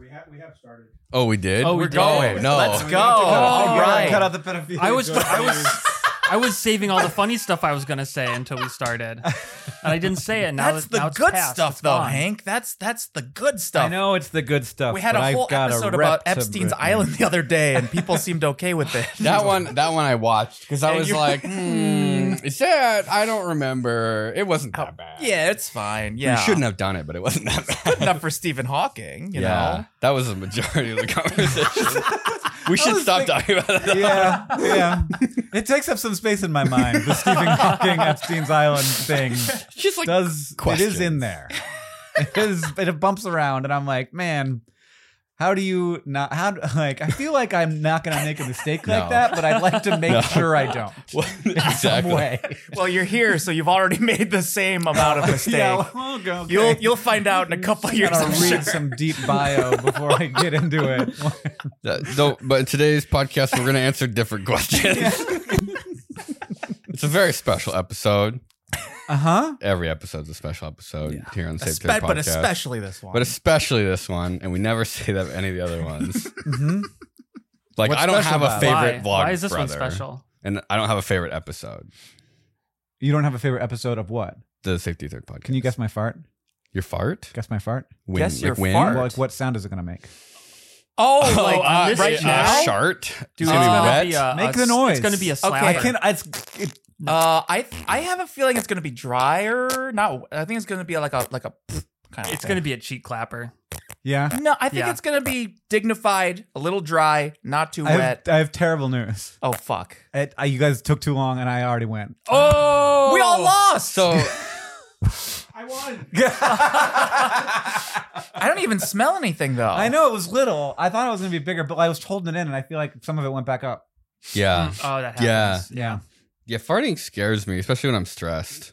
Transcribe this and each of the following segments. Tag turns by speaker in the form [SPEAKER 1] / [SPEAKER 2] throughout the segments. [SPEAKER 1] we have we have started.
[SPEAKER 2] Oh, we did.
[SPEAKER 3] Oh, we
[SPEAKER 2] We're
[SPEAKER 3] did.
[SPEAKER 2] going. No,
[SPEAKER 4] Let's
[SPEAKER 1] We
[SPEAKER 4] go.
[SPEAKER 1] have to cut out-
[SPEAKER 3] All
[SPEAKER 1] we have to
[SPEAKER 3] right.
[SPEAKER 4] Cut out the pedophilia.
[SPEAKER 3] I was-
[SPEAKER 1] joke.
[SPEAKER 3] I was- I was saving all the funny stuff I was gonna say until we started, and I didn't say it. Now
[SPEAKER 5] that's
[SPEAKER 3] that-
[SPEAKER 5] the
[SPEAKER 3] now it's
[SPEAKER 5] good
[SPEAKER 3] passed.
[SPEAKER 5] stuff,
[SPEAKER 3] It's
[SPEAKER 5] though,
[SPEAKER 3] gone.
[SPEAKER 5] Hank. That's that's the good stuff.
[SPEAKER 4] I know it's the good stuff.
[SPEAKER 5] We had
[SPEAKER 4] but
[SPEAKER 5] a
[SPEAKER 4] I've
[SPEAKER 5] whole
[SPEAKER 4] got a
[SPEAKER 5] episode
[SPEAKER 4] rep
[SPEAKER 5] about
[SPEAKER 4] to
[SPEAKER 5] Epstein's
[SPEAKER 4] Britain.
[SPEAKER 5] Island the other day, and people seemed okay with it.
[SPEAKER 2] that one. That one I watched because I
[SPEAKER 5] And
[SPEAKER 2] was
[SPEAKER 5] you-
[SPEAKER 2] like, hmm, "Is that? I don't remember. It wasn't that bad.
[SPEAKER 5] yeah, it's fine.
[SPEAKER 2] we
[SPEAKER 5] Yeah,
[SPEAKER 2] shouldn't have done it, but it wasn't that bad.
[SPEAKER 5] enough for Stephen Hawking. You know,
[SPEAKER 2] that was the majority of the conversation. we should
[SPEAKER 4] was
[SPEAKER 2] stop
[SPEAKER 4] thinking-
[SPEAKER 2] talking about that.
[SPEAKER 4] yeah, yeah. It takes up some space in my mind. The Stephen Hawking Epstein's Island thing
[SPEAKER 2] Just like
[SPEAKER 4] does it
[SPEAKER 2] questions.
[SPEAKER 4] is in there. It is. It bumps around, and I'm like, man. How do you not? How do- like I feel like I'm not gonna make a mistake like
[SPEAKER 2] No.
[SPEAKER 4] that, but I'd like to make
[SPEAKER 2] No.
[SPEAKER 4] sure I don't.
[SPEAKER 2] What-
[SPEAKER 4] Some
[SPEAKER 2] exactly.
[SPEAKER 4] way.
[SPEAKER 5] well, you're here, so you've already made the same amount of mistake.
[SPEAKER 4] Yeah, well, okay.
[SPEAKER 5] You'll you'll find out in a couple years.
[SPEAKER 4] gotta
[SPEAKER 5] I'm
[SPEAKER 4] read
[SPEAKER 5] sure.
[SPEAKER 4] some deep bio before I get into it.
[SPEAKER 2] That- though- but in today's podcast, we're going to answer different questions. it's a very special episode.
[SPEAKER 4] Uh huh.
[SPEAKER 2] Every episode's a special episode here on Safe
[SPEAKER 5] Espe-
[SPEAKER 2] Space Podcast.
[SPEAKER 5] but especially this one.
[SPEAKER 2] But especially this one, and we never say that of any of the other ones.
[SPEAKER 4] hmm
[SPEAKER 2] Like
[SPEAKER 4] What's
[SPEAKER 2] I don't
[SPEAKER 4] special
[SPEAKER 2] have a
[SPEAKER 4] about it?
[SPEAKER 2] favorite
[SPEAKER 3] Why?
[SPEAKER 2] vlog.
[SPEAKER 3] Why is this
[SPEAKER 2] brother,
[SPEAKER 3] one special?
[SPEAKER 2] And I don't have a favorite episode.
[SPEAKER 4] You don't have a favorite episode of what?
[SPEAKER 2] The Safety Third Podcast.
[SPEAKER 4] Can you guess my fart?
[SPEAKER 2] your fart?
[SPEAKER 4] Guess my fart.
[SPEAKER 2] Win,
[SPEAKER 5] Guess your
[SPEAKER 2] win?
[SPEAKER 5] fart?
[SPEAKER 4] Well, like, what sound is it gonna make?
[SPEAKER 5] oh,
[SPEAKER 2] Oh,
[SPEAKER 5] like
[SPEAKER 2] uh,
[SPEAKER 3] this
[SPEAKER 5] right
[SPEAKER 3] is-
[SPEAKER 5] now.
[SPEAKER 2] uh, shart.
[SPEAKER 3] Dude,
[SPEAKER 2] It's
[SPEAKER 3] it's
[SPEAKER 2] gonna be
[SPEAKER 3] gonna
[SPEAKER 2] wet.
[SPEAKER 3] be uh, a-
[SPEAKER 4] Make
[SPEAKER 3] a
[SPEAKER 4] the
[SPEAKER 3] s-
[SPEAKER 4] noise.
[SPEAKER 3] It's gonna be a slapper.
[SPEAKER 4] I can. It's. It,
[SPEAKER 5] Uh, I I have a feeling it's gonna be drier. Not. I think it's gonna be like a like a kind of.
[SPEAKER 3] It's gonna be a cheek clapper.
[SPEAKER 4] yeah.
[SPEAKER 5] No, I think
[SPEAKER 3] Yeah.
[SPEAKER 5] it's gonna be dignified, a little dry, not too
[SPEAKER 4] I have,
[SPEAKER 5] wet.
[SPEAKER 4] I have terrible news.
[SPEAKER 5] oh fuck!
[SPEAKER 4] It, I, you guys took too long, and I already went.
[SPEAKER 3] Oh,
[SPEAKER 5] We all lost.
[SPEAKER 2] So
[SPEAKER 1] I won.
[SPEAKER 5] I don't even smell anything though.
[SPEAKER 4] I know it was little. I thought it was gonna be bigger, but I was holding it in, and I feel like some of it went back up.
[SPEAKER 2] yeah,
[SPEAKER 3] Oh, that happens.
[SPEAKER 2] Uh,
[SPEAKER 4] Yeah.
[SPEAKER 2] yeah, yeah. Farting scares me, especially when I'm stressed.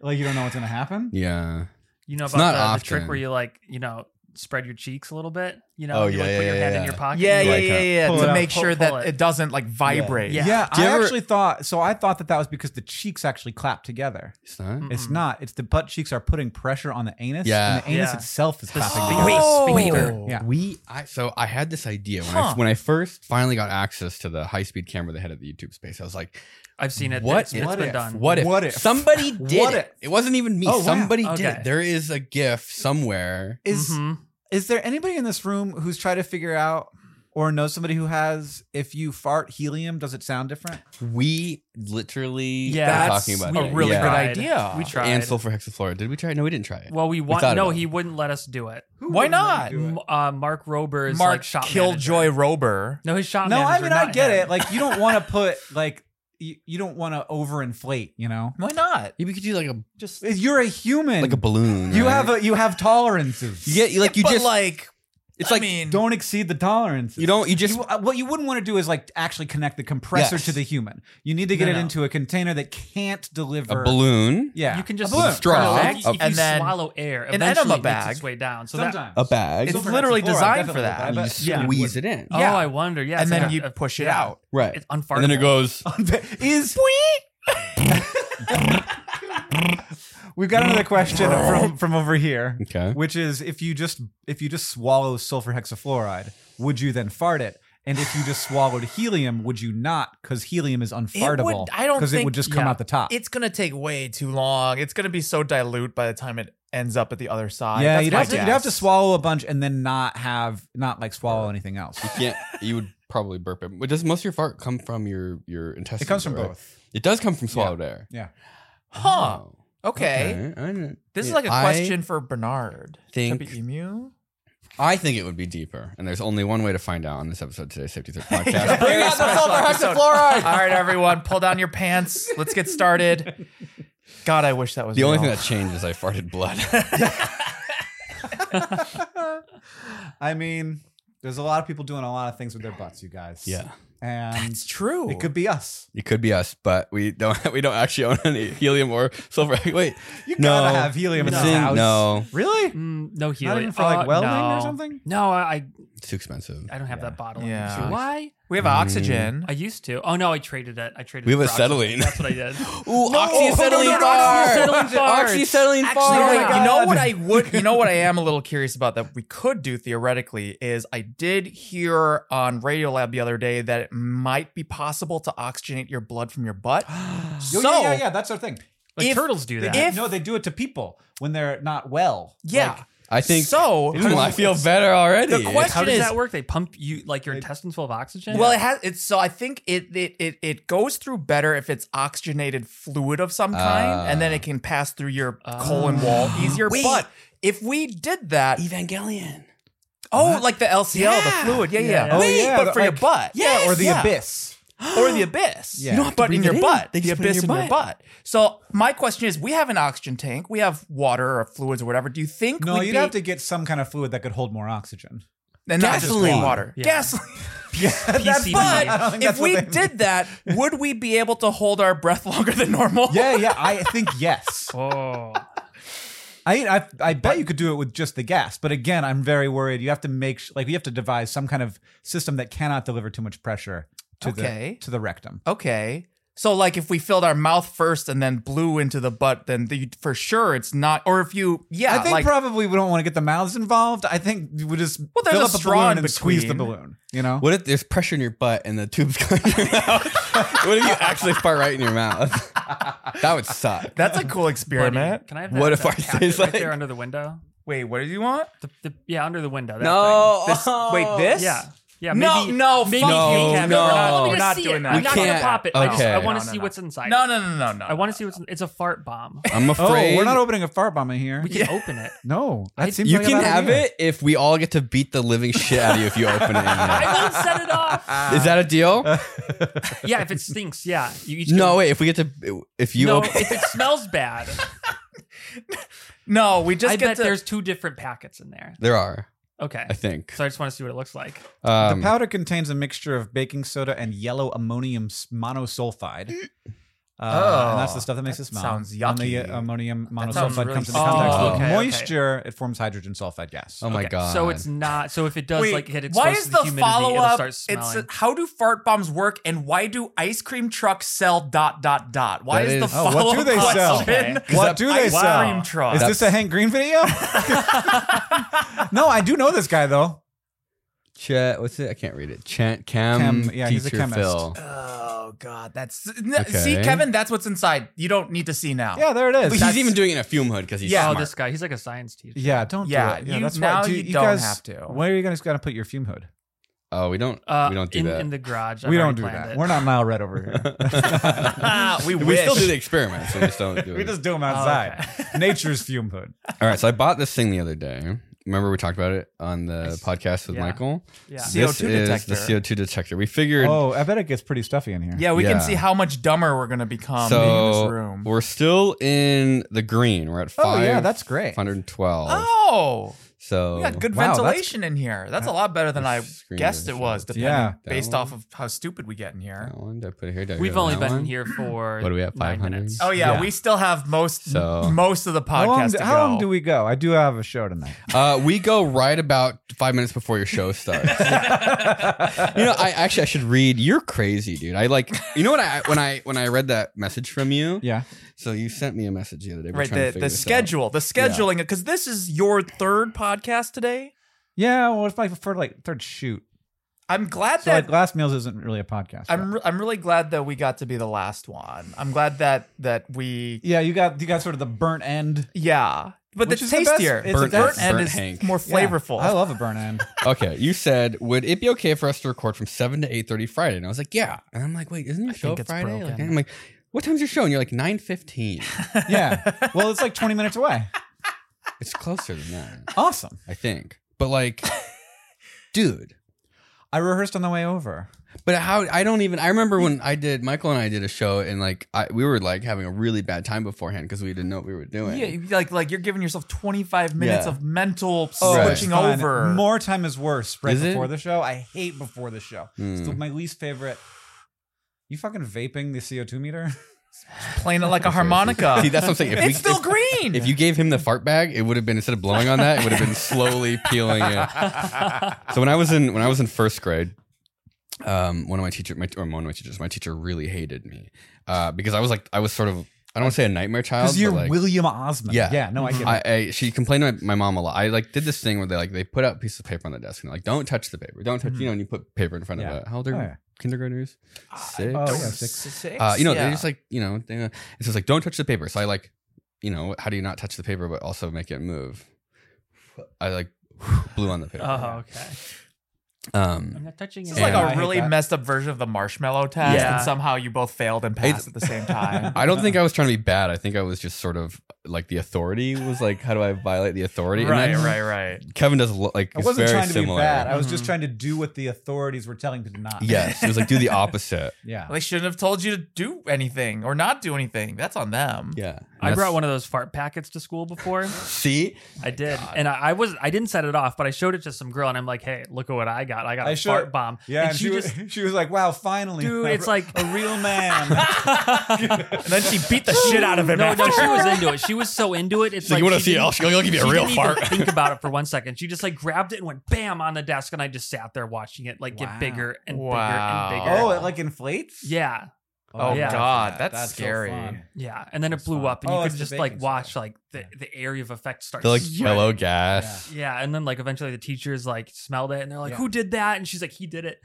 [SPEAKER 4] Like you don't know what's gonna happen.
[SPEAKER 2] Yeah.
[SPEAKER 3] You know
[SPEAKER 2] It's not
[SPEAKER 3] about the, the
[SPEAKER 2] often.
[SPEAKER 3] trick where you like, you know, spread your cheeks a little bit. You know,
[SPEAKER 2] Oh,
[SPEAKER 3] you
[SPEAKER 2] yeah,
[SPEAKER 3] like
[SPEAKER 2] yeah,
[SPEAKER 3] put your
[SPEAKER 2] yeah,
[SPEAKER 3] head in
[SPEAKER 2] yeah.
[SPEAKER 3] your pocket.
[SPEAKER 5] Yeah,
[SPEAKER 3] and
[SPEAKER 5] yeah,
[SPEAKER 2] Like,
[SPEAKER 5] yeah,
[SPEAKER 2] uh,
[SPEAKER 5] yeah.
[SPEAKER 4] pull
[SPEAKER 5] To
[SPEAKER 4] it out,
[SPEAKER 5] make
[SPEAKER 3] pull-
[SPEAKER 5] sure that
[SPEAKER 3] pull
[SPEAKER 5] it.
[SPEAKER 3] it.
[SPEAKER 5] doesn't like vibrate.
[SPEAKER 3] Yeah.
[SPEAKER 4] Yeah,
[SPEAKER 2] Do
[SPEAKER 4] I
[SPEAKER 2] you ever-
[SPEAKER 4] actually thought so. I thought that that was because the cheeks actually clap together.
[SPEAKER 2] It's not.
[SPEAKER 3] Mm.
[SPEAKER 4] It's not. It's the butt cheeks are putting pressure on the anus.
[SPEAKER 2] Yeah.
[SPEAKER 4] And the anus
[SPEAKER 3] Yeah.
[SPEAKER 4] itself is
[SPEAKER 3] The
[SPEAKER 4] clapping.
[SPEAKER 3] sphincter.
[SPEAKER 4] together.
[SPEAKER 3] Oh.
[SPEAKER 4] Yeah.
[SPEAKER 2] We I so I had this idea when
[SPEAKER 5] Huh.
[SPEAKER 2] I when I first finally got access to the high speed camera they had at the YouTube space. I was like,
[SPEAKER 3] I've seen it.
[SPEAKER 2] What
[SPEAKER 3] It's- it's
[SPEAKER 2] if-
[SPEAKER 3] been
[SPEAKER 4] if-
[SPEAKER 3] done.
[SPEAKER 2] what if,
[SPEAKER 4] What if?
[SPEAKER 2] somebody did
[SPEAKER 4] What
[SPEAKER 2] it?
[SPEAKER 4] if?
[SPEAKER 2] It wasn't even me.
[SPEAKER 4] Oh, wow.
[SPEAKER 2] somebody did
[SPEAKER 3] Okay.
[SPEAKER 2] it. There is a GIF somewhere.
[SPEAKER 4] Is
[SPEAKER 3] Mhm.
[SPEAKER 4] is there anybody in this room who's tried to figure out or knows somebody who has if you fart helium, does it sound different?
[SPEAKER 2] We literally
[SPEAKER 3] Yeah.
[SPEAKER 2] were
[SPEAKER 5] That's
[SPEAKER 2] talking about
[SPEAKER 3] we
[SPEAKER 5] a
[SPEAKER 2] it.
[SPEAKER 5] really
[SPEAKER 2] yeah.
[SPEAKER 5] good
[SPEAKER 3] tried.
[SPEAKER 5] idea.
[SPEAKER 3] We tried.
[SPEAKER 2] And sulfur hexafluoride. Did we try it? No, we didn't try it.
[SPEAKER 3] well, we want.
[SPEAKER 2] thought
[SPEAKER 3] no,
[SPEAKER 2] about
[SPEAKER 3] he
[SPEAKER 2] it.
[SPEAKER 3] wouldn't let us do it.
[SPEAKER 5] Why not?
[SPEAKER 3] M- Uh, Mark Rober's
[SPEAKER 5] Mark
[SPEAKER 3] like shot
[SPEAKER 5] Killjoy
[SPEAKER 3] manager.
[SPEAKER 5] Rober.
[SPEAKER 3] No, his shot.
[SPEAKER 4] No, I
[SPEAKER 3] manager,
[SPEAKER 4] mean I
[SPEAKER 3] not
[SPEAKER 4] get
[SPEAKER 3] him.
[SPEAKER 4] it. Like you don't want to put like you, you don't want to overinflate, you know?
[SPEAKER 5] Why not?
[SPEAKER 2] Maybe we could do like a
[SPEAKER 4] Just you're a human.
[SPEAKER 2] like a balloon.
[SPEAKER 4] you
[SPEAKER 2] right?
[SPEAKER 4] have a you have tolerances.
[SPEAKER 2] you get you like you
[SPEAKER 5] but
[SPEAKER 2] just
[SPEAKER 5] like
[SPEAKER 2] it's
[SPEAKER 5] I
[SPEAKER 2] like
[SPEAKER 5] mean,
[SPEAKER 4] don't exceed the tolerances.
[SPEAKER 2] you don't you just
[SPEAKER 4] You- uh, what you wouldn't want to do is like actually connect the compressor
[SPEAKER 2] Yes.
[SPEAKER 4] to the human. You need to get
[SPEAKER 3] No,
[SPEAKER 4] it
[SPEAKER 3] no.
[SPEAKER 4] into a container that can't deliver
[SPEAKER 2] a balloon
[SPEAKER 4] Yeah,
[SPEAKER 3] You can just
[SPEAKER 4] a balloon.
[SPEAKER 2] straw,
[SPEAKER 3] If you-
[SPEAKER 2] a-
[SPEAKER 3] if you
[SPEAKER 5] and then
[SPEAKER 3] swallow air,
[SPEAKER 5] an
[SPEAKER 3] eventually
[SPEAKER 5] enema
[SPEAKER 3] it makes
[SPEAKER 5] bag.
[SPEAKER 3] its way down. So that.
[SPEAKER 4] Sometimes
[SPEAKER 2] a bag
[SPEAKER 5] It's
[SPEAKER 2] and
[SPEAKER 4] Sulfur
[SPEAKER 5] literally
[SPEAKER 4] hexafluoride,
[SPEAKER 5] designed for
[SPEAKER 4] definitely,
[SPEAKER 5] that.
[SPEAKER 4] but
[SPEAKER 2] you
[SPEAKER 4] I bet- yeah.
[SPEAKER 2] squeeze it in
[SPEAKER 3] Oh,
[SPEAKER 5] Yeah.
[SPEAKER 3] I wonder. Yeah,
[SPEAKER 5] and
[SPEAKER 3] it's
[SPEAKER 5] then
[SPEAKER 3] like
[SPEAKER 5] you
[SPEAKER 3] a-
[SPEAKER 5] push it
[SPEAKER 3] yeah.
[SPEAKER 5] out.
[SPEAKER 2] right
[SPEAKER 3] It's unfartable.
[SPEAKER 2] and then it goes
[SPEAKER 4] is We've got another question from from over here,
[SPEAKER 2] okay
[SPEAKER 4] which is if you just if you just swallow sulfur hexafluoride, would you then fart it? And if you just swallowed helium, would you not? Because helium is unfartable.
[SPEAKER 5] I don't
[SPEAKER 4] because it
[SPEAKER 5] think-
[SPEAKER 4] would just come
[SPEAKER 3] yeah.
[SPEAKER 4] out the top.
[SPEAKER 5] It's gonna take way too long. It's gonna be so dilute by the time it ends up at the other side.
[SPEAKER 4] yeah,
[SPEAKER 5] That's
[SPEAKER 4] you'd
[SPEAKER 5] my
[SPEAKER 4] have, to, you'd have to
[SPEAKER 5] guess.
[SPEAKER 4] swallow a bunch and then not have not like swallow anything else.
[SPEAKER 2] you can't you would probably burp it but does most of your fart come from your your intestines
[SPEAKER 4] It comes from
[SPEAKER 2] right?
[SPEAKER 4] both.
[SPEAKER 2] it does come from swallowed air
[SPEAKER 5] Huh.
[SPEAKER 2] Oh,
[SPEAKER 5] Okay.
[SPEAKER 2] I don't-
[SPEAKER 5] This is
[SPEAKER 2] yeah,
[SPEAKER 5] like a
[SPEAKER 2] I
[SPEAKER 5] question for Bernard. Should
[SPEAKER 2] think
[SPEAKER 5] it be emu?
[SPEAKER 2] I think it would be deeper and there's only one way to find out on this episode today safety third
[SPEAKER 5] Yeah,
[SPEAKER 2] podcast
[SPEAKER 5] bring out the sulfur hexafluoride. All right, everyone, pull down your pants. Let's get started. God, I wish that was
[SPEAKER 2] the only
[SPEAKER 5] real.
[SPEAKER 2] thing that changed is I farted blood
[SPEAKER 4] I mean, there's a lot of people doing a lot of things with their butts, you guys. and
[SPEAKER 5] It's true.
[SPEAKER 4] it could be us.
[SPEAKER 2] it could be us but we don't we don't actually own any helium or sulfur wait you no.
[SPEAKER 4] gotta have helium in
[SPEAKER 2] no.
[SPEAKER 4] the house.
[SPEAKER 2] no
[SPEAKER 4] Really?
[SPEAKER 3] Mm, no helium.
[SPEAKER 4] Not even for like
[SPEAKER 3] Uh,
[SPEAKER 4] welding
[SPEAKER 3] no.
[SPEAKER 4] or something?
[SPEAKER 3] No, I I-
[SPEAKER 2] it's too expensive
[SPEAKER 3] I don't have
[SPEAKER 2] Yeah.
[SPEAKER 3] that bottle.
[SPEAKER 5] Yeah.
[SPEAKER 3] Why?
[SPEAKER 5] We
[SPEAKER 4] Mm.
[SPEAKER 5] have oxygen.
[SPEAKER 3] I used to. Oh no, I traded it. I traded.
[SPEAKER 2] We
[SPEAKER 3] it
[SPEAKER 2] have
[SPEAKER 3] for
[SPEAKER 2] acetylene.
[SPEAKER 3] oxygen. That's what I did. no,
[SPEAKER 5] Ooh,
[SPEAKER 3] no, no, oxyacetylene bars.
[SPEAKER 5] Oxyacetylene
[SPEAKER 3] oh my
[SPEAKER 5] Actually, wait, you
[SPEAKER 3] God.
[SPEAKER 5] know what I would, you know what I am a little curious about that we could do theoretically is I did hear on Radiolab the other day that it might be possible to oxygenate your blood from your butt. so,
[SPEAKER 4] Yo, yeah, yeah, yeah, that's our thing.
[SPEAKER 3] Like
[SPEAKER 5] If-
[SPEAKER 3] turtles do
[SPEAKER 4] They
[SPEAKER 3] that.
[SPEAKER 4] do-
[SPEAKER 5] If-
[SPEAKER 4] no, they do it to people when they're not well.
[SPEAKER 5] yeah.
[SPEAKER 2] I think.
[SPEAKER 5] so.
[SPEAKER 2] Ooh, I feel better already.
[SPEAKER 5] The question-
[SPEAKER 3] How does
[SPEAKER 5] is-
[SPEAKER 3] that work? They pump you like your intestines full of oxygen.
[SPEAKER 5] Well, it has. It's so I think it it it, it goes through better if it's oxygenated fluid of some kind,
[SPEAKER 2] Ah.
[SPEAKER 5] and then it can pass through your colon wall easier.
[SPEAKER 2] Wait.
[SPEAKER 5] But if we did that,
[SPEAKER 2] Evangelion.
[SPEAKER 5] oh, like the LCL,
[SPEAKER 2] Yeah.
[SPEAKER 5] the fluid, yeah, yeah.
[SPEAKER 3] Yeah.
[SPEAKER 4] Oh,
[SPEAKER 5] Wait,
[SPEAKER 4] yeah,
[SPEAKER 5] but for your
[SPEAKER 4] like-
[SPEAKER 5] butt,
[SPEAKER 4] Yeah, or the
[SPEAKER 5] Yeah.
[SPEAKER 4] abyss.
[SPEAKER 5] or the abyss.
[SPEAKER 4] Yeah. You don't have to
[SPEAKER 5] but in
[SPEAKER 2] breathe
[SPEAKER 5] your
[SPEAKER 2] it in.
[SPEAKER 5] butt,
[SPEAKER 2] They
[SPEAKER 5] the
[SPEAKER 2] just put it in
[SPEAKER 5] abyss in
[SPEAKER 2] your
[SPEAKER 5] your, butt. So my question is, we have an oxygen tank, we have water or fluids or whatever. Do you think?
[SPEAKER 4] No,
[SPEAKER 5] we'd
[SPEAKER 4] you'd
[SPEAKER 5] be-
[SPEAKER 4] have to get some kind of fluid that could hold more oxygen.
[SPEAKER 5] and not just plain
[SPEAKER 2] Gasoline.
[SPEAKER 5] water,
[SPEAKER 3] Yeah.
[SPEAKER 5] gasoline.
[SPEAKER 4] Yeah, that's
[SPEAKER 3] PCB.
[SPEAKER 4] fine.
[SPEAKER 3] I
[SPEAKER 5] But if we did that, would we be able to hold our breath longer than normal?
[SPEAKER 4] yeah, yeah, I think yes.
[SPEAKER 3] Oh,
[SPEAKER 4] I, I I bet you could do it with just the gas, but again, I'm very worried. You have to make sh- like you have to devise some kind of system that cannot deliver too much pressure to
[SPEAKER 5] Okay.
[SPEAKER 4] the to the rectum.
[SPEAKER 5] Okay. So like if we filled our mouth first and then blew into the butt, then the, for sure it's not. Or if you, yeah,
[SPEAKER 4] I think
[SPEAKER 5] Uh, like,
[SPEAKER 4] probably we don't want to get the mouths involved. I think we just
[SPEAKER 5] Well, there's
[SPEAKER 4] fill
[SPEAKER 5] a
[SPEAKER 4] up a
[SPEAKER 5] straw
[SPEAKER 4] balloon
[SPEAKER 5] in
[SPEAKER 4] and squeeze the
[SPEAKER 5] between.
[SPEAKER 4] balloon. You know,
[SPEAKER 2] What if there's pressure in your butt and the tube's going in your mouth? what if you actually fart right in your mouth? that would suck.
[SPEAKER 5] that's a cool
[SPEAKER 3] buddy,
[SPEAKER 5] experiment.
[SPEAKER 3] can I have that,
[SPEAKER 2] What if
[SPEAKER 3] that
[SPEAKER 2] I say
[SPEAKER 3] packet
[SPEAKER 2] it's
[SPEAKER 3] right
[SPEAKER 2] like-
[SPEAKER 3] there under the window?
[SPEAKER 5] Wait, what do you want?
[SPEAKER 3] The, the, yeah, under the window. that
[SPEAKER 5] This, wait, this?
[SPEAKER 3] thing. Yeah. Yeah.
[SPEAKER 5] No,
[SPEAKER 3] maybe,
[SPEAKER 5] no,
[SPEAKER 3] maybe
[SPEAKER 5] fuck
[SPEAKER 2] you,
[SPEAKER 3] no,
[SPEAKER 2] Kevin. We're not-
[SPEAKER 3] Let me
[SPEAKER 2] we're
[SPEAKER 3] just
[SPEAKER 5] not
[SPEAKER 3] see
[SPEAKER 5] doing
[SPEAKER 3] it.
[SPEAKER 5] that.
[SPEAKER 3] I'm
[SPEAKER 5] We
[SPEAKER 3] not gonna
[SPEAKER 2] can't.
[SPEAKER 3] pop it. I, just,
[SPEAKER 2] Okay.
[SPEAKER 3] I want to
[SPEAKER 5] No, no,
[SPEAKER 3] see
[SPEAKER 5] no.
[SPEAKER 3] what's inside.
[SPEAKER 5] No, no, no, no, no.
[SPEAKER 3] I want to see what's. In, it's a fart bomb.
[SPEAKER 4] oh,
[SPEAKER 2] I'm afraid.
[SPEAKER 4] we're not opening a fart bomb in here.
[SPEAKER 3] We can open it.
[SPEAKER 4] no, that
[SPEAKER 3] I-
[SPEAKER 4] seems
[SPEAKER 2] you
[SPEAKER 4] like a
[SPEAKER 2] can
[SPEAKER 4] bad
[SPEAKER 2] have
[SPEAKER 4] idea.
[SPEAKER 2] it if we all get to beat the living shit out of you if you open it. In
[SPEAKER 3] I
[SPEAKER 2] here.
[SPEAKER 3] won't set it off.
[SPEAKER 2] Is that a deal?
[SPEAKER 3] Yeah, if it stinks, yeah. You each
[SPEAKER 2] No, wait. If we get to, if you
[SPEAKER 3] no,
[SPEAKER 2] open,
[SPEAKER 3] if it smells bad,
[SPEAKER 5] No, we just
[SPEAKER 3] I
[SPEAKER 5] get
[SPEAKER 3] bet
[SPEAKER 5] to.
[SPEAKER 3] there's two different packets in there.
[SPEAKER 2] there are,
[SPEAKER 3] Okay.
[SPEAKER 2] I think.
[SPEAKER 3] So I just want to see what it looks like.
[SPEAKER 2] Um,
[SPEAKER 4] The powder contains a mixture of baking soda and yellow ammonium s- monosulfide. Uh, and that's the stuff that makes
[SPEAKER 5] Mm. Oh, that
[SPEAKER 4] it smell.
[SPEAKER 5] sounds
[SPEAKER 4] When the
[SPEAKER 5] yucky.
[SPEAKER 4] uh, ammonium
[SPEAKER 5] That
[SPEAKER 4] monosulfide
[SPEAKER 5] sounds really
[SPEAKER 4] comes into
[SPEAKER 3] strong.
[SPEAKER 4] contact
[SPEAKER 2] Oh,
[SPEAKER 4] with
[SPEAKER 3] okay, okay.
[SPEAKER 4] moisture, it forms hydrogen sulfide gas.
[SPEAKER 2] oh my
[SPEAKER 3] Okay,
[SPEAKER 2] god.
[SPEAKER 3] So it's not. So if it does
[SPEAKER 5] Wait,
[SPEAKER 3] like get exposed
[SPEAKER 5] why is
[SPEAKER 3] to the,
[SPEAKER 5] the,
[SPEAKER 3] humidity,
[SPEAKER 5] follow
[SPEAKER 3] it'll
[SPEAKER 5] up?
[SPEAKER 3] start smelling.
[SPEAKER 5] It's how do fart bombs work, and why do ice cream trucks sell dot dot dot? Why
[SPEAKER 2] That
[SPEAKER 5] is, the
[SPEAKER 2] is- Oh,
[SPEAKER 5] follow
[SPEAKER 4] what do
[SPEAKER 5] up
[SPEAKER 4] they sell?
[SPEAKER 5] question?
[SPEAKER 3] Okay.
[SPEAKER 4] What do they
[SPEAKER 5] ice
[SPEAKER 4] sell?
[SPEAKER 5] cream truck.
[SPEAKER 4] Is this a Hank Green video? no, I do know this guy though.
[SPEAKER 2] Chet, what's it? I can't read it. Chet, Cam,
[SPEAKER 4] Chem- yeah, he's
[SPEAKER 2] teacher
[SPEAKER 4] a chemist.
[SPEAKER 2] Phil.
[SPEAKER 5] Oh God, that's n- see,
[SPEAKER 2] Okay.
[SPEAKER 5] Kevin. That's what's inside. You don't need to see now.
[SPEAKER 4] Yeah, there it
[SPEAKER 2] But
[SPEAKER 4] is.
[SPEAKER 2] he's even doing it in a fume hood because he's
[SPEAKER 5] Yeah.
[SPEAKER 3] oh,
[SPEAKER 2] smart.
[SPEAKER 3] this guy. He's like a science teacher.
[SPEAKER 4] Yeah, don't.
[SPEAKER 5] Yeah,
[SPEAKER 4] do it. yeah.
[SPEAKER 5] you-
[SPEAKER 4] that's
[SPEAKER 5] now
[SPEAKER 4] why. Do,
[SPEAKER 5] you don't
[SPEAKER 4] guys,
[SPEAKER 5] have to.
[SPEAKER 4] Where are you guys going to put your fume hood?
[SPEAKER 2] oh, we don't.
[SPEAKER 3] Uh,
[SPEAKER 2] we don't do
[SPEAKER 3] in,
[SPEAKER 2] that.
[SPEAKER 3] in the garage. I've
[SPEAKER 4] we don't
[SPEAKER 3] already
[SPEAKER 4] do
[SPEAKER 3] planned
[SPEAKER 4] that.
[SPEAKER 3] it.
[SPEAKER 4] We're not Nile Red over here.
[SPEAKER 5] Ah, we,
[SPEAKER 2] we
[SPEAKER 5] wish.
[SPEAKER 2] still do the experiments. We just don't do
[SPEAKER 4] we
[SPEAKER 2] it.
[SPEAKER 4] just
[SPEAKER 5] Oh,
[SPEAKER 4] do them
[SPEAKER 3] Oh,
[SPEAKER 4] outside. Nature's fume hood.
[SPEAKER 2] All right. So I bought this thing the other day. Remember we talked about it on the podcast with
[SPEAKER 3] yeah.
[SPEAKER 2] Michael.
[SPEAKER 3] Yeah.
[SPEAKER 5] See-
[SPEAKER 2] This
[SPEAKER 5] CO2
[SPEAKER 2] is
[SPEAKER 5] detector.
[SPEAKER 2] the CO2 detector. We figured.
[SPEAKER 4] Oh, I bet it gets pretty stuffy in here.
[SPEAKER 5] Yeah, we
[SPEAKER 2] Yeah.
[SPEAKER 5] can see how much dumber we're gonna become being in this
[SPEAKER 2] so
[SPEAKER 5] room.
[SPEAKER 2] we're still in the green. We're at
[SPEAKER 4] Oh
[SPEAKER 2] five.
[SPEAKER 4] yeah, that's great.
[SPEAKER 2] 112.
[SPEAKER 5] Oh,
[SPEAKER 2] So
[SPEAKER 5] we got good
[SPEAKER 4] Wow, that's-
[SPEAKER 5] ventilation in here. That's a lot better than I
[SPEAKER 2] Screen
[SPEAKER 5] guessed it
[SPEAKER 2] is-
[SPEAKER 5] was, depending
[SPEAKER 4] Yeah.
[SPEAKER 5] based
[SPEAKER 2] That
[SPEAKER 5] off of how stupid we get in here.
[SPEAKER 2] That one. Did I put it here? Did I
[SPEAKER 3] We've
[SPEAKER 2] go to
[SPEAKER 3] only
[SPEAKER 2] that
[SPEAKER 3] been
[SPEAKER 2] one?
[SPEAKER 3] here for
[SPEAKER 2] What are we at,
[SPEAKER 3] nine
[SPEAKER 2] 500?
[SPEAKER 3] minutes.
[SPEAKER 5] Oh yeah,
[SPEAKER 4] Yeah.
[SPEAKER 5] we still have most
[SPEAKER 2] So-
[SPEAKER 5] most of the
[SPEAKER 4] How
[SPEAKER 5] podcast
[SPEAKER 4] long,
[SPEAKER 5] to go.
[SPEAKER 4] how long do we go? I do have a show tonight.
[SPEAKER 2] Uh, we go right about five minutes before your show starts. you know, I actually I should read. You're crazy, dude. I like. You know what? I when I when I read that message from you.
[SPEAKER 4] Yeah.
[SPEAKER 2] So you sent me a message the other day. We're
[SPEAKER 5] right
[SPEAKER 2] trying to
[SPEAKER 5] the,
[SPEAKER 2] figure
[SPEAKER 5] the
[SPEAKER 2] this out.
[SPEAKER 5] schedule, the scheduling, because this is your third podcast today.
[SPEAKER 4] Yeah. Well, it's my for like third shoot.
[SPEAKER 5] I'm glad
[SPEAKER 4] So
[SPEAKER 5] that
[SPEAKER 4] like last meals isn't really a podcast. but-
[SPEAKER 5] I'm re- I'm really glad that we got to be the last one. I'm glad that that we
[SPEAKER 4] yeah, you got you got sort of the burnt end.
[SPEAKER 5] yeah, but
[SPEAKER 4] Which is
[SPEAKER 5] it's
[SPEAKER 4] the best-
[SPEAKER 5] tastier.
[SPEAKER 4] it's
[SPEAKER 5] burnt,
[SPEAKER 4] the best-
[SPEAKER 5] end
[SPEAKER 2] Burnt
[SPEAKER 5] is
[SPEAKER 2] Hank.
[SPEAKER 5] more
[SPEAKER 4] Yeah.
[SPEAKER 5] flavorful.
[SPEAKER 4] I love a burnt end.
[SPEAKER 2] Okay, you said, would it be okay for us to record from seven to eight thirty Friday? And I was like, yeah. And I'm like, wait, isn't your show
[SPEAKER 3] think it's
[SPEAKER 2] Friday? Like,
[SPEAKER 3] broken.
[SPEAKER 2] I'm like, what time's your show? And you're like nine fifteen.
[SPEAKER 4] yeah. Well, it's like 20 minutes away.
[SPEAKER 2] it's closer than that,
[SPEAKER 4] Awesome.
[SPEAKER 2] I think. But like, dude.
[SPEAKER 4] I rehearsed on the way over.
[SPEAKER 2] But how I don't even I remember when I did Michael and I did a show and like I, we were like having a really bad time beforehand because we didn't know what we were doing.
[SPEAKER 5] yeah, you- like like you're giving yourself 25 minutes
[SPEAKER 2] Yeah.
[SPEAKER 5] of mental
[SPEAKER 2] Right.
[SPEAKER 4] it's
[SPEAKER 5] switching
[SPEAKER 4] fine.
[SPEAKER 5] over.
[SPEAKER 4] More time is worse right
[SPEAKER 2] Is it?
[SPEAKER 4] before the show. I hate before the show. It's
[SPEAKER 2] Hmm.
[SPEAKER 4] my least favorite. You fucking vaping the CO2 meter?
[SPEAKER 5] playing it like a
[SPEAKER 2] See,
[SPEAKER 5] harmonica.
[SPEAKER 2] that's what I'm saying. If
[SPEAKER 5] it's
[SPEAKER 2] we-
[SPEAKER 5] still
[SPEAKER 2] if-
[SPEAKER 5] green.
[SPEAKER 2] If you gave him the fart bag, it would have been instead of blowing on that, it would have been slowly peeling it. So when I was in when I was in first grade, um, one of my teacher, my or one of my teachers, my teacher really hated me uh, because I was like, I was sort of, I don't want to say a nightmare child.
[SPEAKER 4] Because
[SPEAKER 2] but,
[SPEAKER 4] you're
[SPEAKER 2] like,
[SPEAKER 4] William Osmond.
[SPEAKER 2] Yeah.
[SPEAKER 4] Yeah. No, I get it.
[SPEAKER 2] I, I she complained to my, my mom a lot. I like did this thing where they like they put out pieces of paper on the desk and like don't touch the paper, don't touch
[SPEAKER 4] Mhm.
[SPEAKER 2] you know, and you put paper in front
[SPEAKER 4] Yeah.
[SPEAKER 2] of a how old
[SPEAKER 4] Oh,
[SPEAKER 2] are
[SPEAKER 4] yeah.
[SPEAKER 2] kindergartners? Six.
[SPEAKER 4] Oh, yeah.
[SPEAKER 2] Uh, you know,
[SPEAKER 5] yeah.
[SPEAKER 2] they just like you know, they, uh, it's just like don't touch the paper. So I like, you know, how do you not touch the paper but also make it move? I like blew on the paper.
[SPEAKER 3] Oh, okay. I'm
[SPEAKER 2] Um,
[SPEAKER 3] not touching
[SPEAKER 5] This
[SPEAKER 3] it.
[SPEAKER 5] is like
[SPEAKER 2] Yeah, I
[SPEAKER 5] a
[SPEAKER 4] hate
[SPEAKER 5] really
[SPEAKER 4] that.
[SPEAKER 5] messed up version of the marshmallow test,
[SPEAKER 3] Yeah.
[SPEAKER 5] and somehow you both failed and
[SPEAKER 2] It's-
[SPEAKER 5] passed at the same time.
[SPEAKER 2] I don't think I was trying to be bad. I think I was just sort of like the authority was like, how do I violate the authority? And
[SPEAKER 5] right,
[SPEAKER 2] I-
[SPEAKER 5] right, right.
[SPEAKER 2] Kevin does a lo- like.
[SPEAKER 4] I
[SPEAKER 2] it's
[SPEAKER 4] wasn't
[SPEAKER 2] very
[SPEAKER 4] trying to
[SPEAKER 2] similar.
[SPEAKER 4] be bad. I was just
[SPEAKER 3] Mhm.
[SPEAKER 4] trying to do what the authorities were telling to not.
[SPEAKER 2] Yes, it was like do the opposite.
[SPEAKER 4] Yeah.
[SPEAKER 5] They shouldn't have told you to do anything or not do anything. That's on them.
[SPEAKER 2] Yeah, And
[SPEAKER 3] I
[SPEAKER 2] that's-
[SPEAKER 3] brought one of those fart packets to school before.
[SPEAKER 2] See,
[SPEAKER 3] I did, and I, I was I didn't set it off, but I showed it to some girl, and I'm like, "Hey, look at what I got! I got a
[SPEAKER 4] I showed-
[SPEAKER 3] fart bomb."
[SPEAKER 4] Yeah.
[SPEAKER 3] and,
[SPEAKER 4] and
[SPEAKER 3] she, just,
[SPEAKER 4] was, she was like, wow, finally.
[SPEAKER 3] dude,
[SPEAKER 4] a-
[SPEAKER 3] it's like
[SPEAKER 4] a real man.
[SPEAKER 5] And then she beat the shit out of him.
[SPEAKER 3] no,
[SPEAKER 5] after.
[SPEAKER 3] no, she was into it. She was so into it. It's
[SPEAKER 2] so
[SPEAKER 3] like
[SPEAKER 2] you want to
[SPEAKER 3] she
[SPEAKER 2] see?
[SPEAKER 3] didn't-
[SPEAKER 2] I'll, I'll give you
[SPEAKER 3] she
[SPEAKER 2] a real
[SPEAKER 3] didn't
[SPEAKER 2] fart.
[SPEAKER 3] Even think about it for one second. She just like grabbed it and went bam on the desk, and I just sat there watching it like
[SPEAKER 4] Wow.
[SPEAKER 3] get bigger and
[SPEAKER 5] Wow.
[SPEAKER 3] bigger and bigger.
[SPEAKER 4] oh, it like inflates?
[SPEAKER 3] yeah,
[SPEAKER 5] Oh,
[SPEAKER 3] yeah.
[SPEAKER 5] God, that's scary.
[SPEAKER 3] yeah. And then it
[SPEAKER 4] That's
[SPEAKER 3] blew
[SPEAKER 4] fun.
[SPEAKER 3] up, and
[SPEAKER 4] Oh,
[SPEAKER 3] you
[SPEAKER 4] it's
[SPEAKER 3] could
[SPEAKER 4] the
[SPEAKER 3] just like
[SPEAKER 4] baking soda.
[SPEAKER 3] watch like the, the area of effect start.
[SPEAKER 2] They're like
[SPEAKER 3] spreading.
[SPEAKER 2] yellow gas.
[SPEAKER 3] Yeah, and then like eventually the teachers like smelled it, and they're like,
[SPEAKER 4] Yeah.
[SPEAKER 3] "Who did that?" And she's like, "He did it,"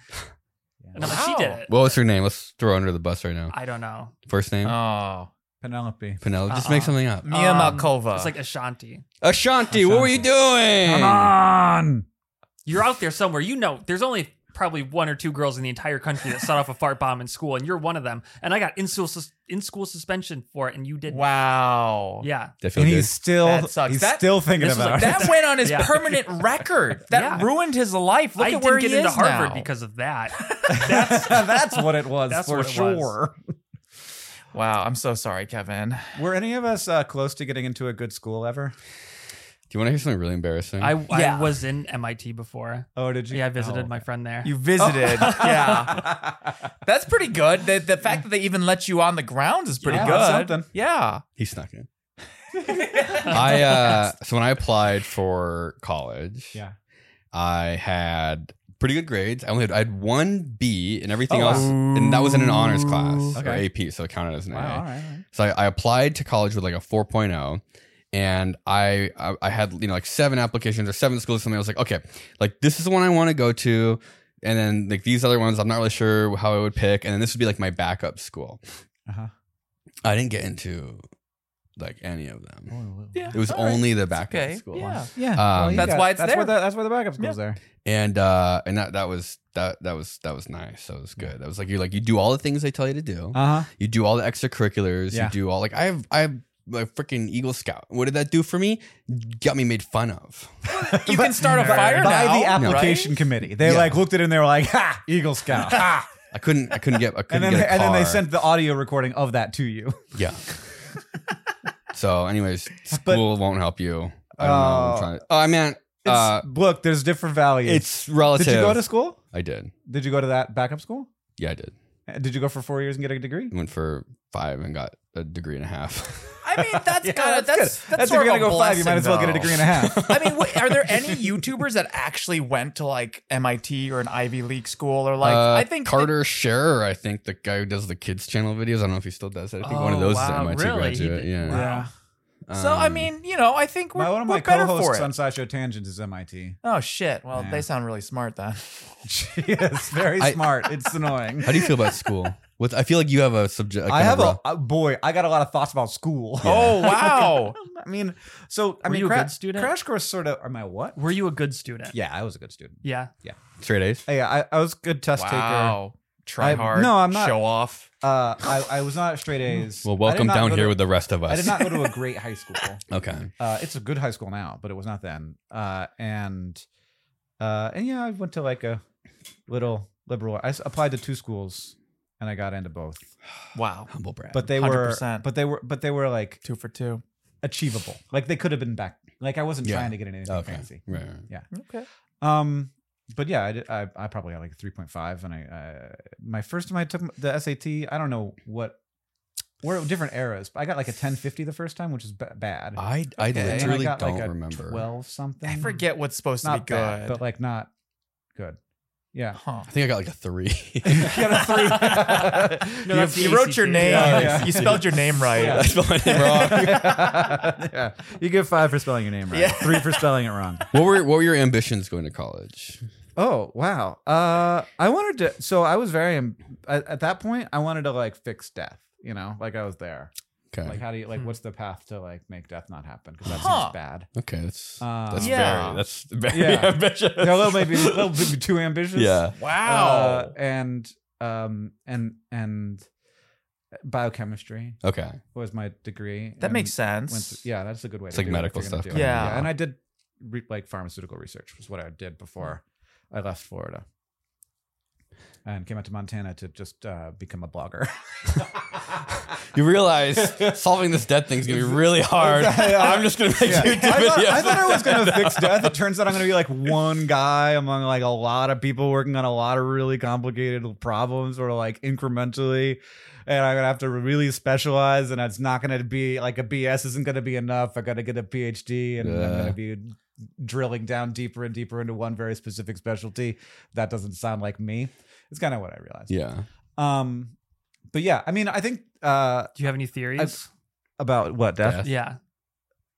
[SPEAKER 3] and I'm like, "She
[SPEAKER 5] Wow.
[SPEAKER 3] did it."
[SPEAKER 2] What was her name? Let's throw her under the bus right now.
[SPEAKER 3] I don't know.
[SPEAKER 2] First name
[SPEAKER 5] Oh,
[SPEAKER 4] Penelope.
[SPEAKER 2] Penelope. Just
[SPEAKER 3] Uh-uh.
[SPEAKER 2] make something up.
[SPEAKER 5] Mia
[SPEAKER 3] Um,
[SPEAKER 5] Malkova.
[SPEAKER 3] It's like Ashanti.
[SPEAKER 2] Ashanti, what were you doing?
[SPEAKER 4] Come on.
[SPEAKER 3] You're out there somewhere. You know, there's only probably one or two girls in the entire country that set off a fart bomb in school, and you're one of them. And I got in school sus- in school suspension for it, and you did.
[SPEAKER 5] wow.
[SPEAKER 3] Yeah.
[SPEAKER 2] That feel
[SPEAKER 4] And
[SPEAKER 2] good?
[SPEAKER 4] he's still,
[SPEAKER 5] That sucks.
[SPEAKER 4] he's
[SPEAKER 5] That-
[SPEAKER 4] still thinking
[SPEAKER 3] this was
[SPEAKER 4] about
[SPEAKER 3] like-
[SPEAKER 4] it.
[SPEAKER 5] That went on his
[SPEAKER 3] Yeah.
[SPEAKER 5] permanent record. That
[SPEAKER 3] Yeah.
[SPEAKER 5] ruined his life. Look
[SPEAKER 3] I
[SPEAKER 5] at
[SPEAKER 3] didn't
[SPEAKER 5] where
[SPEAKER 3] get
[SPEAKER 5] he
[SPEAKER 3] into
[SPEAKER 5] is
[SPEAKER 3] Harvard
[SPEAKER 5] now.
[SPEAKER 3] because of that.
[SPEAKER 4] That's, that's what it was
[SPEAKER 3] That's
[SPEAKER 4] for
[SPEAKER 3] what it was.
[SPEAKER 4] sure.
[SPEAKER 5] wow, I'm so sorry, Kevin.
[SPEAKER 4] Were any of us uh, close to getting into a good school ever?
[SPEAKER 2] Do you want to hear something really embarrassing?
[SPEAKER 3] I,
[SPEAKER 5] Yeah.
[SPEAKER 3] I was in MIT before.
[SPEAKER 4] Oh, did you?
[SPEAKER 3] Yeah, I visited
[SPEAKER 4] oh.
[SPEAKER 3] my friend there.
[SPEAKER 5] You visited. yeah. That's pretty good. The, the fact that they even let you on the ground is pretty
[SPEAKER 4] Yeah,
[SPEAKER 5] good.
[SPEAKER 4] that's something.
[SPEAKER 5] Yeah.
[SPEAKER 2] he snuck in. I uh, so when I applied for college,
[SPEAKER 4] Yeah.
[SPEAKER 2] I had pretty good grades. I only had I had one B and everything
[SPEAKER 4] Oh, wow.
[SPEAKER 2] else, and that was in an honors class
[SPEAKER 4] Okay.
[SPEAKER 2] or AP, so it counted as an
[SPEAKER 4] Wow,
[SPEAKER 2] A.
[SPEAKER 4] all right, all right.
[SPEAKER 2] So I, I applied to college with like a 4.0 and I, I I had you know like seven applications or seven schools or something. I was like, okay, like this is the one I want to go to. And then like these other ones, I'm not really sure how I would pick. And then this would be like my backup school.
[SPEAKER 4] Uh-huh.
[SPEAKER 2] I didn't get into like any of them.
[SPEAKER 5] Yeah.
[SPEAKER 2] It was
[SPEAKER 5] all right.
[SPEAKER 2] only the backup
[SPEAKER 5] Okay.
[SPEAKER 2] school.
[SPEAKER 5] Yeah.
[SPEAKER 4] Yeah,
[SPEAKER 2] Um,
[SPEAKER 4] you
[SPEAKER 5] That's why it's
[SPEAKER 4] that's
[SPEAKER 5] there.
[SPEAKER 4] Where the, that's where the backup school's there.
[SPEAKER 2] And uh and that that was that that was that was nice. That was good. That was like you like you do all the things they tell you to do.
[SPEAKER 4] Uh huh.
[SPEAKER 2] You do all the extracurriculars.
[SPEAKER 4] Yeah.
[SPEAKER 2] You do all like I have I have a freaking Eagle Scout. What did that do for me? Got me made fun of.
[SPEAKER 5] You can start a
[SPEAKER 3] By-
[SPEAKER 5] fire
[SPEAKER 4] By
[SPEAKER 5] now,
[SPEAKER 4] the application
[SPEAKER 5] right?
[SPEAKER 4] committee, they
[SPEAKER 2] Yeah.
[SPEAKER 4] like looked at it and they were like, "Ha, Eagle Scout." Ha!
[SPEAKER 2] I couldn't I couldn't get I
[SPEAKER 4] And
[SPEAKER 2] couldn't
[SPEAKER 4] then
[SPEAKER 2] get a
[SPEAKER 4] and then they
[SPEAKER 2] car.
[SPEAKER 4] sent the audio recording of that to you.
[SPEAKER 2] yeah. so anyways,
[SPEAKER 4] But-
[SPEAKER 2] school won't help you. I don't know. what
[SPEAKER 4] Oh.
[SPEAKER 2] I'm trying to, oh, I mean,
[SPEAKER 4] It's,
[SPEAKER 2] uh,
[SPEAKER 4] look, there's different values.
[SPEAKER 2] it's relative.
[SPEAKER 4] did you go to school?
[SPEAKER 2] I did.
[SPEAKER 4] Did you go to that backup school?
[SPEAKER 2] Yeah, I did.
[SPEAKER 4] Uh, Did you go for four years and get a degree?
[SPEAKER 2] Went for five and got a degree and a half.
[SPEAKER 5] I mean, that's
[SPEAKER 4] Yeah,
[SPEAKER 5] kind of
[SPEAKER 4] good.
[SPEAKER 5] that's that's,
[SPEAKER 4] if you're
[SPEAKER 5] sort
[SPEAKER 4] gonna
[SPEAKER 5] of a
[SPEAKER 4] go five, you might
[SPEAKER 5] blessing,
[SPEAKER 4] as well get a
[SPEAKER 5] though.
[SPEAKER 4] degree and a half.
[SPEAKER 5] I mean, wait, are there any YouTubers that actually went to like MIT or an Ivy League school or like
[SPEAKER 2] Uh,
[SPEAKER 5] I think
[SPEAKER 2] Carter Scherer, I think the guy who does the kids channel videos. I don't know if he still does that. I think one
[SPEAKER 3] Oh,
[SPEAKER 2] of those is
[SPEAKER 3] wow,
[SPEAKER 2] an MIT
[SPEAKER 3] really? He
[SPEAKER 2] graduate.
[SPEAKER 3] did-
[SPEAKER 2] Yeah.
[SPEAKER 4] yeah.
[SPEAKER 5] So I
[SPEAKER 2] Um,
[SPEAKER 5] mean, you know, I think we're,
[SPEAKER 4] My, one of
[SPEAKER 5] we're
[SPEAKER 4] my
[SPEAKER 5] better for
[SPEAKER 4] co-hosts
[SPEAKER 5] it.
[SPEAKER 4] on Sideshow Tangents is MIT.
[SPEAKER 5] oh shit! Well,
[SPEAKER 4] Yeah.
[SPEAKER 5] they sound really smart then.
[SPEAKER 4] She is very
[SPEAKER 2] I-
[SPEAKER 4] smart. It's annoying.
[SPEAKER 2] how do you feel about school? What I feel like you have a subject.
[SPEAKER 4] I have a, uh boy. I got a lot of thoughts about school.
[SPEAKER 5] Oh wow!
[SPEAKER 4] I mean, so I
[SPEAKER 3] Were
[SPEAKER 4] mean,
[SPEAKER 3] you a
[SPEAKER 4] cra-
[SPEAKER 3] good student?
[SPEAKER 4] Crash course sort of. Am I what?
[SPEAKER 3] Were you a good student?
[SPEAKER 4] Yeah, I was a good student.
[SPEAKER 3] Yeah.
[SPEAKER 2] straight A's.
[SPEAKER 4] Yeah, I, I was a good test taker.
[SPEAKER 5] wow. Try
[SPEAKER 4] I-
[SPEAKER 5] hard.
[SPEAKER 4] no, I'm not-
[SPEAKER 5] Show off.
[SPEAKER 4] Uh, I, I was not straight A's.
[SPEAKER 2] Well,
[SPEAKER 4] I did
[SPEAKER 2] welcome
[SPEAKER 4] not
[SPEAKER 2] down
[SPEAKER 4] go
[SPEAKER 2] here
[SPEAKER 4] to-
[SPEAKER 2] with the rest of us.
[SPEAKER 4] I did not go to a great high school.
[SPEAKER 2] Okay.
[SPEAKER 4] Uh, it's a good high school now, but it was not then. Uh, and uh, and yeah, I went to like a little liberal. I s- applied to two schools, and I got into both.
[SPEAKER 5] Wow.
[SPEAKER 2] Humble brag.
[SPEAKER 4] But they were,
[SPEAKER 5] 100%.
[SPEAKER 4] but they were, but they were like
[SPEAKER 5] Two for two.
[SPEAKER 4] achievable. Like they could have been back. Like I wasn't
[SPEAKER 2] Yeah.
[SPEAKER 4] trying to get anything
[SPEAKER 2] okay.
[SPEAKER 4] fancy.
[SPEAKER 2] Right, right.
[SPEAKER 5] Okay.
[SPEAKER 4] Um, but yeah, I, did, I I probably got like a three point five, and I uh, my first time I took the SAT, I don't know what we're at different eras, but I got like a ten fifty the first time, which is b- bad.
[SPEAKER 2] I I
[SPEAKER 5] Okay.
[SPEAKER 4] And then
[SPEAKER 2] literally
[SPEAKER 4] I got
[SPEAKER 2] don't
[SPEAKER 4] like a
[SPEAKER 2] remember.
[SPEAKER 4] twelve something.
[SPEAKER 5] I forget what's supposed
[SPEAKER 4] Mm. Not
[SPEAKER 5] to be
[SPEAKER 4] bad,
[SPEAKER 5] good.
[SPEAKER 4] but like not good. Yeah.
[SPEAKER 5] Huh.
[SPEAKER 2] I think I got like a three.
[SPEAKER 4] Got E a three.
[SPEAKER 3] No,
[SPEAKER 5] you,
[SPEAKER 3] that's the
[SPEAKER 5] you wrote your
[SPEAKER 3] ACT.
[SPEAKER 5] name.
[SPEAKER 4] Yeah, yeah.
[SPEAKER 5] You spelled your name right.
[SPEAKER 2] I spelled my name wrong.
[SPEAKER 4] yeah. You get five for spelling your name right.
[SPEAKER 5] Yeah.
[SPEAKER 4] Three for spelling it wrong.
[SPEAKER 2] What were what were your ambitions going to college?
[SPEAKER 4] Oh wow. Uh, I wanted to. So I was very am- at, at that point. I wanted to like fix death. You know, like I was there.
[SPEAKER 2] Okay.
[SPEAKER 4] Like how do you like?
[SPEAKER 3] Hmm.
[SPEAKER 4] What's the path to like make death not happen? Because that
[SPEAKER 5] Huh.
[SPEAKER 4] seems bad.
[SPEAKER 2] okay, that's
[SPEAKER 4] Uh,
[SPEAKER 2] that's
[SPEAKER 5] Yeah.
[SPEAKER 2] very that's very
[SPEAKER 4] Yeah.
[SPEAKER 2] ambitious.
[SPEAKER 4] They're a little maybe a little bit too ambitious.
[SPEAKER 2] yeah.
[SPEAKER 5] Wow.
[SPEAKER 4] Uh, and um and and biochemistry
[SPEAKER 2] Okay.
[SPEAKER 4] was my degree.
[SPEAKER 5] that
[SPEAKER 4] and
[SPEAKER 5] makes sense.
[SPEAKER 4] went to- yeah, that's a good way.
[SPEAKER 2] It's
[SPEAKER 4] to
[SPEAKER 2] like
[SPEAKER 4] do it if
[SPEAKER 2] medical
[SPEAKER 4] you're gonna
[SPEAKER 2] stuff,
[SPEAKER 4] do it.
[SPEAKER 5] kinda.
[SPEAKER 4] Yeah.
[SPEAKER 5] Yeah.
[SPEAKER 4] and I did re- like pharmaceutical research was what I did before I left Florida, and came out to Montana to just uh, become a blogger.
[SPEAKER 2] You realize solving this debt thing's gonna be really hard.
[SPEAKER 4] Yeah.
[SPEAKER 2] I'm just gonna make
[SPEAKER 4] Yeah.
[SPEAKER 2] you
[SPEAKER 4] I,
[SPEAKER 2] do
[SPEAKER 4] thought,
[SPEAKER 2] videos.
[SPEAKER 4] I thought I was gonna fix death. It turns out I'm gonna be like one guy among like a lot of people working on a lot of really complicated problems or like incrementally, and I'm gonna have to really specialize. And it's not gonna be like a BS isn't gonna be enough. I gotta get a PhD, and I'm
[SPEAKER 2] Yeah.
[SPEAKER 4] gonna be drilling down deeper and deeper into one very specific specialty. That doesn't sound like me. It's kind of what I realized.
[SPEAKER 2] Yeah.
[SPEAKER 4] Um, but yeah, I mean, I think uh
[SPEAKER 3] Do you have any theories?
[SPEAKER 4] about what death.
[SPEAKER 2] Death.
[SPEAKER 3] yeah.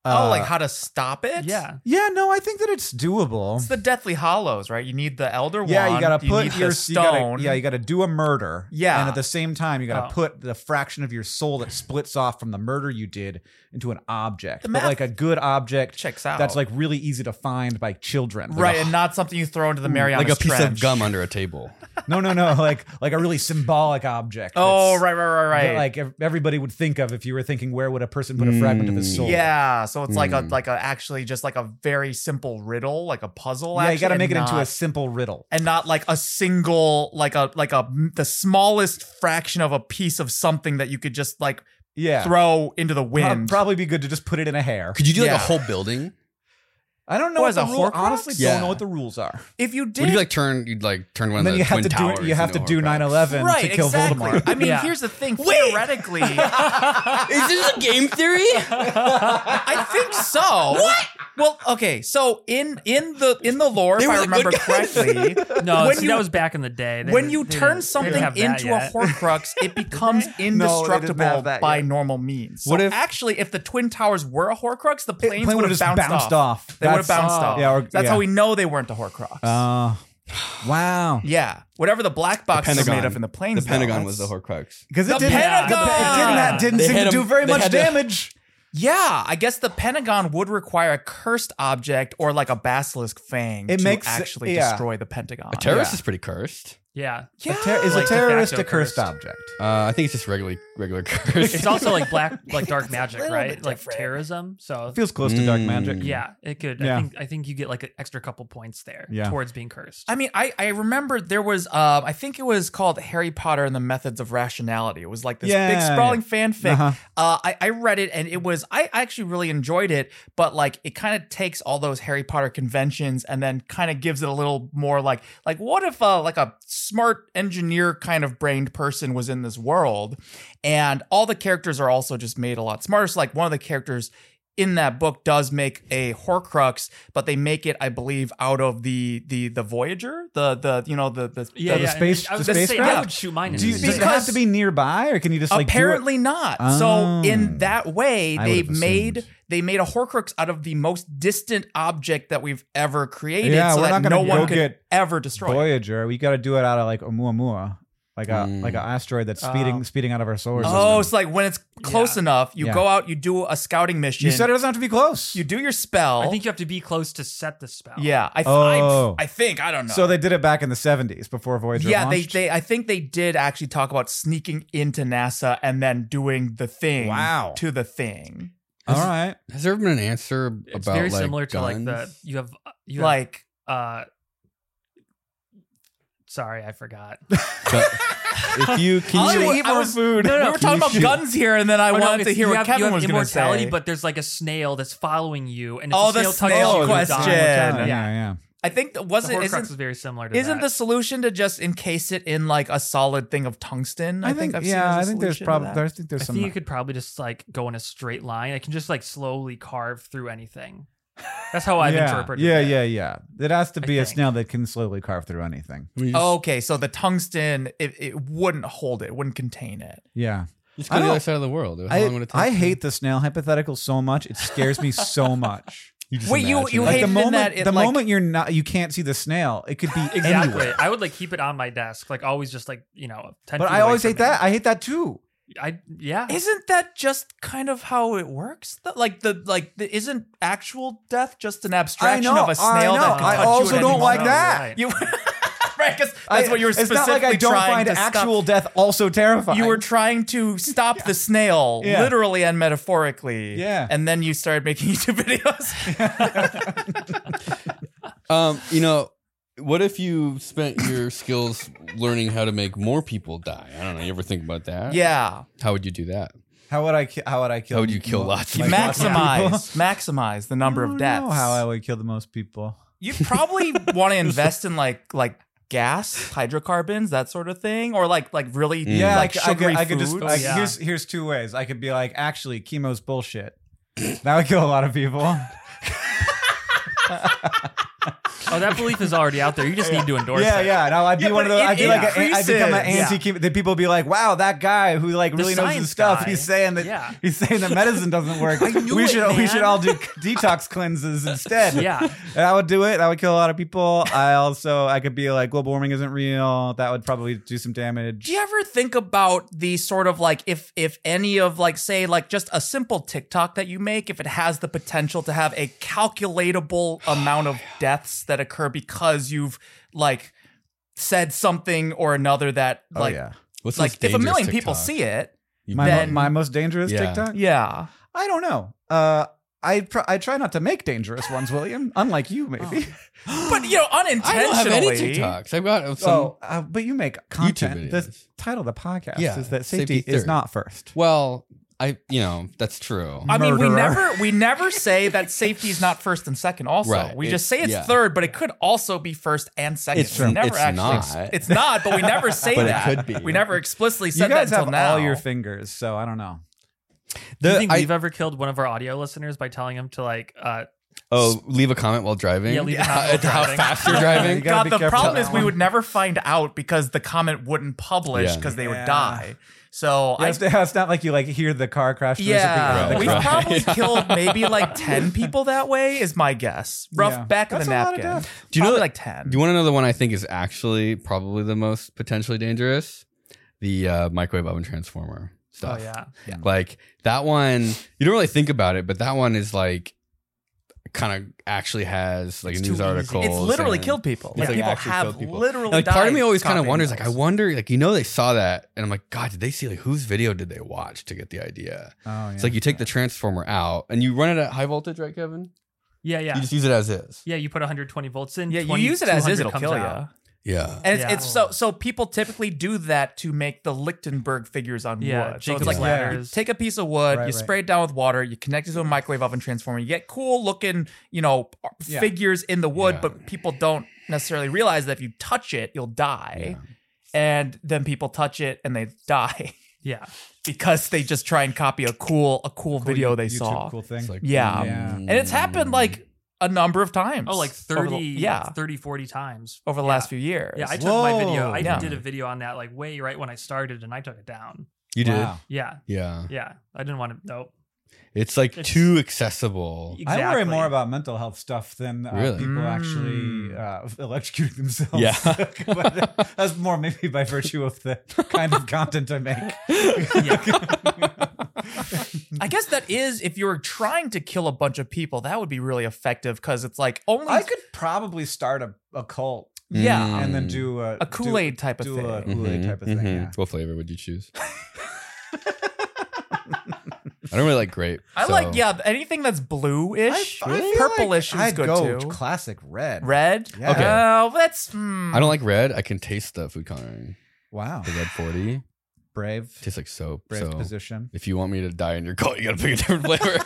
[SPEAKER 4] Uh,
[SPEAKER 5] oh, like how to stop it?
[SPEAKER 3] Yeah.
[SPEAKER 4] yeah, no, I think that it's doable.
[SPEAKER 5] It's the Deathly Hollows, right? You need the Elder Wand.
[SPEAKER 4] Yeah, you gotta put
[SPEAKER 5] need the
[SPEAKER 4] your You
[SPEAKER 5] stone.
[SPEAKER 4] gotta, yeah, you gotta do a murder.
[SPEAKER 5] Yeah.
[SPEAKER 4] and at the same time, you gotta
[SPEAKER 3] Oh.
[SPEAKER 4] put the fraction of your soul that splits off from the murder you did into an object,
[SPEAKER 5] The
[SPEAKER 4] but
[SPEAKER 5] math
[SPEAKER 4] like a good object
[SPEAKER 5] checks out.
[SPEAKER 4] that's like really easy to find by children. Like
[SPEAKER 5] right,
[SPEAKER 4] a-
[SPEAKER 5] and not something you throw into the Marianas
[SPEAKER 2] Like a piece
[SPEAKER 5] Trench.
[SPEAKER 2] of gum under a table.
[SPEAKER 4] no, no, no. Like like a really symbolic object.
[SPEAKER 5] Oh,
[SPEAKER 4] that's-
[SPEAKER 5] right, right, right, right.
[SPEAKER 4] That, like ev- everybody would think of if you were thinking, where would a person put a fragment of his
[SPEAKER 2] Mm.
[SPEAKER 4] soul?
[SPEAKER 5] yeah, so it's like a
[SPEAKER 2] Hmm.
[SPEAKER 5] like a actually just like a very simple riddle, like a puzzle.
[SPEAKER 4] yeah.
[SPEAKER 5] actually,
[SPEAKER 4] You gotta
[SPEAKER 5] and
[SPEAKER 4] make it into a
[SPEAKER 5] not-
[SPEAKER 4] simple riddle.
[SPEAKER 5] and not like a single like a like a the smallest fraction of a piece of something that you could just like
[SPEAKER 4] Yeah,
[SPEAKER 5] throw into the
[SPEAKER 4] Prob-
[SPEAKER 5] wind.
[SPEAKER 4] probably be good to just put it in a hair.
[SPEAKER 2] Could you do like
[SPEAKER 5] Yeah.
[SPEAKER 2] a whole building?
[SPEAKER 4] I don't know
[SPEAKER 5] What
[SPEAKER 4] what
[SPEAKER 5] is
[SPEAKER 4] the
[SPEAKER 5] a
[SPEAKER 4] rule.
[SPEAKER 5] Horcrux?
[SPEAKER 4] Honestly,
[SPEAKER 2] Yeah.
[SPEAKER 4] don't know what the rules are.
[SPEAKER 5] if you did
[SPEAKER 2] Would you like turn you'd like turn
[SPEAKER 4] And
[SPEAKER 2] one of
[SPEAKER 4] then
[SPEAKER 2] the
[SPEAKER 4] you have
[SPEAKER 2] twin
[SPEAKER 4] to do
[SPEAKER 2] towers?
[SPEAKER 4] you have to
[SPEAKER 2] into
[SPEAKER 4] do
[SPEAKER 2] Horcrux?
[SPEAKER 4] 9/11
[SPEAKER 5] right
[SPEAKER 4] to kill
[SPEAKER 5] exactly.
[SPEAKER 4] Voldemort.
[SPEAKER 5] I mean,
[SPEAKER 3] Yeah.
[SPEAKER 5] here's the thing.
[SPEAKER 2] Wait.
[SPEAKER 5] Theoretically,
[SPEAKER 2] Is this a game theory?
[SPEAKER 5] I think so. What? Well, okay. So in in the in the lore,
[SPEAKER 2] They
[SPEAKER 5] if
[SPEAKER 2] were
[SPEAKER 5] I
[SPEAKER 2] the good
[SPEAKER 5] remember
[SPEAKER 2] guys.
[SPEAKER 5] correctly,
[SPEAKER 3] No,
[SPEAKER 5] when
[SPEAKER 3] see,
[SPEAKER 5] you
[SPEAKER 3] that was back in the day. They
[SPEAKER 5] when
[SPEAKER 3] didn't-
[SPEAKER 5] you
[SPEAKER 3] they
[SPEAKER 5] turn
[SPEAKER 3] didn't- they
[SPEAKER 5] something
[SPEAKER 3] didn't have that
[SPEAKER 5] into a
[SPEAKER 3] yet.
[SPEAKER 5] Horcrux, it becomes indestructible
[SPEAKER 4] have that
[SPEAKER 5] by
[SPEAKER 4] yet.
[SPEAKER 5] normal means. So
[SPEAKER 4] What if-
[SPEAKER 5] actually, if the twin towers were a Horcrux, the
[SPEAKER 4] Plane
[SPEAKER 5] planes would have bounced, off. They would have
[SPEAKER 4] That's-
[SPEAKER 5] bounced off.
[SPEAKER 4] Yeah, or-
[SPEAKER 5] That's
[SPEAKER 4] yeah.
[SPEAKER 5] how we know they weren't a Horcrux.
[SPEAKER 4] Uh, wow.
[SPEAKER 5] yeah, whatever the black box was made of in the planes.
[SPEAKER 2] The Pentagon
[SPEAKER 5] though,
[SPEAKER 2] was the
[SPEAKER 5] that's-
[SPEAKER 2] Horcrux.
[SPEAKER 4] Because
[SPEAKER 5] The
[SPEAKER 4] it didn't,
[SPEAKER 5] Pentagon!
[SPEAKER 4] the pe- it didn't, that didn't
[SPEAKER 2] They
[SPEAKER 4] seem
[SPEAKER 2] had
[SPEAKER 4] to do
[SPEAKER 2] a-
[SPEAKER 4] very
[SPEAKER 2] they
[SPEAKER 4] much
[SPEAKER 2] had to-
[SPEAKER 4] damage.
[SPEAKER 5] Yeah, I guess the Pentagon would require a cursed object or like a basilisk fang
[SPEAKER 4] It
[SPEAKER 5] to
[SPEAKER 4] makes-
[SPEAKER 5] actually
[SPEAKER 4] yeah.
[SPEAKER 5] destroy the Pentagon.
[SPEAKER 2] A terrorist is pretty cursed.
[SPEAKER 3] Yeah.
[SPEAKER 5] Yeah.
[SPEAKER 4] A ter- is
[SPEAKER 3] Like
[SPEAKER 4] a
[SPEAKER 3] de
[SPEAKER 4] terrorist a
[SPEAKER 3] facto
[SPEAKER 4] cursed
[SPEAKER 3] cursed.
[SPEAKER 4] object?
[SPEAKER 2] Uh, I think it's just regularly regular cursed.
[SPEAKER 3] It's also like black, like dark magic,
[SPEAKER 5] little
[SPEAKER 3] right?
[SPEAKER 5] bit
[SPEAKER 3] Like
[SPEAKER 5] different.
[SPEAKER 3] terrorism. So
[SPEAKER 4] Feels close to dark
[SPEAKER 2] Mm.
[SPEAKER 4] magic.
[SPEAKER 3] yeah, it could.
[SPEAKER 4] Yeah.
[SPEAKER 3] I think I think you get like an extra couple points there
[SPEAKER 4] Yeah.
[SPEAKER 3] towards being cursed.
[SPEAKER 5] I mean, I, I remember there was um I think it was called Harry Potter and the Methods of Rationality. It was like this
[SPEAKER 4] Yeah,
[SPEAKER 5] big sprawling fanfic.
[SPEAKER 4] Uh-huh.
[SPEAKER 5] Uh, I, I read it and it was I, I actually really enjoyed it, but like it kind of takes all those Harry Potter conventions and then kind of gives it a little more like like what if uh, like a smart engineer kind of brained person was in this world, and all the characters are also just made a lot smarter. So like one of the characters in that book does make a Horcrux, but they make it, I believe, out of the the the Voyager, the the you know the the
[SPEAKER 3] yeah,
[SPEAKER 5] the-
[SPEAKER 3] yeah.
[SPEAKER 4] space-
[SPEAKER 3] and I was
[SPEAKER 4] the
[SPEAKER 3] gonna say, I
[SPEAKER 4] spacecraft?
[SPEAKER 3] would shoot mine. in
[SPEAKER 4] Do you,
[SPEAKER 3] the
[SPEAKER 4] does it
[SPEAKER 3] space.
[SPEAKER 4] have
[SPEAKER 5] Because-
[SPEAKER 4] to be nearby, or can you just like do it-
[SPEAKER 5] apparently not.
[SPEAKER 4] Oh.
[SPEAKER 5] So in that way,
[SPEAKER 4] I
[SPEAKER 5] they
[SPEAKER 4] would've
[SPEAKER 5] made
[SPEAKER 4] assumed.
[SPEAKER 5] they made a Horcrux out of the most distant object that we've ever created,
[SPEAKER 4] Yeah,
[SPEAKER 5] so
[SPEAKER 4] we're not
[SPEAKER 5] that no
[SPEAKER 4] gonna
[SPEAKER 5] one
[SPEAKER 4] go
[SPEAKER 5] could
[SPEAKER 4] get
[SPEAKER 5] ever destroy. it.
[SPEAKER 4] Voyager? We got to do it out of like Oumuamua, like a
[SPEAKER 2] Mm.
[SPEAKER 4] like an asteroid that's speeding
[SPEAKER 5] Oh.
[SPEAKER 4] speeding out of our solar system.
[SPEAKER 5] Oh, it's so like when it's close
[SPEAKER 3] Yeah.
[SPEAKER 5] enough, you
[SPEAKER 4] Yeah.
[SPEAKER 5] go out, you do a scouting mission,
[SPEAKER 4] you said it doesn't have to be close.
[SPEAKER 5] you do your spell.
[SPEAKER 3] I think you have to be close to set the spell.
[SPEAKER 5] yeah, I, th-
[SPEAKER 4] Oh.
[SPEAKER 5] I, I think I don't know.
[SPEAKER 4] so they did it back in the seventies before Voyager.
[SPEAKER 5] yeah,
[SPEAKER 4] launched.
[SPEAKER 5] they they I think they did actually talk about sneaking into NASA and then doing the thing.
[SPEAKER 4] Wow.
[SPEAKER 5] to the thing,
[SPEAKER 4] All right.
[SPEAKER 2] Has there ever been an answer
[SPEAKER 3] It's
[SPEAKER 2] about
[SPEAKER 3] very
[SPEAKER 2] like
[SPEAKER 3] similar to like the
[SPEAKER 2] guns?
[SPEAKER 3] you have you like
[SPEAKER 5] like
[SPEAKER 3] uh. Sorry, I forgot.
[SPEAKER 2] But if you can,
[SPEAKER 5] All
[SPEAKER 2] you,
[SPEAKER 5] I
[SPEAKER 4] eat more
[SPEAKER 5] was-
[SPEAKER 4] food.
[SPEAKER 5] no, no, we were
[SPEAKER 2] Can
[SPEAKER 5] talking
[SPEAKER 2] you
[SPEAKER 5] about
[SPEAKER 2] shoot-
[SPEAKER 5] guns here, and then I
[SPEAKER 3] Oh, no,
[SPEAKER 5] wanted to
[SPEAKER 3] it's-
[SPEAKER 5] hear
[SPEAKER 3] you
[SPEAKER 5] what
[SPEAKER 3] have,
[SPEAKER 5] Kevin
[SPEAKER 3] you have
[SPEAKER 5] was going to
[SPEAKER 3] immortality,
[SPEAKER 5] say.
[SPEAKER 3] but there's like a snail that's following you, and if
[SPEAKER 5] Oh,
[SPEAKER 3] the
[SPEAKER 5] the
[SPEAKER 3] snail, touches
[SPEAKER 5] snail
[SPEAKER 3] you, you
[SPEAKER 5] question.
[SPEAKER 3] die.
[SPEAKER 5] Yeah.
[SPEAKER 4] yeah,
[SPEAKER 3] Yeah.
[SPEAKER 4] yeah.
[SPEAKER 5] I think that
[SPEAKER 3] The
[SPEAKER 5] was it.
[SPEAKER 3] Horcrux
[SPEAKER 5] Isn't,
[SPEAKER 3] is very similar to
[SPEAKER 5] isn't
[SPEAKER 3] that.
[SPEAKER 5] the solution to just encase it in like a solid thing of tungsten? I, think, I've seen
[SPEAKER 4] yeah,
[SPEAKER 5] as a
[SPEAKER 4] I think there's
[SPEAKER 5] solution to
[SPEAKER 4] probably
[SPEAKER 5] that.
[SPEAKER 4] I think there's
[SPEAKER 3] I
[SPEAKER 4] some.
[SPEAKER 3] think you could probably just like go in a straight line. I can just like slowly carve through anything. That's how I've
[SPEAKER 4] yeah,
[SPEAKER 3] interpreted
[SPEAKER 4] yeah,
[SPEAKER 3] it.
[SPEAKER 4] yeah, yeah. It has to
[SPEAKER 3] I
[SPEAKER 4] be a
[SPEAKER 3] think.
[SPEAKER 4] snail that can slowly carve through anything.
[SPEAKER 2] I mean, you just,
[SPEAKER 5] Okay, so the tungsten it, it wouldn't hold it, wouldn't contain it.
[SPEAKER 4] Yeah.
[SPEAKER 2] just
[SPEAKER 4] I
[SPEAKER 2] go to the
[SPEAKER 4] don't-
[SPEAKER 2] other side of the world. How long would
[SPEAKER 4] I,
[SPEAKER 2] it take
[SPEAKER 4] I
[SPEAKER 2] to-
[SPEAKER 4] hate the snail hypothetical so much. It scares me so much.
[SPEAKER 2] You just
[SPEAKER 5] Wait, you-
[SPEAKER 2] imagine
[SPEAKER 5] you
[SPEAKER 2] it.
[SPEAKER 5] hate-
[SPEAKER 4] Like the
[SPEAKER 5] hated
[SPEAKER 4] moment,
[SPEAKER 5] that it,
[SPEAKER 4] the
[SPEAKER 5] like-
[SPEAKER 4] moment you're not, you can't see the snail. It could be
[SPEAKER 3] Exactly.
[SPEAKER 4] anywhere.
[SPEAKER 3] I would like keep it on my desk, like always, just like you know, ten.
[SPEAKER 4] But
[SPEAKER 3] feet
[SPEAKER 4] I
[SPEAKER 3] away
[SPEAKER 4] always
[SPEAKER 3] from
[SPEAKER 4] hate
[SPEAKER 3] me.
[SPEAKER 4] that. I hate that too.
[SPEAKER 3] I yeah.
[SPEAKER 5] Isn't that just kind of how it works? Th- Like the like the, isn't actual death just an abstraction
[SPEAKER 4] know,
[SPEAKER 5] of
[SPEAKER 4] I
[SPEAKER 5] a snail
[SPEAKER 4] know.
[SPEAKER 5] that can
[SPEAKER 4] I
[SPEAKER 5] touch
[SPEAKER 4] also
[SPEAKER 5] you at any
[SPEAKER 4] don't like
[SPEAKER 5] moment?
[SPEAKER 4] that.
[SPEAKER 5] You right? Because that's
[SPEAKER 4] I-
[SPEAKER 5] what you were
[SPEAKER 4] It's
[SPEAKER 5] specifically
[SPEAKER 4] not like I don't
[SPEAKER 5] trying
[SPEAKER 4] find
[SPEAKER 5] to stop.
[SPEAKER 4] actual death also terrifying.
[SPEAKER 5] You were trying to stop the snail,
[SPEAKER 4] Yeah.
[SPEAKER 5] literally and metaphorically.
[SPEAKER 4] Yeah.
[SPEAKER 5] And then you started making YouTube videos.
[SPEAKER 2] Um, you know, what if you spent your skills learning how to make more people die? I don't know. You ever think about that?
[SPEAKER 5] yeah.
[SPEAKER 2] How would you do that?
[SPEAKER 4] how would I? ki- How would I kill?
[SPEAKER 2] How would you kill lots of
[SPEAKER 4] like,
[SPEAKER 2] people?
[SPEAKER 4] lots of people?
[SPEAKER 5] maximize, maximize the number
[SPEAKER 4] I
[SPEAKER 5] of
[SPEAKER 4] don't
[SPEAKER 5] deaths.
[SPEAKER 4] know how I would kill the most people.
[SPEAKER 5] you probably want to invest in like like gas, hydrocarbons, that sort of thing, or like like really
[SPEAKER 2] Yeah,
[SPEAKER 5] like
[SPEAKER 4] I could,
[SPEAKER 5] sugary
[SPEAKER 4] I could just.
[SPEAKER 5] foods.
[SPEAKER 4] I-
[SPEAKER 3] yeah.
[SPEAKER 4] Here's here's two ways. I could be like, actually, chemo's bullshit. That would kill a lot of people.
[SPEAKER 3] Oh, that belief is already out there. You just need to endorse
[SPEAKER 4] Yeah,
[SPEAKER 3] it.
[SPEAKER 4] yeah. No, I'd be
[SPEAKER 5] Yeah,
[SPEAKER 4] one of
[SPEAKER 5] but
[SPEAKER 4] those.
[SPEAKER 5] it
[SPEAKER 4] I'd be like, a, I'd become an
[SPEAKER 5] increases.
[SPEAKER 4] anti. The people be like, "Wow, that guy who like really knows
[SPEAKER 3] science
[SPEAKER 4] his stuff.
[SPEAKER 3] guy.
[SPEAKER 4] He's saying that
[SPEAKER 3] Yeah.
[SPEAKER 4] he's saying that medicine doesn't work.
[SPEAKER 3] knew
[SPEAKER 4] we
[SPEAKER 3] it,
[SPEAKER 4] should we
[SPEAKER 3] man.
[SPEAKER 4] should all do c- detox cleanses instead.
[SPEAKER 3] Yeah.
[SPEAKER 4] and I would do it. I would kill a lot of people. I also I could be like, global warming isn't real. That would probably do some damage.
[SPEAKER 5] Do you ever think about the sort of like if if any of like say like just a simple TikTok that you make if it has the potential to have a
[SPEAKER 2] Oh,
[SPEAKER 5] calculatable amount of deaths that occur because you've like said something or another that
[SPEAKER 4] Oh,
[SPEAKER 5] like
[SPEAKER 4] yeah.
[SPEAKER 2] What's
[SPEAKER 5] like
[SPEAKER 2] this
[SPEAKER 5] if a
[SPEAKER 2] dangerous
[SPEAKER 5] million people
[SPEAKER 2] TikTok?
[SPEAKER 5] see it
[SPEAKER 2] You-
[SPEAKER 4] My,
[SPEAKER 5] then-
[SPEAKER 4] mo- my most dangerous
[SPEAKER 2] Yeah.
[SPEAKER 4] TikTok.
[SPEAKER 5] yeah
[SPEAKER 4] I don't know. Uh, I pr- I try not to make dangerous ones, William. Unlike you, maybe.
[SPEAKER 5] but you know
[SPEAKER 2] I don't have
[SPEAKER 5] unintentionally
[SPEAKER 2] any TikToks. I've got some.
[SPEAKER 4] So, uh, but you make content. The
[SPEAKER 2] videos.
[SPEAKER 4] title of the podcast
[SPEAKER 2] Yeah,
[SPEAKER 4] is that
[SPEAKER 2] safety
[SPEAKER 4] safety is
[SPEAKER 2] third.
[SPEAKER 4] not first.
[SPEAKER 2] Well, I you know that's true.
[SPEAKER 5] I mean, we
[SPEAKER 4] Murderer.
[SPEAKER 5] never we never say that safety is not first and second. Also,
[SPEAKER 2] Right.
[SPEAKER 5] we
[SPEAKER 2] It-
[SPEAKER 5] just say it's
[SPEAKER 2] yeah.
[SPEAKER 5] third, but it could also be first and second.
[SPEAKER 2] It's-
[SPEAKER 5] we never
[SPEAKER 2] it's
[SPEAKER 5] actually,
[SPEAKER 2] not.
[SPEAKER 5] It's not, but we never say
[SPEAKER 2] But it
[SPEAKER 5] that.
[SPEAKER 2] could be.
[SPEAKER 5] We never explicitly
[SPEAKER 4] You
[SPEAKER 5] said
[SPEAKER 4] guys
[SPEAKER 5] that
[SPEAKER 4] have
[SPEAKER 5] until now.
[SPEAKER 4] all your fingers, so I don't know.
[SPEAKER 3] Do you think
[SPEAKER 2] I-
[SPEAKER 3] we've ever killed one of our audio listeners by telling them to like uh,
[SPEAKER 2] oh, leave a comment while driving.
[SPEAKER 3] Yeah, leave a comment
[SPEAKER 2] How-
[SPEAKER 3] while
[SPEAKER 2] How
[SPEAKER 3] driving.
[SPEAKER 2] fast you're
[SPEAKER 4] You
[SPEAKER 2] driving.
[SPEAKER 4] gotta
[SPEAKER 5] God,
[SPEAKER 4] be
[SPEAKER 5] the
[SPEAKER 4] careful
[SPEAKER 5] problem
[SPEAKER 4] with
[SPEAKER 5] is
[SPEAKER 4] that
[SPEAKER 5] we
[SPEAKER 4] one.
[SPEAKER 5] would never find out because the comment wouldn't publish
[SPEAKER 2] Yeah.
[SPEAKER 5] because they
[SPEAKER 4] Yeah.
[SPEAKER 5] would die. So
[SPEAKER 4] Yeah,
[SPEAKER 5] I.
[SPEAKER 4] it's, it's not like you like hear the car crash.
[SPEAKER 5] Yeah,
[SPEAKER 2] Right,
[SPEAKER 5] we've
[SPEAKER 2] right.
[SPEAKER 5] probably killed maybe like ten people that way. Is my guess. Rough
[SPEAKER 4] Yeah.
[SPEAKER 5] back of the
[SPEAKER 4] That's a lot of
[SPEAKER 5] napkin.
[SPEAKER 4] death.
[SPEAKER 2] Do you know
[SPEAKER 5] Probably
[SPEAKER 2] that-
[SPEAKER 5] like ten?
[SPEAKER 2] Do you want to know the one I think is actually probably the most potentially dangerous? The uh, microwave oven transformer
[SPEAKER 3] oh
[SPEAKER 2] stuff.
[SPEAKER 3] yeah,
[SPEAKER 2] Like that one, you don't really think about it, but that one is like kind of actually has like
[SPEAKER 3] It's
[SPEAKER 2] news
[SPEAKER 3] too easy.
[SPEAKER 2] articles.
[SPEAKER 5] it's literally
[SPEAKER 2] and-
[SPEAKER 5] killed people.
[SPEAKER 2] It's
[SPEAKER 5] Like,
[SPEAKER 2] like
[SPEAKER 5] people
[SPEAKER 2] actually
[SPEAKER 5] have
[SPEAKER 2] killed people.
[SPEAKER 5] literally.
[SPEAKER 2] Like part of
[SPEAKER 5] died
[SPEAKER 2] me always kind of
[SPEAKER 5] copying
[SPEAKER 2] wonders, like I
[SPEAKER 5] those.
[SPEAKER 2] wonder, like you know, they saw that, and I'm like, God, did they see like whose video did they watch to get the idea?
[SPEAKER 4] Oh, yeah.
[SPEAKER 2] It's like you take the transformer out and you run it at high voltage, right, Kevin?
[SPEAKER 3] yeah, yeah,
[SPEAKER 2] You just use it as is.
[SPEAKER 3] yeah. You put 120 volts in.
[SPEAKER 5] Yeah, you
[SPEAKER 3] 20
[SPEAKER 5] use it as
[SPEAKER 3] 200
[SPEAKER 5] is, it'll
[SPEAKER 3] comes
[SPEAKER 5] kill you.
[SPEAKER 3] out.
[SPEAKER 2] Yeah.
[SPEAKER 5] And it's,
[SPEAKER 3] Yeah.
[SPEAKER 5] it's so so people typically do that to make the Lichtenberg figures on
[SPEAKER 3] Yeah,
[SPEAKER 5] wood. So
[SPEAKER 3] Jacob's
[SPEAKER 5] it's like
[SPEAKER 4] Yeah.
[SPEAKER 5] you
[SPEAKER 3] ladders.
[SPEAKER 5] take a piece of wood,
[SPEAKER 4] Right,
[SPEAKER 5] you
[SPEAKER 4] right.
[SPEAKER 5] spray it down with water, you connect it to a microwave oven transformer, you get cool looking, you know,
[SPEAKER 4] Yeah.
[SPEAKER 5] figures in the wood,
[SPEAKER 2] Yeah.
[SPEAKER 5] but people don't necessarily realize that if you touch it, you'll die. And then people touch it and they die
[SPEAKER 3] Yeah,
[SPEAKER 5] because they just try and copy a cool a cool, video they
[SPEAKER 4] YouTube
[SPEAKER 5] saw.
[SPEAKER 4] Cool thing.
[SPEAKER 2] It's like,
[SPEAKER 5] Yeah.
[SPEAKER 4] Yeah.
[SPEAKER 5] And it's happened like a number of times.
[SPEAKER 3] Mm. oh like
[SPEAKER 5] over
[SPEAKER 3] 30,
[SPEAKER 5] the- yeah,
[SPEAKER 3] 30, 40 times.
[SPEAKER 5] over the
[SPEAKER 3] Yeah.
[SPEAKER 5] last few years.
[SPEAKER 3] Yeah, I took my video.
[SPEAKER 4] Whoa.
[SPEAKER 3] I
[SPEAKER 5] Yeah.
[SPEAKER 3] did a video on that like way right when I started, and I took it down.
[SPEAKER 2] you did.
[SPEAKER 4] Wow.
[SPEAKER 3] Yeah,
[SPEAKER 2] Yeah.
[SPEAKER 3] yeah. I didn't want to. Nope.
[SPEAKER 2] It's like
[SPEAKER 3] It's-
[SPEAKER 2] too accessible.
[SPEAKER 3] Exactly.
[SPEAKER 4] I worry more about mental health stuff than uh,
[SPEAKER 2] Really?
[SPEAKER 4] people actually
[SPEAKER 5] Mm.
[SPEAKER 4] uh, electrocuting themselves.
[SPEAKER 2] Yeah.
[SPEAKER 4] But uh, that's more maybe by virtue of the kind of content I make.
[SPEAKER 5] I guess that is if you were trying to kill a bunch of people, that would be really effective because it's like only
[SPEAKER 4] I could probably start a, a cult
[SPEAKER 5] yeah
[SPEAKER 2] Mm.
[SPEAKER 4] and then do a,
[SPEAKER 5] a Kool Aid type of
[SPEAKER 4] do
[SPEAKER 5] thing.
[SPEAKER 4] a- Mm.
[SPEAKER 2] Mhm,
[SPEAKER 4] Kool-Aid type of thing,
[SPEAKER 2] mhm.
[SPEAKER 4] yeah.
[SPEAKER 2] What flavor would you choose? I don't really like grape.
[SPEAKER 5] I
[SPEAKER 2] so-
[SPEAKER 5] like yeah anything that's bluish, purplish is
[SPEAKER 4] I'd
[SPEAKER 5] good
[SPEAKER 4] go
[SPEAKER 5] too.
[SPEAKER 4] classic red.
[SPEAKER 5] Red.
[SPEAKER 4] Yeah.
[SPEAKER 2] Okay.
[SPEAKER 5] Oh, that's. hmm.
[SPEAKER 2] I don't like red. I can taste the food coloring.
[SPEAKER 4] Wow.
[SPEAKER 2] The red 40
[SPEAKER 4] Brave.
[SPEAKER 2] tastes like soap.
[SPEAKER 4] Brave
[SPEAKER 2] so
[SPEAKER 4] position.
[SPEAKER 2] if you want me to die in your cult, you gotta pick a different flavor.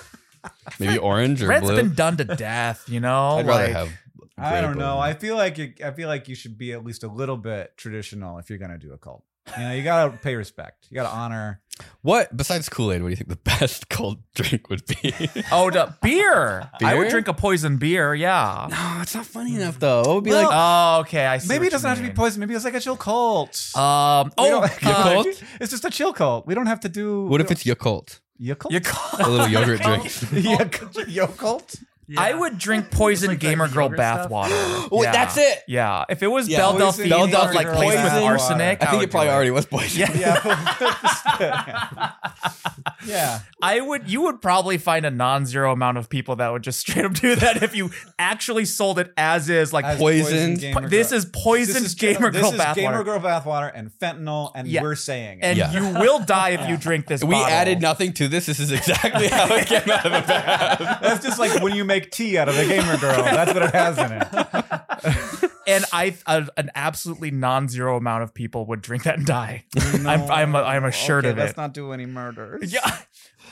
[SPEAKER 2] Maybe orange or
[SPEAKER 5] Red's
[SPEAKER 2] blue.
[SPEAKER 5] been done to death. You know.
[SPEAKER 2] I'd rather
[SPEAKER 5] like-
[SPEAKER 2] have.
[SPEAKER 4] I
[SPEAKER 2] grape
[SPEAKER 4] don't know.
[SPEAKER 2] over-
[SPEAKER 4] I feel like you, I feel like you should be at least a little bit traditional if you're going to do a cult. You know, you gotta pay respect. You gotta honor.
[SPEAKER 2] What besides Kool Aid? What do you think the best cold drink would be?
[SPEAKER 5] Oh, the beer. I
[SPEAKER 2] Beer?
[SPEAKER 5] would drink a poison beer. Yeah.
[SPEAKER 2] no, it's not funny enough though. It would be
[SPEAKER 4] Well,
[SPEAKER 2] like
[SPEAKER 5] Oh, okay. I see.
[SPEAKER 4] Maybe
[SPEAKER 5] what
[SPEAKER 4] it doesn't
[SPEAKER 5] you
[SPEAKER 4] have to be
[SPEAKER 5] mean.
[SPEAKER 4] poison. Maybe it's like a chill cult.
[SPEAKER 5] Um.
[SPEAKER 4] We
[SPEAKER 5] Oh,
[SPEAKER 4] don't-
[SPEAKER 5] uh,
[SPEAKER 2] Yakult?
[SPEAKER 4] It's just a chill cult. We don't have to do.
[SPEAKER 2] uh, what if it's Yakult?
[SPEAKER 4] Yakult?
[SPEAKER 5] you call-
[SPEAKER 2] A little yogurt drink.
[SPEAKER 4] Yakult? Yakult?
[SPEAKER 5] I would drink poison
[SPEAKER 3] like the
[SPEAKER 5] gamer girl
[SPEAKER 3] yogurt stuff.
[SPEAKER 5] bath water.
[SPEAKER 2] Wait,
[SPEAKER 5] yeah.
[SPEAKER 2] that's it.
[SPEAKER 5] Yeah. If it was
[SPEAKER 2] Yeah,
[SPEAKER 5] Belle
[SPEAKER 4] poison
[SPEAKER 5] Delphine,
[SPEAKER 4] Belle
[SPEAKER 5] but, like
[SPEAKER 4] Delphine
[SPEAKER 5] placed with
[SPEAKER 4] poison.
[SPEAKER 5] arsenic,
[SPEAKER 2] I think
[SPEAKER 5] would
[SPEAKER 2] it probably
[SPEAKER 5] do
[SPEAKER 2] already was poison.
[SPEAKER 5] Yeah.
[SPEAKER 4] Yeah. yeah.
[SPEAKER 5] I would. You would probably find a non-zero amount of people that would just straight up do that if you actually sold it as is. Like
[SPEAKER 4] As
[SPEAKER 2] Poisoned.
[SPEAKER 4] Gamer
[SPEAKER 5] po-
[SPEAKER 4] Girl.
[SPEAKER 5] this is
[SPEAKER 4] This
[SPEAKER 5] poisoned
[SPEAKER 4] is
[SPEAKER 5] gamer
[SPEAKER 4] this
[SPEAKER 5] girl
[SPEAKER 4] is
[SPEAKER 5] bath
[SPEAKER 4] Gamer
[SPEAKER 5] water,
[SPEAKER 4] Girl Bathwater and fentanyl, and
[SPEAKER 5] Yeah.
[SPEAKER 4] we're saying it.
[SPEAKER 5] and
[SPEAKER 2] Yeah.
[SPEAKER 5] you will die if you drink this.
[SPEAKER 2] We
[SPEAKER 5] bottle.
[SPEAKER 2] added nothing to this. This is exactly how it came out of a bag.
[SPEAKER 4] That's just like when you make tea out of a gamer girl. That's what it has in it.
[SPEAKER 5] and I a, an absolutely non-zero amount of people would drink that and die. I'm I'm I'm assured
[SPEAKER 4] okay,
[SPEAKER 5] of
[SPEAKER 4] Let's
[SPEAKER 5] it.
[SPEAKER 4] not do any murders.
[SPEAKER 5] yeah,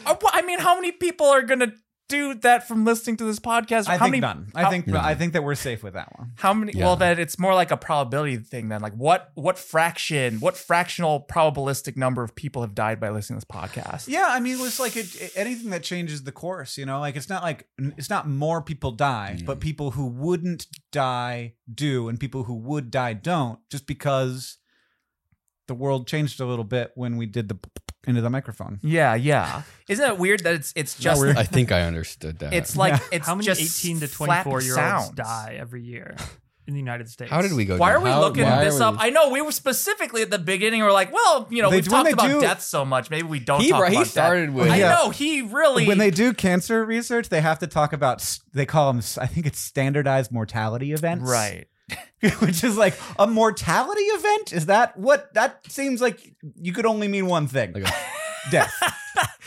[SPEAKER 5] Uh, well, I mean, how many people are gonna do that from listening to this podcast?
[SPEAKER 4] I
[SPEAKER 5] how
[SPEAKER 4] think
[SPEAKER 5] many?
[SPEAKER 4] none. I
[SPEAKER 5] how-
[SPEAKER 4] think I think that we're safe with that one.
[SPEAKER 5] How many?
[SPEAKER 2] Yeah.
[SPEAKER 5] Well, then it's more like a probability thing. Then, like what what fraction, what fractional probabilistic number of people have died by listening to this podcast?
[SPEAKER 4] Yeah, I mean, it's like it, it- anything that changes the course, you know. Like it's not like it's not more people die, but people who wouldn't die do, and people who would die don't, just because the world changed a little bit when we did the into the microphone.
[SPEAKER 5] Yeah, yeah. Isn't it weird that it's it's just
[SPEAKER 2] I think I understood that.
[SPEAKER 5] it's like
[SPEAKER 4] Yeah.
[SPEAKER 5] it's
[SPEAKER 3] How many
[SPEAKER 5] just
[SPEAKER 3] 18 to
[SPEAKER 5] flat
[SPEAKER 3] 24 year olds
[SPEAKER 5] sounds.
[SPEAKER 3] die every year in the United States?
[SPEAKER 2] how did we go?
[SPEAKER 5] Why
[SPEAKER 2] down?
[SPEAKER 5] are we
[SPEAKER 2] How-
[SPEAKER 5] looking
[SPEAKER 2] why
[SPEAKER 5] this
[SPEAKER 2] are
[SPEAKER 5] up?
[SPEAKER 2] we-
[SPEAKER 5] I know we were specifically at the beginning. We are like, well, you know,
[SPEAKER 4] They
[SPEAKER 5] we've
[SPEAKER 4] do- when
[SPEAKER 5] talked
[SPEAKER 4] they
[SPEAKER 5] about
[SPEAKER 4] do-
[SPEAKER 5] death so much. Maybe we don't.
[SPEAKER 2] He-
[SPEAKER 5] talk
[SPEAKER 2] he
[SPEAKER 5] about
[SPEAKER 2] started
[SPEAKER 5] death.
[SPEAKER 2] with-
[SPEAKER 5] I
[SPEAKER 4] Yeah.
[SPEAKER 5] know he really.
[SPEAKER 4] When they do cancer research, they have to talk about s- they call them I think it's standardized mortality events,
[SPEAKER 5] right.
[SPEAKER 4] Which is like a mortality event. Is that what that seems like? You could only mean one thing.
[SPEAKER 2] Like a-
[SPEAKER 4] death.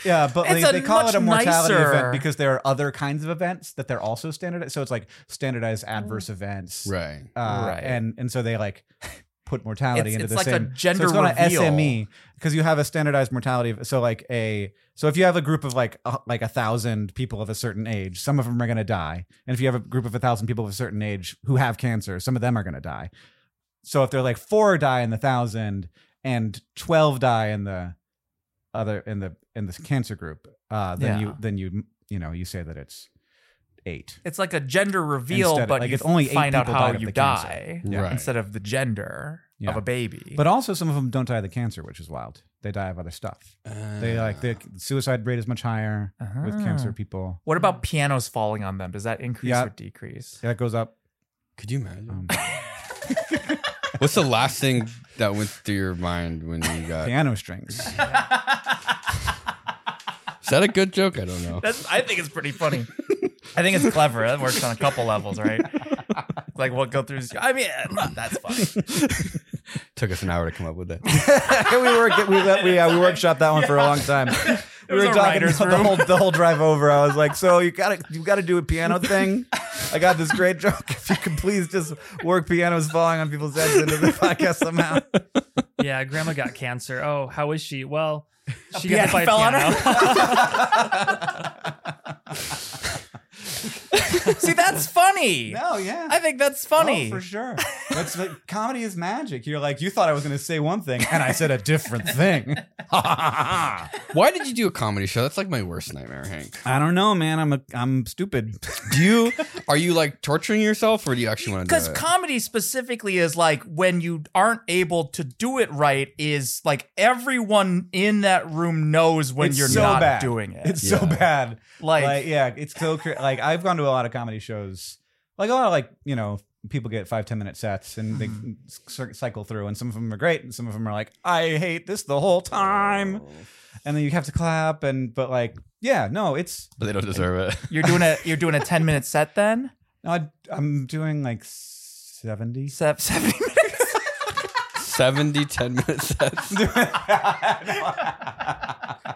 [SPEAKER 4] Yeah, but
[SPEAKER 5] It's
[SPEAKER 4] they,
[SPEAKER 5] a
[SPEAKER 4] they call it a
[SPEAKER 5] much
[SPEAKER 4] mortality
[SPEAKER 5] nicer-
[SPEAKER 4] event because there are other kinds of events that they're also standardized. So it's like standardized adverse events,
[SPEAKER 2] right.
[SPEAKER 4] Uh,
[SPEAKER 5] Right.
[SPEAKER 4] And and so they like put mortality
[SPEAKER 5] It's-
[SPEAKER 4] into
[SPEAKER 5] it's
[SPEAKER 4] the
[SPEAKER 5] like a
[SPEAKER 4] same.
[SPEAKER 5] gender
[SPEAKER 4] so it's not
[SPEAKER 5] reveal.
[SPEAKER 4] an E. SME because you have a standardized mortality. of- So like a so if you have a group of like uh, like a thousand people of a certain age, some of them are going to die, and if you have a group of a thousand people of a certain age who have cancer, some of them are going to die. So if they're like four die in the thousand and twelve die in the other in the in the cancer group, uh, then
[SPEAKER 5] Yeah.
[SPEAKER 4] you then you you know you say that it's eight.
[SPEAKER 5] It's like a gender reveal,
[SPEAKER 4] Instead of-
[SPEAKER 5] but
[SPEAKER 4] like,
[SPEAKER 5] you
[SPEAKER 4] it's only eight
[SPEAKER 5] find out
[SPEAKER 4] people
[SPEAKER 5] how
[SPEAKER 4] died of
[SPEAKER 5] you
[SPEAKER 4] the cancer.
[SPEAKER 5] die
[SPEAKER 4] Yeah.
[SPEAKER 2] Right.
[SPEAKER 5] instead of the gender of
[SPEAKER 4] Yeah.
[SPEAKER 5] a baby.
[SPEAKER 4] But also some of them don't die of the cancer, which is wild. They die of other stuff. They like the suicide rate is much higher with
[SPEAKER 5] Ah.
[SPEAKER 4] cancer people.
[SPEAKER 5] what about pianos falling on them? Does that increase
[SPEAKER 4] Yeah.
[SPEAKER 5] or decrease?
[SPEAKER 4] Yeah, that goes up.
[SPEAKER 2] Could you imagine?
[SPEAKER 4] Um,
[SPEAKER 2] What's the last thing that went through your mind when you got?
[SPEAKER 4] piano strings.
[SPEAKER 2] Is that a good joke? I don't know.
[SPEAKER 5] That's, I think it's pretty funny. I think it's clever. That works on a couple levels, right? like what go through? I mean, uh, that's funny.
[SPEAKER 2] Took us an hour to come up with that.
[SPEAKER 4] we work we let- we, uh, we workshop that one for a long time. We
[SPEAKER 5] was
[SPEAKER 4] were
[SPEAKER 5] a
[SPEAKER 4] talking
[SPEAKER 5] writer's
[SPEAKER 4] about the whole the whole drive over. I was like, so you gotta you gotta do a piano thing. I got this great joke. If you could please just work pianos falling on people's heads into the podcast somehow.
[SPEAKER 3] Yeah, grandma got cancer. Oh, how is she? Well, she
[SPEAKER 5] piano
[SPEAKER 3] got hit by a
[SPEAKER 5] fell on
[SPEAKER 3] piano.
[SPEAKER 5] her? See, that's funny.
[SPEAKER 4] No, yeah.
[SPEAKER 5] I think that's funny.
[SPEAKER 4] Oh, for sure. That's like comedy is magic. You're like, you thought I was going to say one thing, and I said a different thing. I
[SPEAKER 2] Why did you do a comedy show? That's like my worst nightmare, Hank.
[SPEAKER 4] don't know, man. I'm a, I'm stupid.
[SPEAKER 2] Do you are you like torturing yourself, or do you actually want to
[SPEAKER 5] because
[SPEAKER 2] do it?
[SPEAKER 5] comedy specifically is like when you aren't able to do it right is like everyone in that room knows when
[SPEAKER 4] It's
[SPEAKER 5] you're
[SPEAKER 4] so
[SPEAKER 5] not
[SPEAKER 4] bad.
[SPEAKER 5] doing it
[SPEAKER 4] It's so
[SPEAKER 2] Yeah.
[SPEAKER 4] bad.
[SPEAKER 5] like,
[SPEAKER 4] Like, yeah, it's so cr- like I've gone to a lot of comedy shows. Like a lot of like you know people get five ten minute sets and they
[SPEAKER 5] Mm-hmm.
[SPEAKER 4] cir- cycle through, and some of them are great, and some of them are like, I hate this the whole time,
[SPEAKER 5] Oh.
[SPEAKER 4] and then you have to clap and but like yeah, no, it's
[SPEAKER 2] But they don't deserve it.
[SPEAKER 5] you're doing a you're doing a 10 minute set then
[SPEAKER 4] no, I, I'm doing like seventy.
[SPEAKER 5] Se- 70 minutes
[SPEAKER 2] 70 10 minute sets.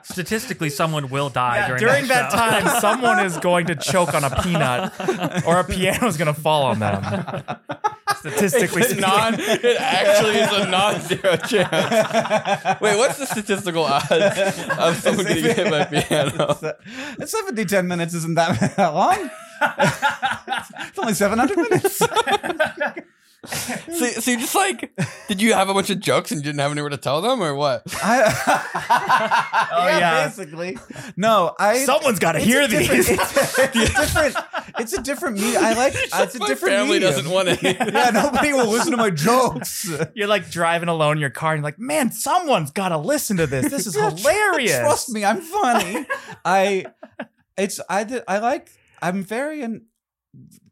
[SPEAKER 3] Statistically, someone will die
[SPEAKER 5] Yeah,
[SPEAKER 3] during,
[SPEAKER 5] during that
[SPEAKER 3] show.
[SPEAKER 5] time someone is going to choke on a peanut or a piano is going to fall on them statistically
[SPEAKER 2] It's non. It actually is a non-zero chance. Wait, what's the statistical odds of someone getting hit by a piano?
[SPEAKER 4] Se- 70 10 minutes isn't that, that long. it's only 700 minutes.
[SPEAKER 2] so, so you're just like, did you have a bunch of jokes and you didn't have anywhere to tell them or what?
[SPEAKER 4] I,
[SPEAKER 5] Oh, yeah.
[SPEAKER 4] basically. No, I.
[SPEAKER 5] Someone's got to
[SPEAKER 4] it's
[SPEAKER 5] hear
[SPEAKER 4] a different-
[SPEAKER 5] these.
[SPEAKER 4] It's, a- it's a different. It's a different media. I like. uh, It's a
[SPEAKER 2] My
[SPEAKER 4] different.
[SPEAKER 2] family
[SPEAKER 4] medium.
[SPEAKER 2] doesn't want it.
[SPEAKER 4] Yeah, nobody will listen to my jokes.
[SPEAKER 5] You're like driving alone in your car and you're like, man, someone's got to listen to this. This is hilarious.
[SPEAKER 4] Trust me, I'm funny. I, it's I did- I like I'm very in,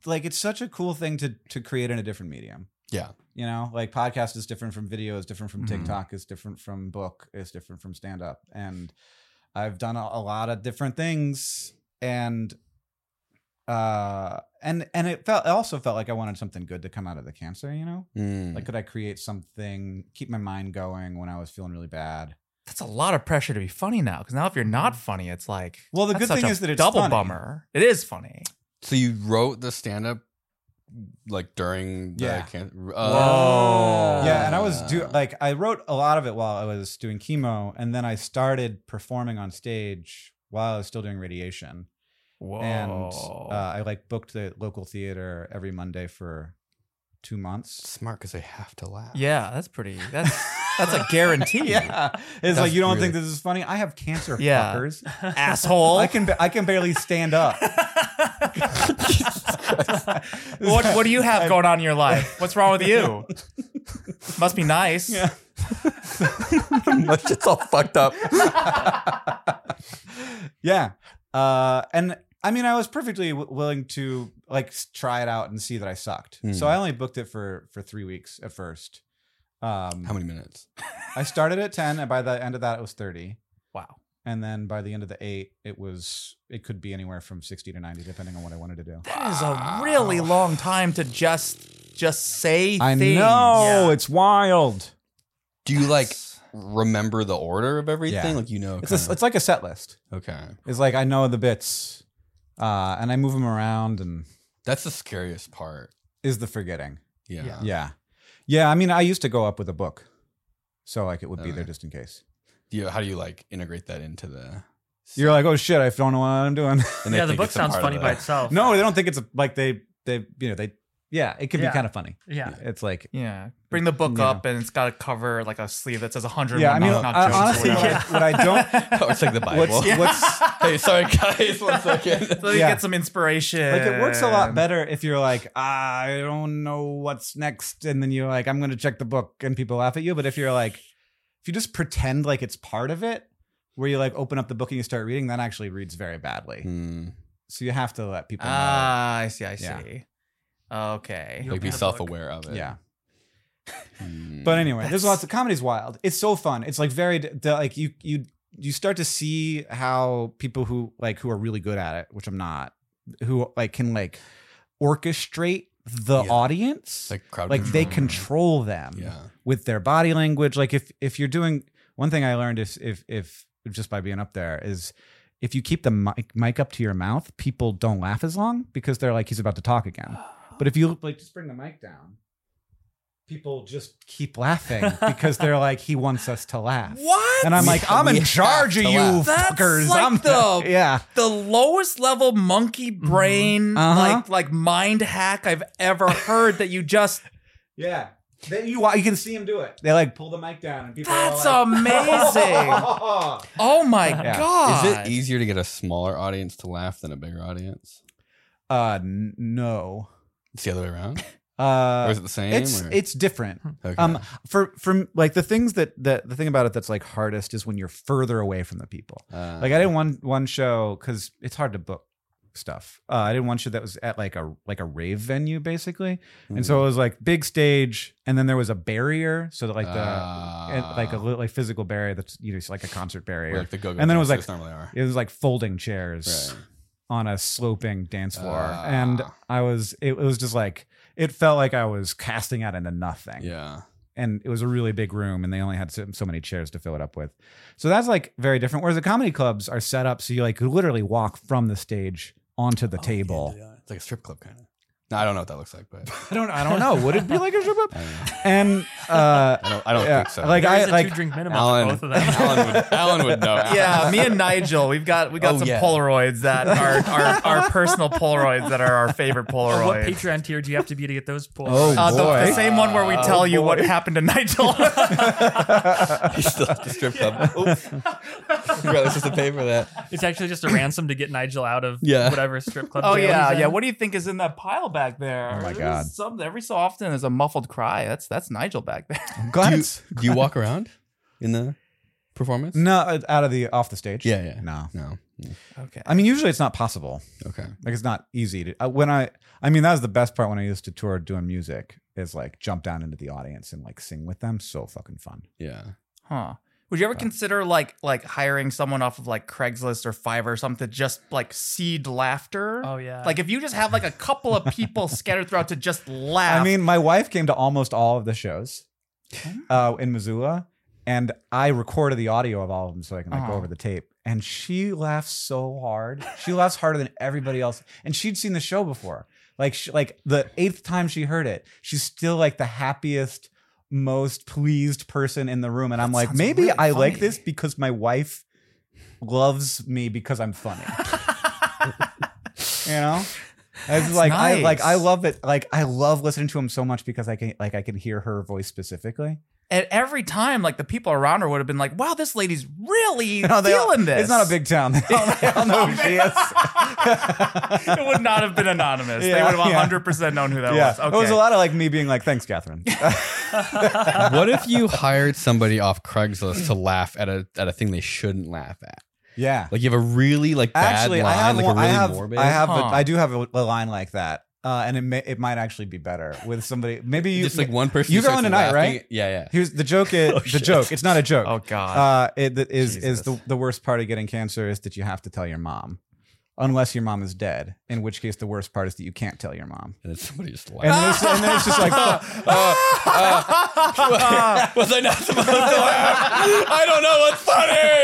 [SPEAKER 4] like it's such a cool thing to to create in a different medium.
[SPEAKER 2] Yeah.
[SPEAKER 4] You know, like podcast is different from video, is different from
[SPEAKER 2] Mhm.
[SPEAKER 4] TikTok, is different from book, is different from stand up, and I've done a, a lot of different things, and uh, and and it felt it also felt like I wanted something good to come out of the cancer. You know,
[SPEAKER 2] Mm.
[SPEAKER 4] like could I create something, keep my mind going when I was feeling really bad.
[SPEAKER 5] That's a lot of pressure to be funny now. Because now if you're not funny, it's like
[SPEAKER 4] Mm-hmm. Well, the
[SPEAKER 5] that's
[SPEAKER 4] good
[SPEAKER 5] such
[SPEAKER 4] thing
[SPEAKER 5] a
[SPEAKER 4] is that it's
[SPEAKER 5] double
[SPEAKER 4] funny.
[SPEAKER 5] bummer. It is funny.
[SPEAKER 2] so you wrote the stand up like during the
[SPEAKER 4] Yeah.
[SPEAKER 2] can- uh,
[SPEAKER 5] Whoa.
[SPEAKER 4] Yeah, and I was do like I wrote a lot of it while I was doing chemo, and then I started performing on stage while I was still doing radiation,
[SPEAKER 5] Whoa.
[SPEAKER 4] and uh, I like booked the local theater every Monday for two months.
[SPEAKER 2] smart because they have to laugh.
[SPEAKER 5] yeah, that's pretty. That's that's a guarantee.
[SPEAKER 4] Yeah, it's
[SPEAKER 2] That's
[SPEAKER 4] like you don't
[SPEAKER 2] really-
[SPEAKER 4] think this is funny. I have cancer,
[SPEAKER 5] Yeah.
[SPEAKER 4] fuckers.
[SPEAKER 5] Asshole.
[SPEAKER 4] I can ba- I can barely stand up.
[SPEAKER 5] what what do you have going on in your life? What's wrong with you? Must be nice.
[SPEAKER 4] Yeah.
[SPEAKER 2] My shit's all fucked up.
[SPEAKER 4] yeah. Uh, and I mean, I was perfectly w- willing to like s- try it out and see that I sucked.
[SPEAKER 2] Hmm.
[SPEAKER 4] So I only booked it for for three weeks at first. Um,
[SPEAKER 2] How many minutes?
[SPEAKER 4] I started at ten, and by the end of that, it was thirty.
[SPEAKER 5] Wow.
[SPEAKER 4] And then by the end of the eight, it was it could be anywhere from sixty to ninety, depending on what I wanted to do.
[SPEAKER 5] That is a really long time to just just say
[SPEAKER 4] I
[SPEAKER 5] things.
[SPEAKER 4] know it's wild.
[SPEAKER 2] Do you like remember the order of everything?
[SPEAKER 4] Yeah.
[SPEAKER 2] Like you know.
[SPEAKER 4] It's a,
[SPEAKER 2] kinda-
[SPEAKER 4] it's like a set list.
[SPEAKER 2] okay.
[SPEAKER 4] It's like I know the bits, uh, and I move them around, and
[SPEAKER 2] That's the scariest part.
[SPEAKER 4] is the forgetting.
[SPEAKER 2] Yeah.
[SPEAKER 5] Yeah.
[SPEAKER 4] Yeah. Yeah. I mean, I used to go up with a book. So, like, it would be
[SPEAKER 2] Okay.
[SPEAKER 4] there just in case.
[SPEAKER 2] Do you, how do you like integrate that into the?
[SPEAKER 4] You're like, oh shit, I don't know what I'm doing.
[SPEAKER 2] and they
[SPEAKER 3] yeah, the
[SPEAKER 2] think
[SPEAKER 3] book
[SPEAKER 2] it's a
[SPEAKER 3] sounds
[SPEAKER 2] part of
[SPEAKER 3] funny
[SPEAKER 2] the-
[SPEAKER 3] by itself.
[SPEAKER 4] no, they don't think it's a, like they, they, you know, they, yeah, it can
[SPEAKER 3] Yeah.
[SPEAKER 4] be kind of funny.
[SPEAKER 3] Yeah.
[SPEAKER 4] It's like,
[SPEAKER 5] Yeah. Bring the book
[SPEAKER 4] Yeah.
[SPEAKER 5] up and it's got a cover like a sleeve that says 101
[SPEAKER 4] yeah, I mean,
[SPEAKER 5] knock, knock
[SPEAKER 4] I-
[SPEAKER 5] jokes or
[SPEAKER 4] honestly,
[SPEAKER 5] whatever.
[SPEAKER 4] what, I, what I don't,
[SPEAKER 2] Oh, it's like the Bible.
[SPEAKER 4] what's, what's,
[SPEAKER 2] hey, sorry guys, one second.
[SPEAKER 5] Let me
[SPEAKER 4] Yeah.
[SPEAKER 5] get some inspiration.
[SPEAKER 4] like, it works a lot better if you're like, ah, I don't know what's next. And then you're like, I'm going to check the book and people laugh at you. But if you're like, if you just pretend like it's part of it, where you like open up the book and you start reading, that actually reads very badly.
[SPEAKER 2] Hmm.
[SPEAKER 4] So you have to let people know.
[SPEAKER 5] Ah, I see. I see.
[SPEAKER 4] Yeah.
[SPEAKER 5] Okay.
[SPEAKER 3] You
[SPEAKER 2] like be
[SPEAKER 3] open the book.
[SPEAKER 2] self-aware of it.
[SPEAKER 4] yeah.
[SPEAKER 2] Hmm.
[SPEAKER 4] But anyway, there's lots of comedy's wild. It's so fun. It's like very d- d- like you you you start to see how people who like who are really good at it, which I'm not, who like can like orchestrate the
[SPEAKER 2] Yeah.
[SPEAKER 4] audience.
[SPEAKER 2] It's
[SPEAKER 4] Like,
[SPEAKER 2] like crowd
[SPEAKER 4] they control
[SPEAKER 2] control.
[SPEAKER 4] them
[SPEAKER 2] Yeah.
[SPEAKER 4] with their body language. Like if if you're doing one thing I learned is if if just by being up there is if you keep the mic, mic up to your mouth, people don't laugh as long because they're like he's about to talk again. But if you like just bring the mic down, people just keep laughing because they're like he wants us to laugh.
[SPEAKER 5] What?
[SPEAKER 4] And I'm
[SPEAKER 2] We-
[SPEAKER 4] like, I'm
[SPEAKER 2] we
[SPEAKER 4] in
[SPEAKER 2] have
[SPEAKER 4] charge of
[SPEAKER 2] to
[SPEAKER 4] you
[SPEAKER 2] laugh.
[SPEAKER 5] That's
[SPEAKER 4] fuckers.
[SPEAKER 5] like
[SPEAKER 4] I'm
[SPEAKER 5] the-
[SPEAKER 4] yeah.
[SPEAKER 5] the lowest level monkey brain
[SPEAKER 4] Uh-huh.
[SPEAKER 5] like like mind hack I've ever heard that you just
[SPEAKER 4] Yeah. They, you, you can see him do it. They like pull the mic down and people
[SPEAKER 5] That's amazing. oh my
[SPEAKER 4] Yeah. e-
[SPEAKER 5] god.
[SPEAKER 2] Is it easier to get a smaller audience to laugh than a bigger audience?
[SPEAKER 4] uh, n- no.
[SPEAKER 2] It's the other way around,
[SPEAKER 4] Uh,
[SPEAKER 2] or is it the same?
[SPEAKER 4] it's
[SPEAKER 2] or?
[SPEAKER 4] it's different
[SPEAKER 2] Okay.
[SPEAKER 4] um for from like the things that that the thing about it that's like hardest is when you're further away from the people
[SPEAKER 2] Uh,
[SPEAKER 4] like i did one one show because it's hard to book stuff uh, i did one show that was at like a like a rave venue basically and
[SPEAKER 2] Hmm.
[SPEAKER 4] so it was like big stage and then there was a barrier so that like the and, like a
[SPEAKER 2] Ah.
[SPEAKER 4] little like physical barrier that's you know it's like a concert barrier
[SPEAKER 2] like the go-go
[SPEAKER 4] and then it was
[SPEAKER 2] dancers
[SPEAKER 4] like-
[SPEAKER 2] normally are.
[SPEAKER 4] it was like folding chairs
[SPEAKER 2] Right.
[SPEAKER 4] on a sloping dance floor
[SPEAKER 2] Ah.
[SPEAKER 4] and i was it, was just like it felt like i was casting out into nothing
[SPEAKER 2] Yeah.
[SPEAKER 4] and it was a really big room and they only had so, so many chairs to fill it up with so that's like very different whereas the comedy clubs are set up so you like literally walk from the stage onto the table
[SPEAKER 2] It's like a strip club kind of. No, I don't know what that looks like, but
[SPEAKER 4] i don't i don't know would it be like a strip club
[SPEAKER 2] I don't know.
[SPEAKER 4] and Uh,
[SPEAKER 2] I don't, I don't
[SPEAKER 4] Yeah,
[SPEAKER 2] think so.
[SPEAKER 4] like, I-
[SPEAKER 3] There's a two drink minimum
[SPEAKER 2] Alan,
[SPEAKER 3] for both of them.
[SPEAKER 2] Alan would, Alan would know.
[SPEAKER 5] yeah, me and Nigel, we've got we got
[SPEAKER 2] Oh,
[SPEAKER 5] some
[SPEAKER 2] yeah.
[SPEAKER 5] Polaroids that are our, our personal Polaroids that are our favorite Polaroids.
[SPEAKER 3] What Patreon tier do you have to be to get those pulls?
[SPEAKER 4] Oh,
[SPEAKER 5] Uh, the,
[SPEAKER 4] boy. Uh,
[SPEAKER 5] the same one where we tell you what
[SPEAKER 4] boy.
[SPEAKER 5] happened to Nigel.
[SPEAKER 2] He's still at the strip club. Oops. Forgot this was to pay for that.
[SPEAKER 3] It's actually just a ransom to get Nigel out of
[SPEAKER 2] Yeah.
[SPEAKER 3] whatever strip club.
[SPEAKER 5] oh
[SPEAKER 3] jail
[SPEAKER 5] yeah,
[SPEAKER 3] he's in.
[SPEAKER 5] yeah. What do you think is in that pile back there?
[SPEAKER 4] Oh, my
[SPEAKER 5] There's
[SPEAKER 4] God.
[SPEAKER 5] Some every so often there's a muffled cry. That's that's Nigel back there.
[SPEAKER 4] glad
[SPEAKER 2] Do you,
[SPEAKER 4] it's-
[SPEAKER 2] do you walk around in the performance?
[SPEAKER 4] no, it's out of the off the stage.
[SPEAKER 2] Yeah, yeah.
[SPEAKER 4] No,
[SPEAKER 2] No. Mm,
[SPEAKER 5] okay.
[SPEAKER 4] I mean usually it's not possible.
[SPEAKER 2] Okay.
[SPEAKER 4] Like it's not easy to uh, when I. I mean that was the best part when I used to tour doing music is like jump down into the audience and like sing with them. So fucking fun.
[SPEAKER 2] Yeah.
[SPEAKER 5] Huh. Would you
[SPEAKER 4] Uh.
[SPEAKER 5] ever consider like like hiring someone off of like Craigslist or Fiverr or something to just like seed laughter?
[SPEAKER 3] Oh yeah.
[SPEAKER 5] Like if you just have like a couple of people scattered throughout to just laugh.
[SPEAKER 4] I mean, my wife came to almost all of the shows
[SPEAKER 5] Ah.
[SPEAKER 4] uh, in Missoula, and I recorded the audio of all of them so I can like go
[SPEAKER 5] Aw.
[SPEAKER 4] over the tape. And she laughs so hard. She laughs harder than everybody else. And she'd seen the show before. Like, she, like the eighth time she heard it, she's still like the happiest, most pleased person in the room. And I'm like,
[SPEAKER 5] sounds
[SPEAKER 4] maybe
[SPEAKER 5] really
[SPEAKER 4] I like
[SPEAKER 5] funny.
[SPEAKER 4] this because my wife loves me because I'm funny. you know? It's like I
[SPEAKER 5] nice.
[SPEAKER 4] like I love it. Like I love listening to him so much because I can like I can hear her voice specifically.
[SPEAKER 5] and every time like the people around her would have been like, "Wow, this lady's really
[SPEAKER 4] No, they all-
[SPEAKER 5] feeling this."
[SPEAKER 4] It's not a big town. They all, they all know who she is.
[SPEAKER 5] it would not have been anonymous. they
[SPEAKER 4] Yeah,
[SPEAKER 5] would have
[SPEAKER 4] yeah.
[SPEAKER 5] 100 percent known who that
[SPEAKER 4] yeah,
[SPEAKER 5] was. Okay.
[SPEAKER 4] it was a lot of like me being like, "Thanks, Catherine."
[SPEAKER 2] What if you hired somebody off Craigslist to laugh at a at a thing they shouldn't laugh at?
[SPEAKER 4] yeah,
[SPEAKER 2] Like you have a really like bad
[SPEAKER 4] actually,
[SPEAKER 2] line,
[SPEAKER 4] I have
[SPEAKER 2] like
[SPEAKER 4] one,
[SPEAKER 2] a really
[SPEAKER 4] I have
[SPEAKER 2] morbid.
[SPEAKER 4] I have a,
[SPEAKER 5] Huh.
[SPEAKER 4] I do have a, a line like that, uh, and it may, it might actually be better with somebody. Maybe you
[SPEAKER 2] just like one person.
[SPEAKER 4] You
[SPEAKER 2] who
[SPEAKER 4] go
[SPEAKER 2] starts
[SPEAKER 4] on tonight,
[SPEAKER 2] laughing.
[SPEAKER 4] right?
[SPEAKER 2] Yeah, yeah.
[SPEAKER 4] Here's the joke. Is,
[SPEAKER 2] Oh,
[SPEAKER 4] the
[SPEAKER 2] shit.
[SPEAKER 4] joke. It's not a joke.
[SPEAKER 5] Oh god.
[SPEAKER 4] uh, it, that is is the,
[SPEAKER 5] Jesus.
[SPEAKER 4] the worst part of getting cancer is that you have to tell your mom, unless your mom is dead. In which case, the worst part is that you can't tell your mom.
[SPEAKER 2] And then somebody just
[SPEAKER 4] And
[SPEAKER 2] laughed.
[SPEAKER 4] then it's, and then it's just like, uh, fuck.
[SPEAKER 2] Was I not supposed to laugh? I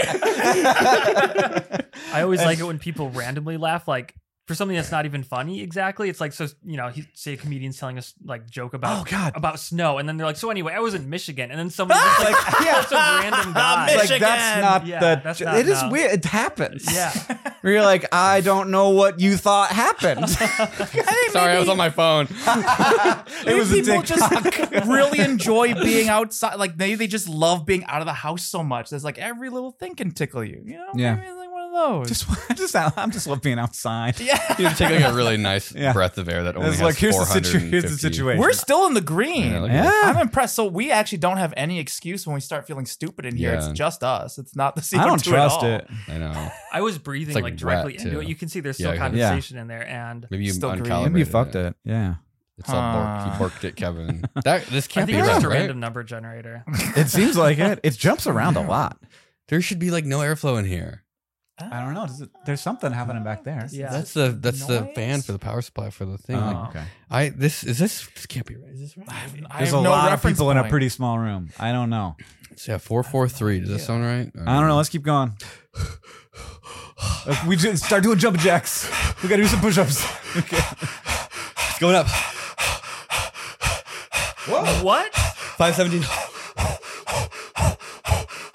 [SPEAKER 2] don't know what's funny.
[SPEAKER 3] I always like it when people randomly laugh, like for something that's not even funny. Exactly. It's like so you know, he, say a comedian's telling us like joke about
[SPEAKER 4] Oh, God.
[SPEAKER 3] about snow, and then they're like, so anyway, I was in Michigan, and then somebody just like
[SPEAKER 4] yeah,
[SPEAKER 3] that's a random guy.
[SPEAKER 4] like
[SPEAKER 5] Michigan.
[SPEAKER 4] that's not
[SPEAKER 3] Yeah,
[SPEAKER 4] the.
[SPEAKER 3] that's
[SPEAKER 4] j-
[SPEAKER 3] not
[SPEAKER 4] it is
[SPEAKER 3] enough.
[SPEAKER 4] weird. It happens.
[SPEAKER 3] yeah,
[SPEAKER 4] Where you're like, I don't know what you thought happened.
[SPEAKER 2] Sorry, I was on my phone.
[SPEAKER 4] it was a
[SPEAKER 5] people
[SPEAKER 4] dick.
[SPEAKER 5] just really enjoy being outside. Like they, they just love being out of the house so much. There's like every little thing can tickle you. You know,
[SPEAKER 4] Yeah.
[SPEAKER 5] Maybe it's like one of those.
[SPEAKER 4] Just, just, out- I'm just love being outside.
[SPEAKER 5] yeah.
[SPEAKER 2] You take like a really nice
[SPEAKER 4] Yeah.
[SPEAKER 2] breath of air that only
[SPEAKER 4] It's
[SPEAKER 2] has
[SPEAKER 4] like here's the, situ-
[SPEAKER 2] 450.
[SPEAKER 4] here's the situation.
[SPEAKER 5] We're still in the green.
[SPEAKER 2] Yeah, look at
[SPEAKER 4] yeah. ah.
[SPEAKER 5] I'm impressed. So we actually don't have any excuse when we start feeling stupid in here.
[SPEAKER 2] Yeah.
[SPEAKER 5] It's just us. It's not the secret.
[SPEAKER 4] I don't
[SPEAKER 5] to
[SPEAKER 4] trust
[SPEAKER 5] it. all.
[SPEAKER 4] it.
[SPEAKER 2] I know.
[SPEAKER 3] I was breathing
[SPEAKER 2] It's, like,
[SPEAKER 3] like, directly
[SPEAKER 2] wet,
[SPEAKER 3] into
[SPEAKER 2] too.
[SPEAKER 3] it. You can see there's still
[SPEAKER 2] Yeah, yeah.
[SPEAKER 3] condensation in there, and
[SPEAKER 2] Maybe you
[SPEAKER 5] Still green.
[SPEAKER 2] uncalibrated.
[SPEAKER 4] Maybe you fucked it. Yeah.
[SPEAKER 2] It's all borked.
[SPEAKER 4] Ah.
[SPEAKER 5] Huh.
[SPEAKER 2] You borked it, Kevin. That this
[SPEAKER 3] I
[SPEAKER 2] can't
[SPEAKER 3] think
[SPEAKER 2] be
[SPEAKER 3] it's
[SPEAKER 2] right,
[SPEAKER 3] just a
[SPEAKER 2] right?
[SPEAKER 3] random number generator.
[SPEAKER 4] It seems like it. It jumps around a lot.
[SPEAKER 2] There should be like no airflow in here.
[SPEAKER 4] I don't know. Does it, there's something happening back there.
[SPEAKER 3] Yeah.
[SPEAKER 2] That's the that's the
[SPEAKER 5] Noise?
[SPEAKER 2] fan for the power supply for the thing.
[SPEAKER 4] Oh,
[SPEAKER 2] Like,
[SPEAKER 4] okay.
[SPEAKER 2] I this is this this can't be right. Is this right?
[SPEAKER 5] I
[SPEAKER 4] There's
[SPEAKER 5] have
[SPEAKER 4] a
[SPEAKER 5] no
[SPEAKER 4] lot of
[SPEAKER 5] reference
[SPEAKER 4] people in a
[SPEAKER 5] point.
[SPEAKER 4] pretty small room. I don't know.
[SPEAKER 2] So, yeah, four four three. Does that sound right?
[SPEAKER 4] I don't know. Let's keep going. Let's- we just start doing jump jacks. We gotta do some push-ups. Okay.
[SPEAKER 2] It's going up.
[SPEAKER 3] what?
[SPEAKER 2] Five seventeen.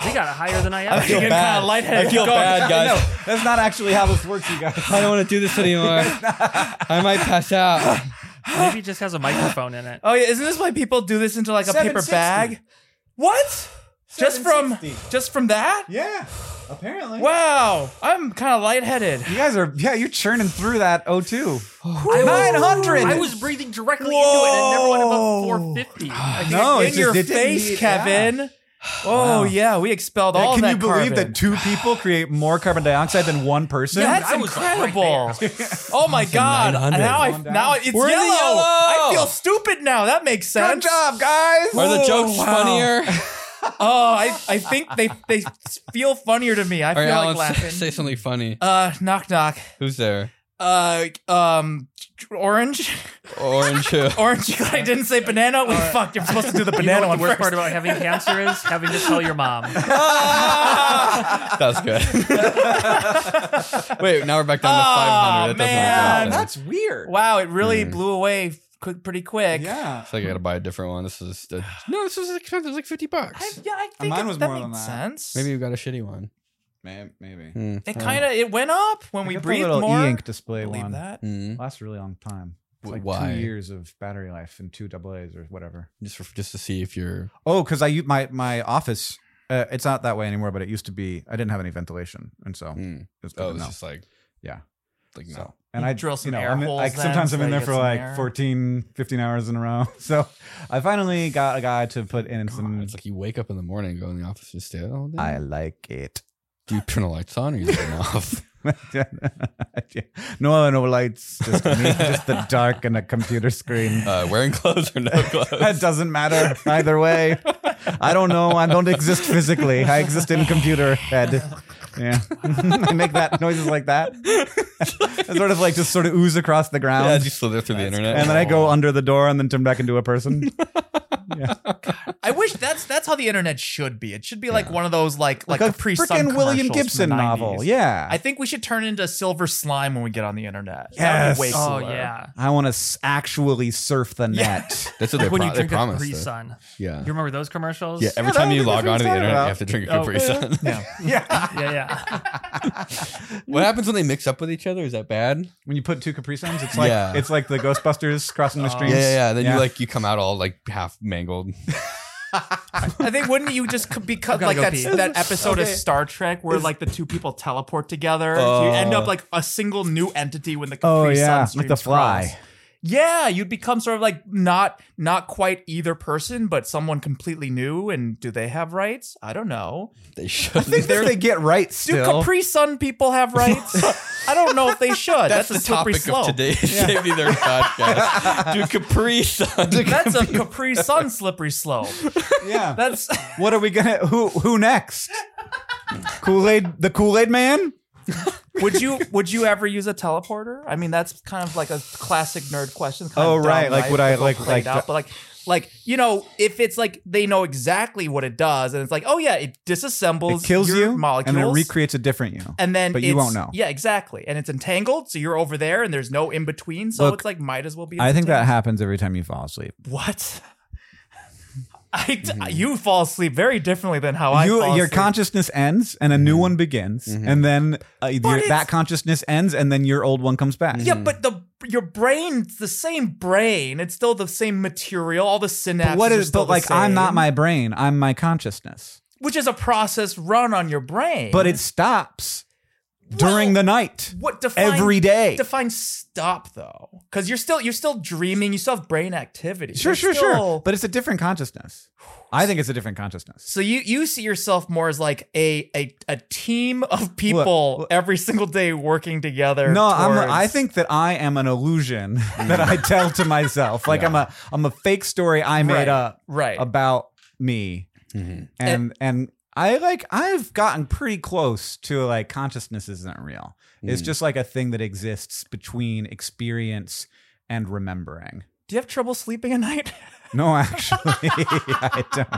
[SPEAKER 3] They got it higher than I ever.
[SPEAKER 5] feel
[SPEAKER 3] did.
[SPEAKER 5] bad. kinda lightheaded.
[SPEAKER 2] I feel
[SPEAKER 5] Go.
[SPEAKER 2] bad, guys.
[SPEAKER 4] No, that's not actually how this works, you guys.
[SPEAKER 2] I don't want to do this anymore. I might pass out.
[SPEAKER 3] Maybe it just has a microphone in it.
[SPEAKER 5] Oh yeah, isn't this why people do this into like a paper
[SPEAKER 4] 760.
[SPEAKER 5] bag? What? Just from
[SPEAKER 4] 760.
[SPEAKER 5] just from that?
[SPEAKER 4] Yeah, apparently.
[SPEAKER 5] Wow, I'm kind of lightheaded.
[SPEAKER 4] You guys are, yeah, you're churning through that O2. 900!
[SPEAKER 3] I was breathing directly into it, and it never went above 450. I think
[SPEAKER 4] No, it's
[SPEAKER 3] I-
[SPEAKER 5] in
[SPEAKER 4] just-
[SPEAKER 5] your
[SPEAKER 4] it didn't
[SPEAKER 5] face,
[SPEAKER 4] need-
[SPEAKER 5] Kevin. Oh yeah, we expelled all
[SPEAKER 4] Can
[SPEAKER 5] that
[SPEAKER 4] you believe
[SPEAKER 5] carbon.
[SPEAKER 4] that two people create more carbon dioxide than one person?
[SPEAKER 5] That's
[SPEAKER 3] I was right
[SPEAKER 5] incredible. oh my god!
[SPEAKER 2] 900.
[SPEAKER 5] Now I
[SPEAKER 4] Come on down.
[SPEAKER 5] now it's
[SPEAKER 2] We're in the
[SPEAKER 5] yellow.
[SPEAKER 2] yellow.
[SPEAKER 5] I feel stupid now. That makes
[SPEAKER 4] Good
[SPEAKER 5] sense.
[SPEAKER 4] job, guys.
[SPEAKER 2] Are the jokes
[SPEAKER 5] Oh, wow.
[SPEAKER 2] funnier?
[SPEAKER 5] Oh, I, I think they they feel funnier to me. I
[SPEAKER 2] All
[SPEAKER 5] feel
[SPEAKER 2] right, Alan,
[SPEAKER 5] like
[SPEAKER 2] say,
[SPEAKER 5] laughing.
[SPEAKER 2] say something funny.
[SPEAKER 5] uh, knock knock.
[SPEAKER 2] Who's there?
[SPEAKER 5] Uh, um, orange.
[SPEAKER 2] Orange. who?
[SPEAKER 5] Orange, you glad I didn't say banana? We fucked. You're supposed to do the
[SPEAKER 3] You know
[SPEAKER 5] banana
[SPEAKER 3] what
[SPEAKER 5] one
[SPEAKER 3] the worst
[SPEAKER 5] first.
[SPEAKER 3] part about having cancer is? Having to tell your mom. Oh,
[SPEAKER 2] That's good. Wait, now we're back down to
[SPEAKER 5] Aw,
[SPEAKER 2] 500. That doesn't make
[SPEAKER 5] Ah, man.
[SPEAKER 2] any sense.
[SPEAKER 4] That's weird.
[SPEAKER 5] Wow, it really blew away quick, pretty quick.
[SPEAKER 4] Yeah.
[SPEAKER 2] So I gotta buy a different one. This is the, no, this is expensive. It's like fifty bucks.
[SPEAKER 5] I, yeah, I think
[SPEAKER 4] Mine
[SPEAKER 5] it-
[SPEAKER 4] was
[SPEAKER 5] that
[SPEAKER 4] more
[SPEAKER 5] made
[SPEAKER 4] than that.
[SPEAKER 5] sense.
[SPEAKER 2] Maybe you got a shitty one.
[SPEAKER 4] Maybe. maybe.
[SPEAKER 2] Hmm.
[SPEAKER 5] it kind of it went up when we breathed more.
[SPEAKER 4] e-ink display
[SPEAKER 5] Believe
[SPEAKER 4] one.
[SPEAKER 5] that.
[SPEAKER 2] Hmm.
[SPEAKER 4] Lasts a really long time. It's like
[SPEAKER 2] Wh- Why?
[SPEAKER 4] two years of battery life and two double A's or whatever.
[SPEAKER 2] Just for, just to see if you're.
[SPEAKER 4] Oh, because I u- my my office. Uh, it's not that way anymore, but it used to be. I didn't have any ventilation, and so it
[SPEAKER 2] Hmm.
[SPEAKER 4] was good
[SPEAKER 2] Oh,
[SPEAKER 4] to
[SPEAKER 2] it's
[SPEAKER 4] know.
[SPEAKER 2] just like
[SPEAKER 4] Yeah.
[SPEAKER 2] like no.
[SPEAKER 4] So, and
[SPEAKER 5] You
[SPEAKER 4] I
[SPEAKER 5] drill some
[SPEAKER 4] you know,
[SPEAKER 5] air
[SPEAKER 4] I'm in-
[SPEAKER 5] holes
[SPEAKER 4] I,
[SPEAKER 5] then
[SPEAKER 4] sometimes
[SPEAKER 5] so
[SPEAKER 4] I'm
[SPEAKER 5] that
[SPEAKER 4] in
[SPEAKER 5] you
[SPEAKER 4] there
[SPEAKER 5] get
[SPEAKER 4] for
[SPEAKER 5] some
[SPEAKER 4] like
[SPEAKER 5] air.
[SPEAKER 4] 14, 15 hours in a row. So I finally got a guy to put in some.
[SPEAKER 2] God, it's like you wake up in the morning, go in the office, just stay out all day.
[SPEAKER 4] I like it.
[SPEAKER 2] Do you turn the lights on or you leave them off?
[SPEAKER 4] no, no lights, just me, just the dark and a computer screen.
[SPEAKER 2] Uh, wearing clothes or no
[SPEAKER 4] It
[SPEAKER 2] clothes?
[SPEAKER 4] doesn't matter either way. I don't know. I don't exist physically. I exist in computer head. Yeah, I make that noises like that. I sort of like just sort of ooze across the ground,
[SPEAKER 2] yeah, just slither through the internet.
[SPEAKER 4] and then I go under the door and then turn back into a person. yeah,
[SPEAKER 5] I wish that's that's how the internet should be. It should be like one of those like like,
[SPEAKER 4] a
[SPEAKER 5] Capri Sun
[SPEAKER 4] frickin' William
[SPEAKER 5] commercials from
[SPEAKER 4] Gibson
[SPEAKER 5] the
[SPEAKER 4] novel.
[SPEAKER 5] 90s.
[SPEAKER 4] Yeah,
[SPEAKER 5] I think we should turn into silver slime when we get on the internet. That would
[SPEAKER 4] Yes.
[SPEAKER 5] be way
[SPEAKER 3] Oh
[SPEAKER 5] cooler.
[SPEAKER 3] yeah.
[SPEAKER 4] I want to s- actually surf the net.
[SPEAKER 2] That's what
[SPEAKER 3] Like
[SPEAKER 2] they,
[SPEAKER 3] when
[SPEAKER 2] pro-
[SPEAKER 3] you
[SPEAKER 2] they
[SPEAKER 3] drink a
[SPEAKER 2] promised.
[SPEAKER 3] Capri
[SPEAKER 2] us.
[SPEAKER 3] Sun.
[SPEAKER 2] Yeah.
[SPEAKER 3] You remember those commercials?
[SPEAKER 2] Yeah, every
[SPEAKER 4] Yeah, that
[SPEAKER 2] time
[SPEAKER 4] was
[SPEAKER 2] you
[SPEAKER 4] the
[SPEAKER 2] log
[SPEAKER 4] first
[SPEAKER 2] on to the
[SPEAKER 4] time
[SPEAKER 2] internet,
[SPEAKER 4] about-
[SPEAKER 2] you have to drink a
[SPEAKER 3] Oh,
[SPEAKER 2] Capri
[SPEAKER 3] yeah.
[SPEAKER 2] Sun.
[SPEAKER 4] yeah,
[SPEAKER 3] yeah, yeah.
[SPEAKER 2] what happens when they mix up with each other? Is that bad?
[SPEAKER 4] when you put two Capri Suns, it's like
[SPEAKER 2] Yeah.
[SPEAKER 4] it's like the Ghostbusters crossing the
[SPEAKER 3] Oh.
[SPEAKER 4] streams.
[SPEAKER 2] Yeah, yeah, yeah. Then
[SPEAKER 4] Yeah.
[SPEAKER 2] you like you come out all like half mangled.
[SPEAKER 5] I think wouldn't you just c- because
[SPEAKER 3] gotta
[SPEAKER 5] like
[SPEAKER 3] go
[SPEAKER 5] that
[SPEAKER 3] pee.
[SPEAKER 5] that episode
[SPEAKER 4] Okay.
[SPEAKER 5] of Star Trek where like the two people teleport together, you
[SPEAKER 2] Oh.
[SPEAKER 5] end up like a single new entity when the Capri
[SPEAKER 4] Oh, yeah,
[SPEAKER 5] Sun
[SPEAKER 4] like the
[SPEAKER 5] streams
[SPEAKER 4] fly.
[SPEAKER 5] cross. Yeah, you'd become sort of like not not quite either person, but someone completely new. And do they have rights? I don't know.
[SPEAKER 2] They should.
[SPEAKER 4] I think that they get right
[SPEAKER 5] Do
[SPEAKER 4] still.
[SPEAKER 5] Capri Sun people have rights? I don't know if they should. That's,
[SPEAKER 2] That's,
[SPEAKER 5] a
[SPEAKER 2] the
[SPEAKER 5] slippery
[SPEAKER 2] topic
[SPEAKER 5] slope.
[SPEAKER 2] of today's Safety Nerd podcast. Dude, Capri Sun.
[SPEAKER 5] That's a Capri Sun slippery slope.
[SPEAKER 4] yeah.
[SPEAKER 5] That's
[SPEAKER 4] what are we gonna? Who who next? Kool Aid, the Kool Aid Man.
[SPEAKER 5] would you would you ever use a teleporter? I mean, that's kind of like a classic nerd question. kind
[SPEAKER 4] Oh,
[SPEAKER 5] of dumb,
[SPEAKER 4] right, like, would I,
[SPEAKER 5] People
[SPEAKER 4] like-
[SPEAKER 5] play
[SPEAKER 4] like
[SPEAKER 5] it out, but like like you know, if it's like they know exactly what it does, and it's like, oh yeah, it disassembles,
[SPEAKER 4] It kills
[SPEAKER 5] your
[SPEAKER 4] you,
[SPEAKER 5] molecules,
[SPEAKER 4] and it recreates a different you.
[SPEAKER 5] and then
[SPEAKER 4] but you won't
[SPEAKER 5] it's-
[SPEAKER 4] know.
[SPEAKER 5] Yeah, exactly. And it's entangled, so you're over there, and there's no in between. So
[SPEAKER 4] Look,
[SPEAKER 5] it's like might as well be.
[SPEAKER 4] I think that
[SPEAKER 5] entangled.
[SPEAKER 4] happens every time you fall asleep.
[SPEAKER 5] what. I d You fall asleep very differently than how I.
[SPEAKER 4] you,
[SPEAKER 5] fall
[SPEAKER 4] your
[SPEAKER 5] asleep. Mm-hmm.
[SPEAKER 4] consciousness ends, and a new one begins, and then uh, your,
[SPEAKER 5] it's- Mm-hmm.
[SPEAKER 4] that consciousness ends, and then your old one comes back.
[SPEAKER 5] Yeah, but the your brain's the same brain. It's still the same material. All the synapses.
[SPEAKER 4] But what
[SPEAKER 5] are
[SPEAKER 4] is?
[SPEAKER 5] still
[SPEAKER 4] But like,
[SPEAKER 5] the
[SPEAKER 4] I'm not
[SPEAKER 5] same,
[SPEAKER 4] my brain. I'm my consciousness.
[SPEAKER 5] Which is a process run on your brain.
[SPEAKER 4] But it stops during the night.
[SPEAKER 5] what defines
[SPEAKER 4] every day.
[SPEAKER 5] Define stop though, because you're still you're still dreaming. You still have brain activity.
[SPEAKER 4] Sure,
[SPEAKER 5] You're
[SPEAKER 4] sure, sure.
[SPEAKER 5] still-
[SPEAKER 4] But it's a different consciousness. I think it's a different consciousness.
[SPEAKER 5] so you you see yourself more as like a a, a team of people
[SPEAKER 4] look-
[SPEAKER 5] every single day working together.
[SPEAKER 4] No, I'm,
[SPEAKER 5] towards- Mm.
[SPEAKER 4] I think that I am an illusion that I tell to myself. Like I'm a I'm a fake story I made
[SPEAKER 5] Right,
[SPEAKER 4] up
[SPEAKER 5] right. Mm-hmm.
[SPEAKER 4] about me, and and I like I've gotten pretty close to like consciousness isn't real.
[SPEAKER 5] Mm.
[SPEAKER 4] It's just like a thing that exists between experience and remembering.
[SPEAKER 5] Do you have trouble sleeping at night?
[SPEAKER 4] No, actually, I don't.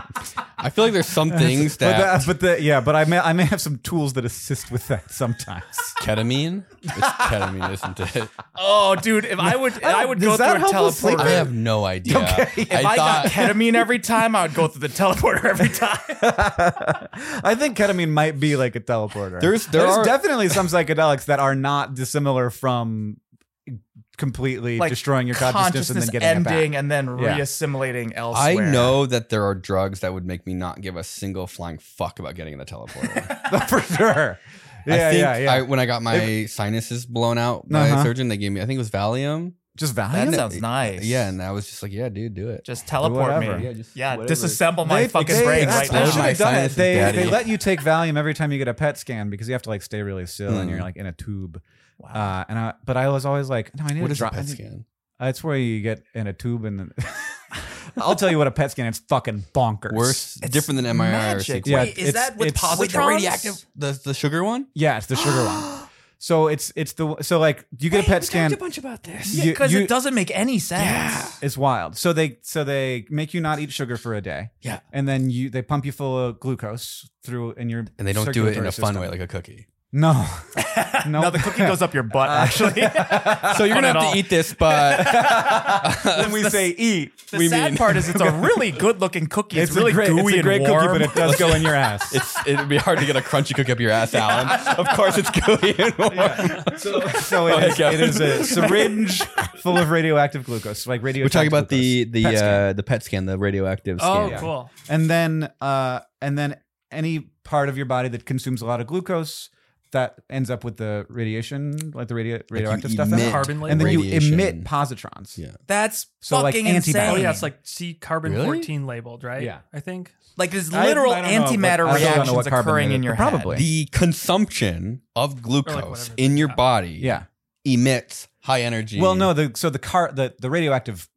[SPEAKER 2] I feel like there's some things
[SPEAKER 4] But,
[SPEAKER 2] that
[SPEAKER 4] that, but the, yeah, but I may I may have some tools that assist with that sometimes.
[SPEAKER 2] ketamine. It's ketamine, isn't it?
[SPEAKER 5] oh, dude, if I would I would
[SPEAKER 4] does
[SPEAKER 5] go
[SPEAKER 4] that
[SPEAKER 5] through
[SPEAKER 4] help with
[SPEAKER 5] a teleport.
[SPEAKER 4] sleeping?
[SPEAKER 2] I have no idea.
[SPEAKER 5] If I, got ketamine every time, I would go through the teleporter every time.
[SPEAKER 4] I think ketamine might be like a teleporter.
[SPEAKER 2] There's- there are-
[SPEAKER 4] definitely some psychedelics that are not dissimilar from completely
[SPEAKER 5] Like,
[SPEAKER 4] destroying your consciousness, and then getting
[SPEAKER 5] ending
[SPEAKER 4] it back.
[SPEAKER 5] and then
[SPEAKER 4] Yeah.
[SPEAKER 5] reassimilating
[SPEAKER 2] I
[SPEAKER 5] elsewhere.
[SPEAKER 2] know that there are drugs that would make me not give a single flying fuck about getting in the teleporter.
[SPEAKER 4] for sure. Yeah,
[SPEAKER 2] I think
[SPEAKER 4] yeah, yeah.
[SPEAKER 2] I, when I got my sinuses blown out by
[SPEAKER 4] Uh-huh.
[SPEAKER 2] a surgeon, they gave me, I think it was Valium.
[SPEAKER 4] Just
[SPEAKER 5] That
[SPEAKER 4] Valium.
[SPEAKER 5] sounds nice.
[SPEAKER 2] Yeah, and I was just like, yeah, dude, do it.
[SPEAKER 5] just teleport
[SPEAKER 4] Whatever.
[SPEAKER 5] me.
[SPEAKER 4] Yeah,
[SPEAKER 5] Yeah,
[SPEAKER 2] just whatever.
[SPEAKER 5] disassemble my fucking
[SPEAKER 4] they,
[SPEAKER 5] brain
[SPEAKER 4] that's-
[SPEAKER 5] right
[SPEAKER 4] They
[SPEAKER 2] I
[SPEAKER 4] should
[SPEAKER 5] now.
[SPEAKER 4] have done it.
[SPEAKER 2] Sinuses,
[SPEAKER 4] They,
[SPEAKER 2] daddy.
[SPEAKER 4] they let you take Valium every time you get a PET scan because you have to like stay really still and
[SPEAKER 2] Mm.
[SPEAKER 4] you're like in a tube. Uh, and I, but I was always like, no, I need
[SPEAKER 2] What
[SPEAKER 4] to
[SPEAKER 2] is a
[SPEAKER 4] drop.
[SPEAKER 2] PET scan?
[SPEAKER 4] That's where you get in a tube and. Then I'll tell you what a PET scan. It's fucking bonkers.
[SPEAKER 2] Worse, different than MRI or
[SPEAKER 5] Magic.
[SPEAKER 2] sequence.
[SPEAKER 4] Yeah,
[SPEAKER 5] Wait, is
[SPEAKER 4] it's-
[SPEAKER 5] that with
[SPEAKER 4] it's-
[SPEAKER 5] positrons?
[SPEAKER 4] Wait, the
[SPEAKER 2] the the sugar one.
[SPEAKER 4] Yeah, it's the sugar one. So it's it's the so like you get a PET scan.
[SPEAKER 2] bunch about this.
[SPEAKER 4] you-
[SPEAKER 5] Because
[SPEAKER 4] you-
[SPEAKER 5] it doesn't make any sense.
[SPEAKER 4] It's wild. So they so they make you not eat sugar for a day.
[SPEAKER 2] Yeah.
[SPEAKER 4] and then you they pump you full of glucose through in your
[SPEAKER 2] And they don't do it in
[SPEAKER 4] circulatory
[SPEAKER 2] a fun
[SPEAKER 4] system.
[SPEAKER 2] way, like a cookie.
[SPEAKER 4] No. no.
[SPEAKER 5] No, the cookie goes up your butt,
[SPEAKER 4] Uh,
[SPEAKER 5] actually.
[SPEAKER 2] So you're
[SPEAKER 5] Fun
[SPEAKER 2] gonna have
[SPEAKER 5] at all.
[SPEAKER 2] to eat this, but
[SPEAKER 4] when we say eat,
[SPEAKER 5] The
[SPEAKER 2] We
[SPEAKER 5] sad
[SPEAKER 2] mean-
[SPEAKER 5] part is it's a really good looking cookie. It's, really
[SPEAKER 4] a great,
[SPEAKER 5] gooey
[SPEAKER 4] it's a great
[SPEAKER 5] and warm.
[SPEAKER 4] cookie, but it does go in your ass.
[SPEAKER 2] it's it'd be hard to get a crunchy cookie up your ass, Alan. Of course, it's gooey and warm.
[SPEAKER 4] so so it, is,
[SPEAKER 2] ahead,
[SPEAKER 4] it is a syringe full of radioactive glucose, like radio.
[SPEAKER 2] We're talking about the the uh, the PET scan, the radioactive
[SPEAKER 3] Oh,
[SPEAKER 2] scan.
[SPEAKER 3] cool.
[SPEAKER 4] and then uh, and then any part of your body that consumes a lot of glucose that ends up with the radiation, like the radio, radioactive stuff,
[SPEAKER 2] emit
[SPEAKER 3] Carbon
[SPEAKER 4] and then you
[SPEAKER 2] radiation.
[SPEAKER 4] emit positrons.
[SPEAKER 2] Yeah.
[SPEAKER 5] That's
[SPEAKER 4] So, like,
[SPEAKER 5] fucking
[SPEAKER 4] antibody.
[SPEAKER 5] insane.
[SPEAKER 3] Oh yeah, it's like C carbon
[SPEAKER 2] Really?
[SPEAKER 3] 14 labeled, right?
[SPEAKER 4] Yeah.
[SPEAKER 3] I think.
[SPEAKER 5] like there's
[SPEAKER 4] I-
[SPEAKER 5] literal
[SPEAKER 4] I don't know,
[SPEAKER 5] antimatter
[SPEAKER 4] but I don't know
[SPEAKER 5] reactions
[SPEAKER 4] what carbon
[SPEAKER 5] occurring
[SPEAKER 4] it-
[SPEAKER 5] in your
[SPEAKER 4] but
[SPEAKER 5] head.
[SPEAKER 4] probably.
[SPEAKER 2] The consumption of glucose
[SPEAKER 3] whatever.
[SPEAKER 2] in your
[SPEAKER 3] Yeah.
[SPEAKER 2] body
[SPEAKER 4] Yeah.
[SPEAKER 2] emits high energy.
[SPEAKER 4] Well, no. The so the car the the radioactive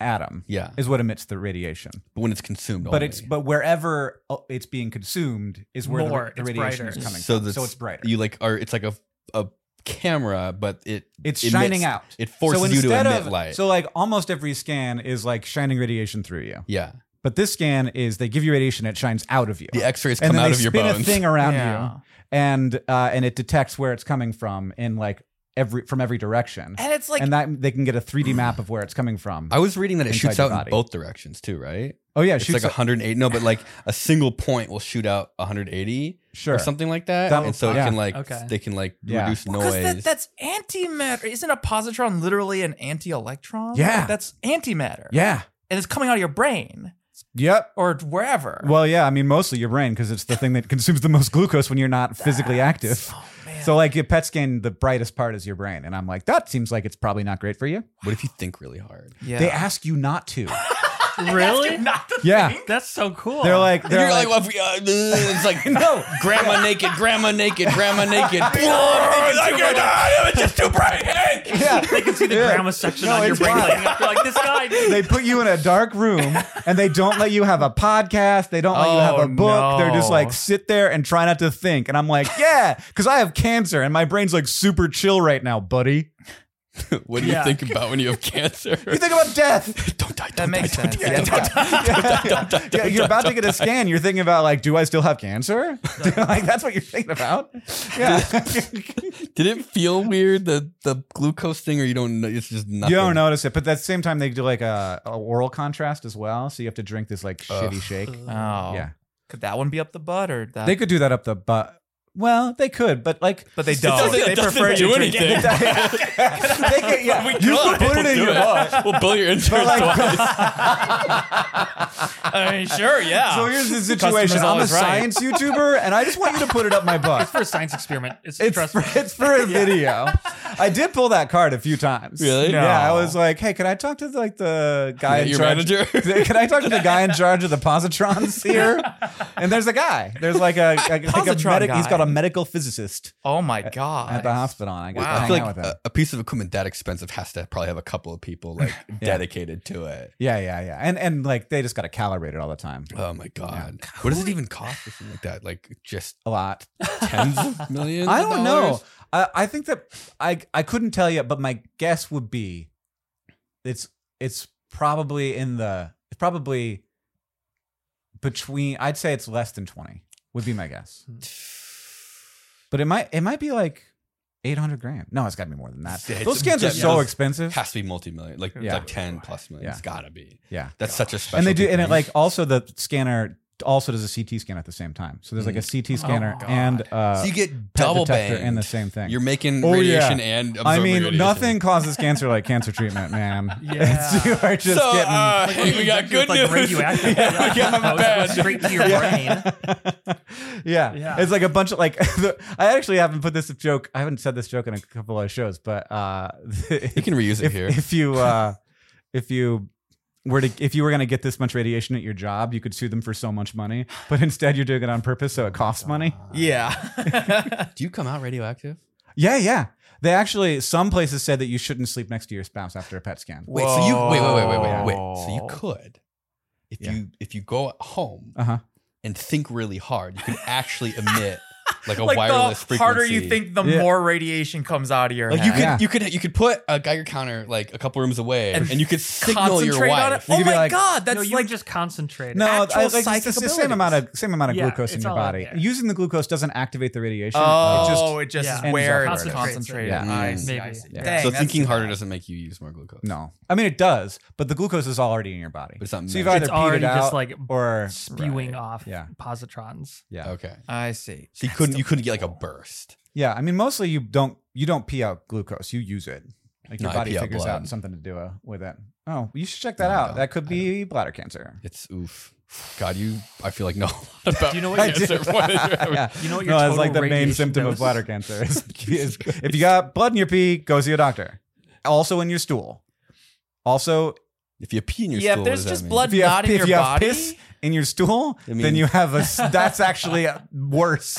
[SPEAKER 4] atom
[SPEAKER 2] Yeah,
[SPEAKER 4] is what emits the radiation.
[SPEAKER 2] when it's consumed.
[SPEAKER 4] But
[SPEAKER 2] only.
[SPEAKER 4] it's but wherever uh, it's being consumed is where the
[SPEAKER 3] More,
[SPEAKER 4] ra- the,
[SPEAKER 3] it's
[SPEAKER 4] radiation
[SPEAKER 3] brighter.
[SPEAKER 4] is coming
[SPEAKER 2] So
[SPEAKER 4] from.
[SPEAKER 2] that's-
[SPEAKER 4] So it's brighter.
[SPEAKER 2] you like are it's like a a camera, but it
[SPEAKER 4] it's
[SPEAKER 2] emits-
[SPEAKER 4] shining out.
[SPEAKER 2] It forces you to
[SPEAKER 4] instead
[SPEAKER 2] emit
[SPEAKER 4] of,
[SPEAKER 2] light.
[SPEAKER 4] So like almost every scan is like shining radiation through you.
[SPEAKER 2] yeah,
[SPEAKER 4] But this scan is they give you radiation, it shines out of you.
[SPEAKER 2] the X-rays
[SPEAKER 4] and
[SPEAKER 2] come
[SPEAKER 4] then
[SPEAKER 2] out
[SPEAKER 4] they
[SPEAKER 2] of your
[SPEAKER 4] spin a
[SPEAKER 2] bones.
[SPEAKER 4] thing around
[SPEAKER 5] Yeah.
[SPEAKER 4] you, and uh, and it detects where it's coming from in like every from every direction,
[SPEAKER 5] and it's like
[SPEAKER 4] and that they can get a 3D map of where it's coming from.
[SPEAKER 2] I was reading that it
[SPEAKER 4] inside
[SPEAKER 2] shoots
[SPEAKER 4] your
[SPEAKER 2] out in
[SPEAKER 4] body.
[SPEAKER 2] both directions too, right?
[SPEAKER 4] oh yeah,
[SPEAKER 2] It's
[SPEAKER 4] shoots
[SPEAKER 2] like
[SPEAKER 4] a-
[SPEAKER 2] 108. No, but like a single point will shoot out 180
[SPEAKER 4] sure.
[SPEAKER 2] or something like that,
[SPEAKER 4] That'll-
[SPEAKER 2] and so it
[SPEAKER 4] yeah.
[SPEAKER 2] can like
[SPEAKER 3] Okay.
[SPEAKER 2] they can like
[SPEAKER 4] Yeah.
[SPEAKER 2] reduce
[SPEAKER 5] because
[SPEAKER 2] noise.
[SPEAKER 5] that, that's antimatter. Isn't a positron literally an anti-electron?
[SPEAKER 4] Yeah.
[SPEAKER 5] Like, that's antimatter.
[SPEAKER 4] Yeah.
[SPEAKER 5] and it's coming out of your brain
[SPEAKER 4] Yep.
[SPEAKER 5] or wherever.
[SPEAKER 4] Well, yeah. I mean, mostly your brain because it's the thing that consumes the most glucose when you're not physically active.
[SPEAKER 5] Oh, man.
[SPEAKER 4] So like your PET scan, the brightest part is your brain, and I'm like, that seems like it's probably not great for you.
[SPEAKER 2] what if you think really hard?
[SPEAKER 5] yeah.
[SPEAKER 4] They ask you not to.
[SPEAKER 3] Really?
[SPEAKER 5] not the
[SPEAKER 4] yeah.
[SPEAKER 3] That's so cool.
[SPEAKER 4] They're like,
[SPEAKER 2] You're
[SPEAKER 4] they're like, "Oh,
[SPEAKER 2] like, well, if we, uh, it's like no, grandma naked, grandma naked, grandma naked. it's just too bright.
[SPEAKER 3] they can see the grandma section on your
[SPEAKER 4] it's
[SPEAKER 3] brain.
[SPEAKER 4] fine.
[SPEAKER 3] Like, you're like, this guy.
[SPEAKER 4] they put you in a dark room and they don't let you have a podcast. They don't let you have
[SPEAKER 5] Oh,
[SPEAKER 4] a book. They're just
[SPEAKER 5] no.
[SPEAKER 4] like, sit there and try not to think. And I'm like, yeah, because I have cancer and my brain's like super chill right now, buddy.
[SPEAKER 2] What do you
[SPEAKER 3] Yeah.
[SPEAKER 2] think about when you have cancer?
[SPEAKER 4] You think about death.
[SPEAKER 2] don't die. Don't
[SPEAKER 5] That
[SPEAKER 2] die,
[SPEAKER 5] makes
[SPEAKER 2] don't
[SPEAKER 5] sense.
[SPEAKER 2] die,
[SPEAKER 5] Yeah.
[SPEAKER 2] don't die.
[SPEAKER 4] Yeah, yeah. Yeah, you're about to get a scan. You're thinking about like, do I still have cancer? like that's what you're thinking about. Yeah.
[SPEAKER 2] Did it feel weird the the glucose thing, or you don't? know? It's just nothing.
[SPEAKER 4] You don't notice it, but at the same time, they do like a, a oral contrast as well. So you have to drink this like shitty shake.
[SPEAKER 5] Oh.
[SPEAKER 4] Yeah,
[SPEAKER 5] Could that one be up the butt or that?
[SPEAKER 4] they could do that up the butt. Well, they could, but like,
[SPEAKER 5] but they
[SPEAKER 2] It
[SPEAKER 5] don't.
[SPEAKER 2] doesn't,
[SPEAKER 5] They
[SPEAKER 2] it doesn't
[SPEAKER 5] prefer you
[SPEAKER 2] do
[SPEAKER 5] drink
[SPEAKER 2] anything.
[SPEAKER 4] they could, yeah, you could put it in your butt.
[SPEAKER 2] We'll bill your
[SPEAKER 4] But
[SPEAKER 2] insurance.
[SPEAKER 4] like,
[SPEAKER 5] I mean, sure, yeah.
[SPEAKER 4] so here's the
[SPEAKER 5] Customer's
[SPEAKER 4] situation. I'm a
[SPEAKER 5] always right.
[SPEAKER 4] science YouTuber, and I just want you to put it up my butt.
[SPEAKER 3] for a science experiment. It's,
[SPEAKER 4] It's
[SPEAKER 3] trust
[SPEAKER 4] for,
[SPEAKER 3] me.
[SPEAKER 4] it's for a video. I did pull that card a few times.
[SPEAKER 2] Really?
[SPEAKER 4] Yeah. I
[SPEAKER 5] No.
[SPEAKER 4] was like, hey, can I talk to like the guy in
[SPEAKER 2] your
[SPEAKER 4] charge?
[SPEAKER 2] manager?
[SPEAKER 4] can I talk to the guy in charge of the positrons here? And there's a guy. There's like a, I think a
[SPEAKER 5] Positron
[SPEAKER 4] medic, he's
[SPEAKER 5] guy.
[SPEAKER 4] got a medical physicist
[SPEAKER 5] oh my god.
[SPEAKER 4] at the hospital. And I got
[SPEAKER 5] Wow.
[SPEAKER 4] to
[SPEAKER 2] I
[SPEAKER 4] hang
[SPEAKER 2] feel
[SPEAKER 4] out
[SPEAKER 2] like uh,
[SPEAKER 4] with him.
[SPEAKER 2] a, a piece of equipment that expensive has to probably have a couple of people like dedicated to it.
[SPEAKER 4] yeah, yeah, yeah. And and like they just got to calibrate it all the time.
[SPEAKER 2] Oh my god! What does it even cost? or Something like that, like just
[SPEAKER 4] A lot.
[SPEAKER 2] tens of millions.
[SPEAKER 4] I
[SPEAKER 2] of
[SPEAKER 4] don't know.
[SPEAKER 2] dollars?
[SPEAKER 4] I, I think that I I couldn't tell you, but my guess would be it's it's probably in the it's probably between I'd say it's less than twenty would be my guess. But it might it might be like eight hundred grand. No, it's gotta be more than that.
[SPEAKER 2] Yeah, it's-
[SPEAKER 4] Those scans are so
[SPEAKER 2] yeah.
[SPEAKER 4] expensive.
[SPEAKER 2] Has to be multi-million, like
[SPEAKER 4] Yeah.
[SPEAKER 2] like ten plus million. It's
[SPEAKER 4] Yeah.
[SPEAKER 2] gotta be.
[SPEAKER 4] Yeah.
[SPEAKER 2] That's such a special.
[SPEAKER 4] And they do and it like also the scanner also does a CT scan at the same time. So there's like a CT scanner
[SPEAKER 5] God.
[SPEAKER 4] and uh
[SPEAKER 2] so you get
[SPEAKER 4] PET
[SPEAKER 2] double
[SPEAKER 4] detector
[SPEAKER 2] banged.
[SPEAKER 4] and the same thing.
[SPEAKER 2] You're making
[SPEAKER 4] Oh, yeah.
[SPEAKER 2] radiation and
[SPEAKER 4] I
[SPEAKER 2] absorbing
[SPEAKER 4] mean,
[SPEAKER 2] radiation.
[SPEAKER 4] nothing causes cancer like cancer treatment, man.
[SPEAKER 3] Yeah.
[SPEAKER 4] you are just
[SPEAKER 2] So
[SPEAKER 4] getting.
[SPEAKER 2] uh, hey, we got
[SPEAKER 3] Injected
[SPEAKER 2] good
[SPEAKER 3] with, like,
[SPEAKER 2] news.
[SPEAKER 3] Radioactive.
[SPEAKER 2] Yeah, we got
[SPEAKER 3] Oh, it's
[SPEAKER 2] bad.
[SPEAKER 3] going Straight to your brain.
[SPEAKER 4] yeah.
[SPEAKER 3] Yeah.
[SPEAKER 4] it's like a bunch of like. The, I actually haven't put this joke. I haven't said this joke in a couple of shows, but uh,
[SPEAKER 2] You can reuse it
[SPEAKER 4] if,
[SPEAKER 2] here.
[SPEAKER 4] if you uh, if you were to if you were going to get this much radiation at your job, you could sue them for so much money. But instead, you're doing it on purpose, so it costs money.
[SPEAKER 5] yeah.
[SPEAKER 2] do you come out radioactive?
[SPEAKER 4] Yeah, yeah. They actually some places said that you shouldn't sleep next to your spouse after a PET scan.
[SPEAKER 2] Wait, so you wait, wait, wait, wait, wait,
[SPEAKER 5] Whoa.
[SPEAKER 2] wait. So you could, if
[SPEAKER 4] Yeah.
[SPEAKER 2] you if you go home
[SPEAKER 4] Uh huh.
[SPEAKER 5] Uh-huh.
[SPEAKER 2] and think really hard, you can actually emit like a
[SPEAKER 5] like
[SPEAKER 2] wireless
[SPEAKER 5] the
[SPEAKER 2] frequency.
[SPEAKER 5] harder you think, the
[SPEAKER 4] Yeah.
[SPEAKER 5] more radiation comes out of your
[SPEAKER 2] Like you
[SPEAKER 5] head.
[SPEAKER 2] could
[SPEAKER 4] Yeah.
[SPEAKER 2] you could you could put a Geiger counter like a couple rooms away and,
[SPEAKER 5] And
[SPEAKER 2] you could signal your
[SPEAKER 5] Concentrate
[SPEAKER 2] wife.
[SPEAKER 5] on it.
[SPEAKER 4] You
[SPEAKER 5] Oh
[SPEAKER 4] could be
[SPEAKER 5] my
[SPEAKER 4] like,
[SPEAKER 5] god, that's
[SPEAKER 3] no, you
[SPEAKER 5] like
[SPEAKER 3] would just concentrate.
[SPEAKER 4] No,
[SPEAKER 3] it.
[SPEAKER 4] I-
[SPEAKER 5] actual
[SPEAKER 4] like, it's, it's the same
[SPEAKER 5] psychic
[SPEAKER 4] amount of same amount of
[SPEAKER 3] Yeah,
[SPEAKER 4] glucose in
[SPEAKER 3] it's
[SPEAKER 4] your
[SPEAKER 3] all out
[SPEAKER 4] body.
[SPEAKER 3] there.
[SPEAKER 4] Using the glucose doesn't activate the radiation.
[SPEAKER 5] oh,
[SPEAKER 4] it just
[SPEAKER 5] it just
[SPEAKER 3] yeah.
[SPEAKER 5] is where
[SPEAKER 3] Ends
[SPEAKER 5] it's
[SPEAKER 3] up
[SPEAKER 2] concentrated.
[SPEAKER 5] concentrated.
[SPEAKER 2] Yeah.
[SPEAKER 5] I
[SPEAKER 2] Mm.
[SPEAKER 5] see.
[SPEAKER 3] Maybe.
[SPEAKER 5] I see.
[SPEAKER 4] Yeah.
[SPEAKER 5] Dang,
[SPEAKER 2] so
[SPEAKER 5] that's
[SPEAKER 2] thinking
[SPEAKER 5] too
[SPEAKER 2] harder
[SPEAKER 5] bad.
[SPEAKER 2] doesn't make you use more glucose.
[SPEAKER 4] no, I mean it does, but the glucose is already in your body.
[SPEAKER 2] But it's not
[SPEAKER 4] so you've either
[SPEAKER 2] measured.
[SPEAKER 3] It's
[SPEAKER 4] peed it
[SPEAKER 3] already
[SPEAKER 4] out
[SPEAKER 3] just, like,
[SPEAKER 4] or
[SPEAKER 3] spewing
[SPEAKER 4] Right.
[SPEAKER 3] off
[SPEAKER 4] Yeah.
[SPEAKER 3] positrons.
[SPEAKER 4] Yeah,
[SPEAKER 2] Okay.
[SPEAKER 5] I see.
[SPEAKER 2] So you couldn't
[SPEAKER 5] That's still
[SPEAKER 2] you couldn't get like a
[SPEAKER 5] cool.
[SPEAKER 2] burst.
[SPEAKER 4] yeah. I mean, mostly you don't you don't pee out glucose. You use it. Like your
[SPEAKER 2] No, I
[SPEAKER 4] body
[SPEAKER 2] pee out
[SPEAKER 4] figures
[SPEAKER 2] blood.
[SPEAKER 4] out something to do uh, with it. Oh, you should check that
[SPEAKER 2] No, I
[SPEAKER 4] out.
[SPEAKER 2] don't.
[SPEAKER 4] That could
[SPEAKER 2] I
[SPEAKER 4] be bladder cancer.
[SPEAKER 2] It's oof. God, you I feel like no about
[SPEAKER 3] Do you know
[SPEAKER 4] I
[SPEAKER 3] what?
[SPEAKER 4] did
[SPEAKER 3] Your,
[SPEAKER 2] cancer. What is your-
[SPEAKER 4] yeah.
[SPEAKER 3] you know what? Your
[SPEAKER 4] No, that's
[SPEAKER 3] total
[SPEAKER 4] like the main
[SPEAKER 3] radiation
[SPEAKER 4] symptom
[SPEAKER 3] dose
[SPEAKER 4] of bladder cancer. Is, is if you got blood in your pee, go see a doctor. Also in your stool. Also,
[SPEAKER 2] If you pee in your
[SPEAKER 5] Yeah, if
[SPEAKER 2] stool, what
[SPEAKER 5] there's
[SPEAKER 2] does that
[SPEAKER 5] just
[SPEAKER 2] mean?
[SPEAKER 5] blood-
[SPEAKER 4] if you have,
[SPEAKER 5] Not in
[SPEAKER 4] if
[SPEAKER 5] your
[SPEAKER 4] you have
[SPEAKER 5] body?
[SPEAKER 4] piss in your stool,
[SPEAKER 2] I mean-
[SPEAKER 4] then you have a. s- That's actually worse.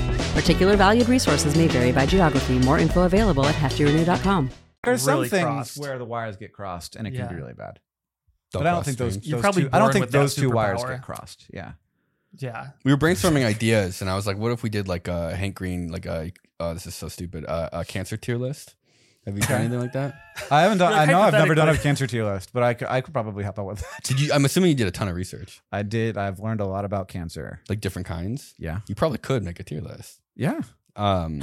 [SPEAKER 6] Particular valued resources may vary by geography. More info available at heftyrenew.com.
[SPEAKER 4] there's
[SPEAKER 3] really
[SPEAKER 4] some things
[SPEAKER 3] crossed.
[SPEAKER 4] where the wires get crossed, and it
[SPEAKER 3] Yeah.
[SPEAKER 4] can be really bad. but
[SPEAKER 2] Don't
[SPEAKER 4] I don't
[SPEAKER 2] cross
[SPEAKER 4] think those.
[SPEAKER 2] streams.
[SPEAKER 3] You're
[SPEAKER 4] those
[SPEAKER 3] probably
[SPEAKER 4] two, I don't
[SPEAKER 3] born
[SPEAKER 4] think
[SPEAKER 3] with that
[SPEAKER 4] those two wires
[SPEAKER 3] superpower.
[SPEAKER 4] get crossed. Yeah.
[SPEAKER 3] Yeah.
[SPEAKER 2] We were brainstorming ideas, and I was like, "What if we did like a Hank Green, like a uh, this is so stupid, uh, a cancer tier list? Have you done anything like that?
[SPEAKER 4] I haven't done.
[SPEAKER 3] Like,
[SPEAKER 4] I know I've never done a
[SPEAKER 3] hypothetically.
[SPEAKER 4] cancer tier list, but I could, I could probably help out with that.
[SPEAKER 2] Did you? I'm assuming you did a ton of research,
[SPEAKER 4] I did. I've learned a lot about cancer.
[SPEAKER 2] like different kinds.
[SPEAKER 4] Yeah.
[SPEAKER 2] You probably could make a tier list.
[SPEAKER 4] Yeah.
[SPEAKER 2] Um,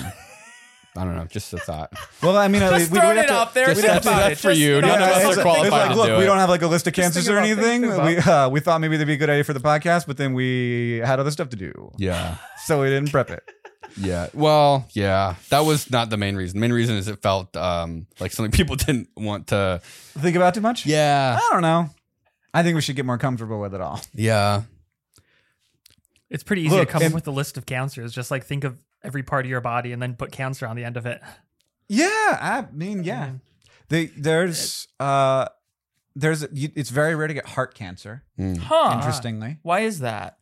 [SPEAKER 2] I don't know, just a thought.
[SPEAKER 4] Well, I mean,
[SPEAKER 5] Just
[SPEAKER 4] we,
[SPEAKER 5] throw it out there.
[SPEAKER 2] Just
[SPEAKER 5] think
[SPEAKER 2] that's-
[SPEAKER 5] about
[SPEAKER 2] that's
[SPEAKER 5] it.
[SPEAKER 2] for
[SPEAKER 5] Just
[SPEAKER 2] you.
[SPEAKER 5] throw
[SPEAKER 2] None
[SPEAKER 5] it
[SPEAKER 2] of us
[SPEAKER 5] out
[SPEAKER 2] are
[SPEAKER 5] there.
[SPEAKER 2] qualified
[SPEAKER 4] it's like,
[SPEAKER 2] to
[SPEAKER 4] look,
[SPEAKER 2] do
[SPEAKER 4] we
[SPEAKER 2] it.
[SPEAKER 4] don't have like a list of
[SPEAKER 5] Just
[SPEAKER 4] cancers
[SPEAKER 5] think
[SPEAKER 4] or
[SPEAKER 5] about-
[SPEAKER 4] anything.
[SPEAKER 5] think about-
[SPEAKER 4] We uh, we thought maybe that'd be a good idea for the podcast, but then we had other stuff to do,
[SPEAKER 2] Yeah,
[SPEAKER 4] so we didn't prep it.
[SPEAKER 2] yeah. Well, yeah. That was not the main reason. main reason is it felt um like something people didn't want to.
[SPEAKER 4] Think about too much.
[SPEAKER 2] Yeah,
[SPEAKER 4] I don't know. I think we should get more comfortable with it all.
[SPEAKER 2] yeah.
[SPEAKER 3] It's pretty easy
[SPEAKER 4] Look,
[SPEAKER 3] to come
[SPEAKER 4] and-
[SPEAKER 3] up with a list of cancers. Just like think of every part of your body and then put cancer on the end of it.
[SPEAKER 4] Yeah, I mean, yeah. They, there's uh, there's you, it's very rare to get heart cancer.
[SPEAKER 2] Mm.
[SPEAKER 5] Huh.
[SPEAKER 4] Interestingly,
[SPEAKER 5] Why is that?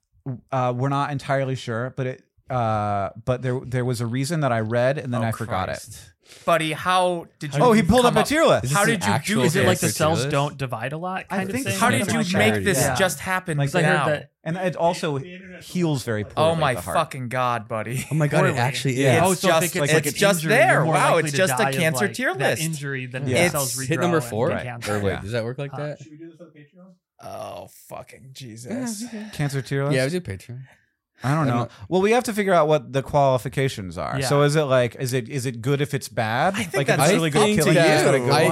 [SPEAKER 4] uh, we're not entirely sure, but it uh, but there there was a reason that I read and then
[SPEAKER 5] Oh,
[SPEAKER 4] I forgot it.
[SPEAKER 5] Christ. Buddy, how did you
[SPEAKER 4] Oh, he pulled up
[SPEAKER 5] come
[SPEAKER 4] a tier list.
[SPEAKER 2] Is
[SPEAKER 5] How
[SPEAKER 2] this an
[SPEAKER 5] did you do-
[SPEAKER 2] actual
[SPEAKER 5] is
[SPEAKER 3] Is it like
[SPEAKER 2] cancer
[SPEAKER 3] the
[SPEAKER 2] tier
[SPEAKER 3] cells
[SPEAKER 2] list?
[SPEAKER 3] don't divide a lot
[SPEAKER 4] I
[SPEAKER 3] kind of
[SPEAKER 4] think
[SPEAKER 3] thing?
[SPEAKER 4] so.
[SPEAKER 5] How did
[SPEAKER 4] Something
[SPEAKER 5] you
[SPEAKER 4] like that.
[SPEAKER 5] make this
[SPEAKER 3] Yeah.
[SPEAKER 5] just happen
[SPEAKER 4] Like,
[SPEAKER 3] I heard
[SPEAKER 5] now?
[SPEAKER 3] that-
[SPEAKER 4] And it also heals very poorly.
[SPEAKER 5] Oh my
[SPEAKER 4] the heart.
[SPEAKER 5] fucking god, buddy.
[SPEAKER 2] Oh my god, it
[SPEAKER 3] Poorly.
[SPEAKER 2] actually is.
[SPEAKER 4] Yeah.
[SPEAKER 5] It's
[SPEAKER 3] Oh, so if
[SPEAKER 5] just-
[SPEAKER 3] it gets,
[SPEAKER 5] it's
[SPEAKER 3] like an
[SPEAKER 5] just
[SPEAKER 3] injury,
[SPEAKER 5] there.
[SPEAKER 3] you're more
[SPEAKER 5] Wow,
[SPEAKER 3] likely
[SPEAKER 5] it's
[SPEAKER 3] to
[SPEAKER 5] just a
[SPEAKER 3] die of,
[SPEAKER 5] cancer
[SPEAKER 3] like,
[SPEAKER 5] tier
[SPEAKER 3] that
[SPEAKER 5] list.
[SPEAKER 3] Injury than
[SPEAKER 4] Yeah.
[SPEAKER 3] the cells
[SPEAKER 5] It's-
[SPEAKER 2] Hit
[SPEAKER 3] regrow
[SPEAKER 2] number
[SPEAKER 3] and get
[SPEAKER 2] four.
[SPEAKER 3] cancer. Uh,
[SPEAKER 2] Or wait,
[SPEAKER 4] Yeah.
[SPEAKER 2] does that work like
[SPEAKER 3] Huh.
[SPEAKER 2] that?
[SPEAKER 1] Should we do this on Patreon?
[SPEAKER 5] Oh fucking Jesus.
[SPEAKER 4] cancer tier list.
[SPEAKER 2] Yeah, we do Patreon.
[SPEAKER 4] I don't
[SPEAKER 2] I'm
[SPEAKER 4] know.
[SPEAKER 2] not-
[SPEAKER 4] Well, we have to figure out what the qualifications are.
[SPEAKER 3] Yeah.
[SPEAKER 4] So is it like is it is it good if it's bad?
[SPEAKER 5] think
[SPEAKER 4] like
[SPEAKER 5] that's
[SPEAKER 4] it's
[SPEAKER 5] I
[SPEAKER 4] really good
[SPEAKER 5] think
[SPEAKER 4] killing you.
[SPEAKER 5] that-
[SPEAKER 4] Is that a good
[SPEAKER 5] I-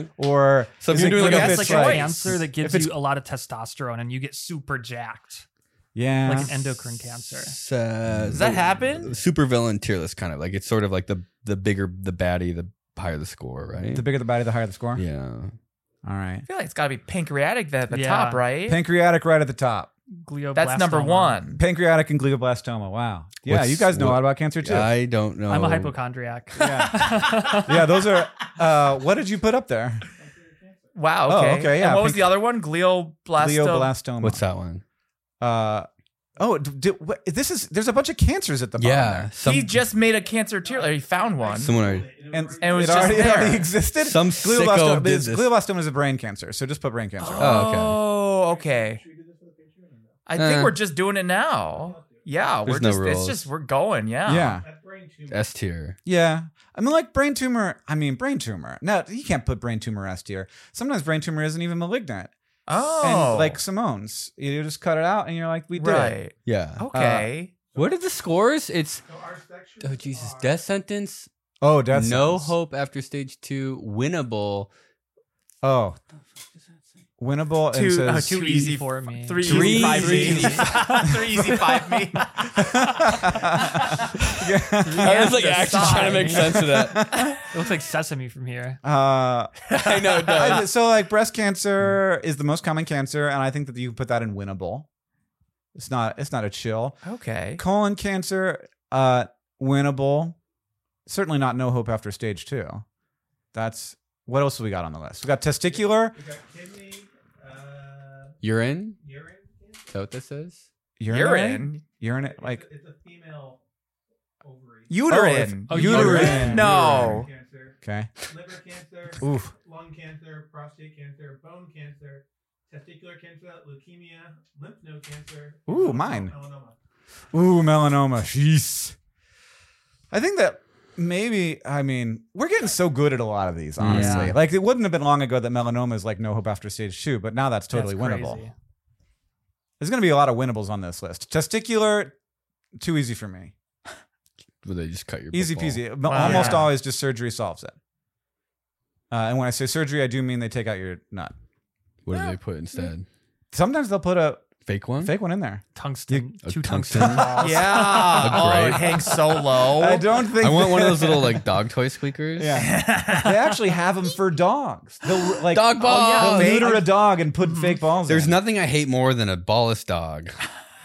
[SPEAKER 4] one? Or
[SPEAKER 2] So if
[SPEAKER 4] is
[SPEAKER 2] you're
[SPEAKER 4] it
[SPEAKER 2] doing
[SPEAKER 4] good
[SPEAKER 2] like
[SPEAKER 4] if
[SPEAKER 2] a-
[SPEAKER 4] it's
[SPEAKER 3] That's like
[SPEAKER 5] like-
[SPEAKER 3] a cancer that gives
[SPEAKER 4] if it's-
[SPEAKER 3] you a lot of testosterone and you get super jacked,
[SPEAKER 4] yeah.
[SPEAKER 3] like an endocrine cancer.
[SPEAKER 2] Does
[SPEAKER 5] Does that happen?
[SPEAKER 2] Super villain tier list, kind of like it's sort of like the the bigger the baddie, the higher the score, right?
[SPEAKER 4] the bigger the body, the higher the score.
[SPEAKER 2] yeah.
[SPEAKER 4] All right.
[SPEAKER 5] I feel like it's got to be pancreatic then at the
[SPEAKER 3] Yeah.
[SPEAKER 5] top, right?
[SPEAKER 4] Pancreatic right at the top.
[SPEAKER 3] Glioblastoma.
[SPEAKER 5] That's number one.
[SPEAKER 4] Pancreatic and glioblastoma. Wow. Yeah,
[SPEAKER 2] What's-
[SPEAKER 4] you guys know a
[SPEAKER 2] what-
[SPEAKER 4] lot about cancer too.
[SPEAKER 2] I don't know.
[SPEAKER 3] I'm a hypochondriac.
[SPEAKER 4] Yeah. yeah, those are uh what did you put up there?
[SPEAKER 5] Wow.
[SPEAKER 4] Oh,
[SPEAKER 5] Okay.
[SPEAKER 4] okay, yeah,
[SPEAKER 5] And what was
[SPEAKER 4] panc-
[SPEAKER 5] the other one? Glioblastoma.
[SPEAKER 4] Glioblastoma.
[SPEAKER 2] What's that one?
[SPEAKER 4] Uh Oh, d- d- what, this is there's a bunch of cancers at the bottom
[SPEAKER 2] Yeah.
[SPEAKER 4] there.
[SPEAKER 2] Some,
[SPEAKER 5] he just made a cancer tier. Or he found one.
[SPEAKER 2] someone already-
[SPEAKER 4] And,
[SPEAKER 5] And it was
[SPEAKER 4] it
[SPEAKER 5] just
[SPEAKER 4] already, it
[SPEAKER 5] there.
[SPEAKER 4] already existed.
[SPEAKER 2] Some sicko did
[SPEAKER 4] is,
[SPEAKER 2] this.
[SPEAKER 4] glioblastoma is a brain cancer, so just put brain cancer.
[SPEAKER 2] Oh, okay.
[SPEAKER 5] Oh, okay. I think
[SPEAKER 2] Uh.
[SPEAKER 5] we're just doing it now. Yeah,
[SPEAKER 2] There's
[SPEAKER 5] we're
[SPEAKER 2] no
[SPEAKER 5] just it's
[SPEAKER 2] rules.
[SPEAKER 5] just we're going. Yeah.
[SPEAKER 4] yeah,
[SPEAKER 1] That's brain tumor.
[SPEAKER 2] S tier.
[SPEAKER 4] yeah. I mean, like brain tumor. I mean, brain tumor. No, you can't put brain tumor S tier. Sometimes brain tumor isn't even malignant.
[SPEAKER 5] Oh.
[SPEAKER 4] and like Simone's, you just cut it out, and you're like, we did. it.
[SPEAKER 5] right.
[SPEAKER 2] Yeah.
[SPEAKER 5] Okay.
[SPEAKER 2] Uh, What are the scores? It's
[SPEAKER 1] So our sections
[SPEAKER 2] oh Jesus,
[SPEAKER 1] are-
[SPEAKER 2] death sentence.
[SPEAKER 4] Oh, that's
[SPEAKER 2] no hope after stage two. Winnable.
[SPEAKER 4] Oh, winnable. and
[SPEAKER 5] Too, uh,
[SPEAKER 4] says,
[SPEAKER 5] too
[SPEAKER 3] Three
[SPEAKER 5] easy
[SPEAKER 3] for me.
[SPEAKER 5] Three,
[SPEAKER 2] Three
[SPEAKER 5] easy five me.
[SPEAKER 2] easy.
[SPEAKER 5] three easy five me.
[SPEAKER 2] I was
[SPEAKER 5] like,
[SPEAKER 2] like actually
[SPEAKER 5] Yeah, actually the
[SPEAKER 2] trying to make sense of that.
[SPEAKER 3] It looks like sesame from here.
[SPEAKER 4] uh,
[SPEAKER 2] I know. It
[SPEAKER 4] I-
[SPEAKER 2] does.
[SPEAKER 4] so like breast cancer is the most common cancer, and I think that you can put that in winnable. It's not. It's not a chill.
[SPEAKER 5] okay.
[SPEAKER 4] Colon cancer. Uh, winnable. Certainly not no hope after stage two. That's what else have we got on the list? We got testicular.
[SPEAKER 1] We got kidney, uh,
[SPEAKER 2] Urine?
[SPEAKER 1] urine. cancer.
[SPEAKER 2] Is that what this is?
[SPEAKER 5] Urine.
[SPEAKER 4] Urine. Like
[SPEAKER 1] It's a- it's a female ovary.
[SPEAKER 5] Uterine.
[SPEAKER 3] Oh,
[SPEAKER 4] uterine.
[SPEAKER 5] No.
[SPEAKER 1] Cancer,
[SPEAKER 4] okay.
[SPEAKER 1] liver cancer,
[SPEAKER 4] Oof.
[SPEAKER 1] lung cancer, prostate cancer, bone cancer, testicular cancer, leukemia, lymph node cancer.
[SPEAKER 4] Ooh, mine.
[SPEAKER 1] Melanoma.
[SPEAKER 4] Ooh, melanoma. Jeez. I think that maybe, I mean, we're getting so good at a lot of these, honestly.
[SPEAKER 5] Yeah.
[SPEAKER 4] Like, it wouldn't have been long ago that melanoma is like no hope after stage two, but now that's totally
[SPEAKER 3] That's
[SPEAKER 4] winnable.
[SPEAKER 3] crazy.
[SPEAKER 4] There's going to be a lot of winnables on this list. Testicular, too easy for me.
[SPEAKER 2] Well, they just cut your
[SPEAKER 4] Easy
[SPEAKER 2] bubble.
[SPEAKER 4] peasy.
[SPEAKER 5] Wow.
[SPEAKER 4] Almost
[SPEAKER 5] Yeah.
[SPEAKER 4] always just surgery solves it. Uh, and when I say surgery, I do mean they take out your nut.
[SPEAKER 2] What do they put instead?
[SPEAKER 4] Sometimes they'll put a
[SPEAKER 2] Fake one?
[SPEAKER 4] fake one in there.
[SPEAKER 3] Tungsten.
[SPEAKER 2] A
[SPEAKER 3] two
[SPEAKER 2] tungsten?
[SPEAKER 3] tungsten. balls.
[SPEAKER 5] Yeah. oh,
[SPEAKER 2] Great.
[SPEAKER 5] it hangs so low.
[SPEAKER 4] I don't think
[SPEAKER 2] I want one of those little like dog toy squeakers.
[SPEAKER 4] Yeah, they actually have them for dogs. They'll like
[SPEAKER 2] Dog
[SPEAKER 4] They'll
[SPEAKER 2] balls!
[SPEAKER 4] neuter a dog and put fake balls.
[SPEAKER 2] Mhm. There's
[SPEAKER 4] in.
[SPEAKER 2] nothing I hate more than a ballless dog.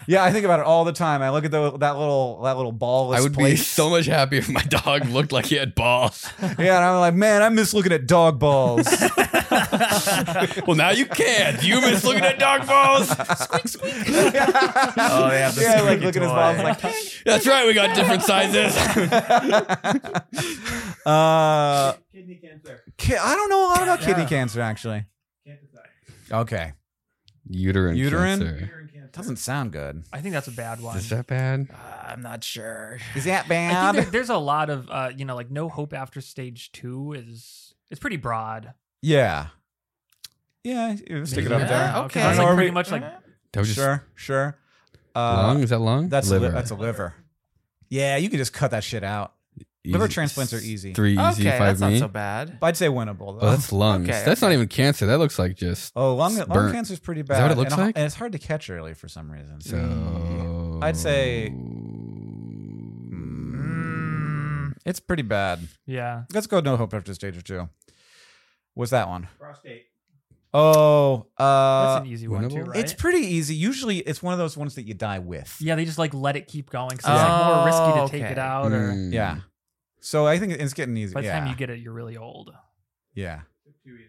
[SPEAKER 4] Yeah, I think about it all the time. I look at the, that little that little ballless
[SPEAKER 2] I would
[SPEAKER 4] plate.
[SPEAKER 2] be so much happier if my dog looked like he had balls.
[SPEAKER 4] yeah, and I'm like, man, I miss looking at dog balls.
[SPEAKER 2] well, now you can't. You miss looking at dog balls.
[SPEAKER 5] Oh, yeah. the
[SPEAKER 4] yeah, like
[SPEAKER 5] squeaky
[SPEAKER 4] looking at his
[SPEAKER 5] toy.
[SPEAKER 4] balls. Like,
[SPEAKER 2] That's right. We got different sizes.
[SPEAKER 4] uh,
[SPEAKER 1] Kidney cancer.
[SPEAKER 4] ki- I don't know a lot about kidney cancer actually.
[SPEAKER 1] Cancer side.
[SPEAKER 4] Okay,
[SPEAKER 2] Uterine.
[SPEAKER 4] Uterine?
[SPEAKER 2] cancer.
[SPEAKER 1] Urine cancer.
[SPEAKER 4] doesn't sound good.
[SPEAKER 3] I think that's a bad one.
[SPEAKER 2] Is that bad?
[SPEAKER 5] I'm not sure.
[SPEAKER 4] Is that
[SPEAKER 3] I
[SPEAKER 4] bad?
[SPEAKER 3] think there- there's a lot of uh, you know, like no hope after stage two is it's pretty broad.
[SPEAKER 4] yeah, yeah. you Stick it up
[SPEAKER 3] Yeah,
[SPEAKER 4] there.
[SPEAKER 5] okay.
[SPEAKER 3] That's
[SPEAKER 4] Are
[SPEAKER 3] like
[SPEAKER 4] we-
[SPEAKER 3] pretty much like
[SPEAKER 2] That was just
[SPEAKER 4] Sure, sure. Uh,
[SPEAKER 2] lung. Is that lung?
[SPEAKER 4] that's a
[SPEAKER 2] liver.
[SPEAKER 4] li- that's a liver. Yeah, you can just cut that shit out. liver transplants are easy.
[SPEAKER 2] Three easy,
[SPEAKER 5] okay,
[SPEAKER 2] five
[SPEAKER 5] that's not
[SPEAKER 2] me.
[SPEAKER 5] so bad.
[SPEAKER 4] I'd say winnable though.
[SPEAKER 2] Oh, that's lungs.
[SPEAKER 5] Okay,
[SPEAKER 2] that's
[SPEAKER 5] okay.
[SPEAKER 2] not even cancer. That looks like just
[SPEAKER 4] Oh, lung,
[SPEAKER 2] It's
[SPEAKER 4] lung
[SPEAKER 2] burnt.
[SPEAKER 4] cancer's pretty bad.
[SPEAKER 2] that what it looks
[SPEAKER 4] and,
[SPEAKER 2] like?
[SPEAKER 4] And it's hard to catch early for some reason.
[SPEAKER 2] so.
[SPEAKER 4] I'd say Mm, it's pretty bad.
[SPEAKER 3] yeah.
[SPEAKER 4] Let's go no hope after stage or two. What's that one?
[SPEAKER 1] Prostate.
[SPEAKER 4] Oh, uh,
[SPEAKER 3] That's an easy one too,
[SPEAKER 2] winnable?
[SPEAKER 3] right?
[SPEAKER 4] it's pretty easy. Usually, it's one of those ones that you die with.
[SPEAKER 3] yeah, they just like let it keep going. So
[SPEAKER 5] Yeah.
[SPEAKER 3] it's like more risky to
[SPEAKER 5] Oh,
[SPEAKER 3] take
[SPEAKER 5] okay.
[SPEAKER 3] it out or
[SPEAKER 2] Mm.
[SPEAKER 4] Yeah. So I think it's getting easy.
[SPEAKER 3] by the
[SPEAKER 4] yeah.
[SPEAKER 3] time you get it, you're really old.
[SPEAKER 4] yeah.
[SPEAKER 1] Too easy. E.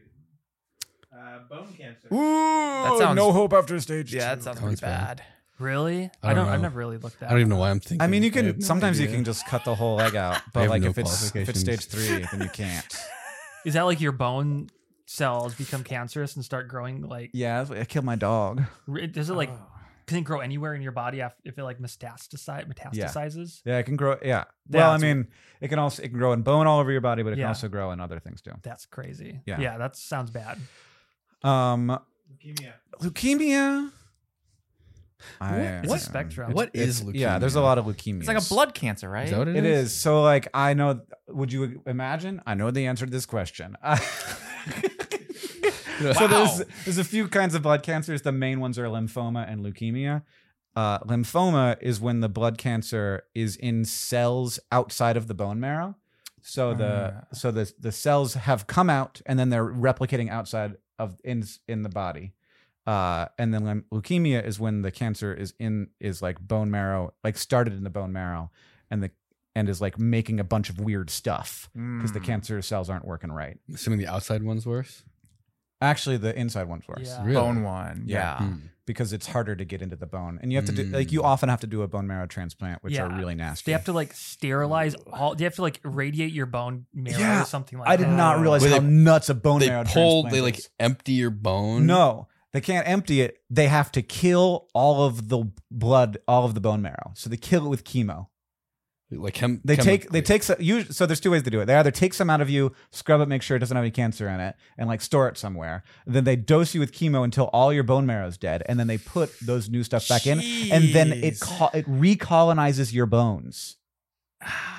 [SPEAKER 1] Uh, bone cancer.
[SPEAKER 4] Ooh,
[SPEAKER 5] sounds-
[SPEAKER 4] no hope after stage.
[SPEAKER 5] Yeah,
[SPEAKER 4] two.
[SPEAKER 5] that sounds pretty
[SPEAKER 2] Sounds bad.
[SPEAKER 5] bad.
[SPEAKER 3] Really?
[SPEAKER 2] I
[SPEAKER 3] I
[SPEAKER 2] don't
[SPEAKER 3] don't I've
[SPEAKER 2] know.
[SPEAKER 3] never really looked at
[SPEAKER 2] I don't even know why I'm thinking.
[SPEAKER 4] I mean, you
[SPEAKER 2] have
[SPEAKER 4] can.
[SPEAKER 2] no
[SPEAKER 4] Sometimes you
[SPEAKER 2] idea.
[SPEAKER 4] can just cut the whole leg out,
[SPEAKER 2] I
[SPEAKER 4] but
[SPEAKER 2] have
[SPEAKER 4] like
[SPEAKER 2] no
[SPEAKER 4] if it's if it's stage three,
[SPEAKER 2] qualifications.
[SPEAKER 4] then you can't.
[SPEAKER 3] Is that like your bone cells become cancerous and start growing like
[SPEAKER 4] Yeah, that's why I killed my dog.
[SPEAKER 3] r- does it like
[SPEAKER 4] Oh.
[SPEAKER 3] can it grow anywhere in your body af- if it like metastasize metastasizes?
[SPEAKER 4] Yeah, it can grow. Yeah.
[SPEAKER 3] Yeah,
[SPEAKER 4] Well, I
[SPEAKER 3] it's-
[SPEAKER 4] mean, it can also it can grow in bone all over your body, but it
[SPEAKER 3] Yeah.
[SPEAKER 4] can also grow in other things too.
[SPEAKER 3] That's crazy.
[SPEAKER 4] Yeah.
[SPEAKER 3] Yeah, that sounds bad.
[SPEAKER 4] Um,
[SPEAKER 1] Leukemia.
[SPEAKER 4] leukemia. I-
[SPEAKER 3] It's a spectrum.
[SPEAKER 2] What is leukemia?
[SPEAKER 4] Yeah, there's a lot of leukemia.
[SPEAKER 5] It's like a blood cancer, right?
[SPEAKER 2] Is that what
[SPEAKER 4] It is. So, like, I know. Would you imagine? I know the answer to this question. So there's there's a few kinds of blood cancers. The main ones are lymphoma and leukemia. Uh, lymphoma is when the blood cancer is in cells outside of the bone marrow. So the so the the cells have come out and then they're replicating outside of in in the body. Uh, and then lym- leukemia is when the cancer is in is like bone marrow, like started in the bone marrow, and the and is like making a bunch of weird stuff
[SPEAKER 5] Hmm.
[SPEAKER 4] because
[SPEAKER 2] Hmm.
[SPEAKER 4] the cancer cells aren't working right.
[SPEAKER 2] Assuming the outside one's worse.
[SPEAKER 4] Actually, the inside one's worse
[SPEAKER 3] Yeah.
[SPEAKER 2] Really?
[SPEAKER 5] Bone one.
[SPEAKER 4] Yeah.
[SPEAKER 5] Yeah.
[SPEAKER 2] Hmm.
[SPEAKER 4] because it's harder to get into the bone, and you have to do like
[SPEAKER 2] Mm.
[SPEAKER 4] you often have to do a bone marrow transplant, which
[SPEAKER 3] Yeah.
[SPEAKER 4] are really nasty.
[SPEAKER 3] They have to like sterilize all. They have to like irradiate your bone marrow
[SPEAKER 4] Yeah,
[SPEAKER 3] or something like uh,
[SPEAKER 4] I
[SPEAKER 3] that.
[SPEAKER 4] did not realize
[SPEAKER 2] Wait,
[SPEAKER 4] how
[SPEAKER 2] they-
[SPEAKER 4] nuts a bone
[SPEAKER 2] They
[SPEAKER 4] marrow
[SPEAKER 2] pull.
[SPEAKER 4] transplant
[SPEAKER 2] They like
[SPEAKER 4] is.
[SPEAKER 2] empty your bone.
[SPEAKER 4] no, they can't empty it. They have to kill all of the blood, all of the bone marrow. So they kill it with chemo.
[SPEAKER 2] Like chem-
[SPEAKER 4] They take
[SPEAKER 2] chemically.
[SPEAKER 4] they take so, usu- so there's two ways to do it. They either take some out of you, scrub it, make sure it doesn't have any cancer in it, and like store it somewhere. Then they dose you with chemo until all your bone marrow is dead, and then they put those new stuff back in, and then it
[SPEAKER 5] Jeez.
[SPEAKER 4] co- it recolonizes your bones,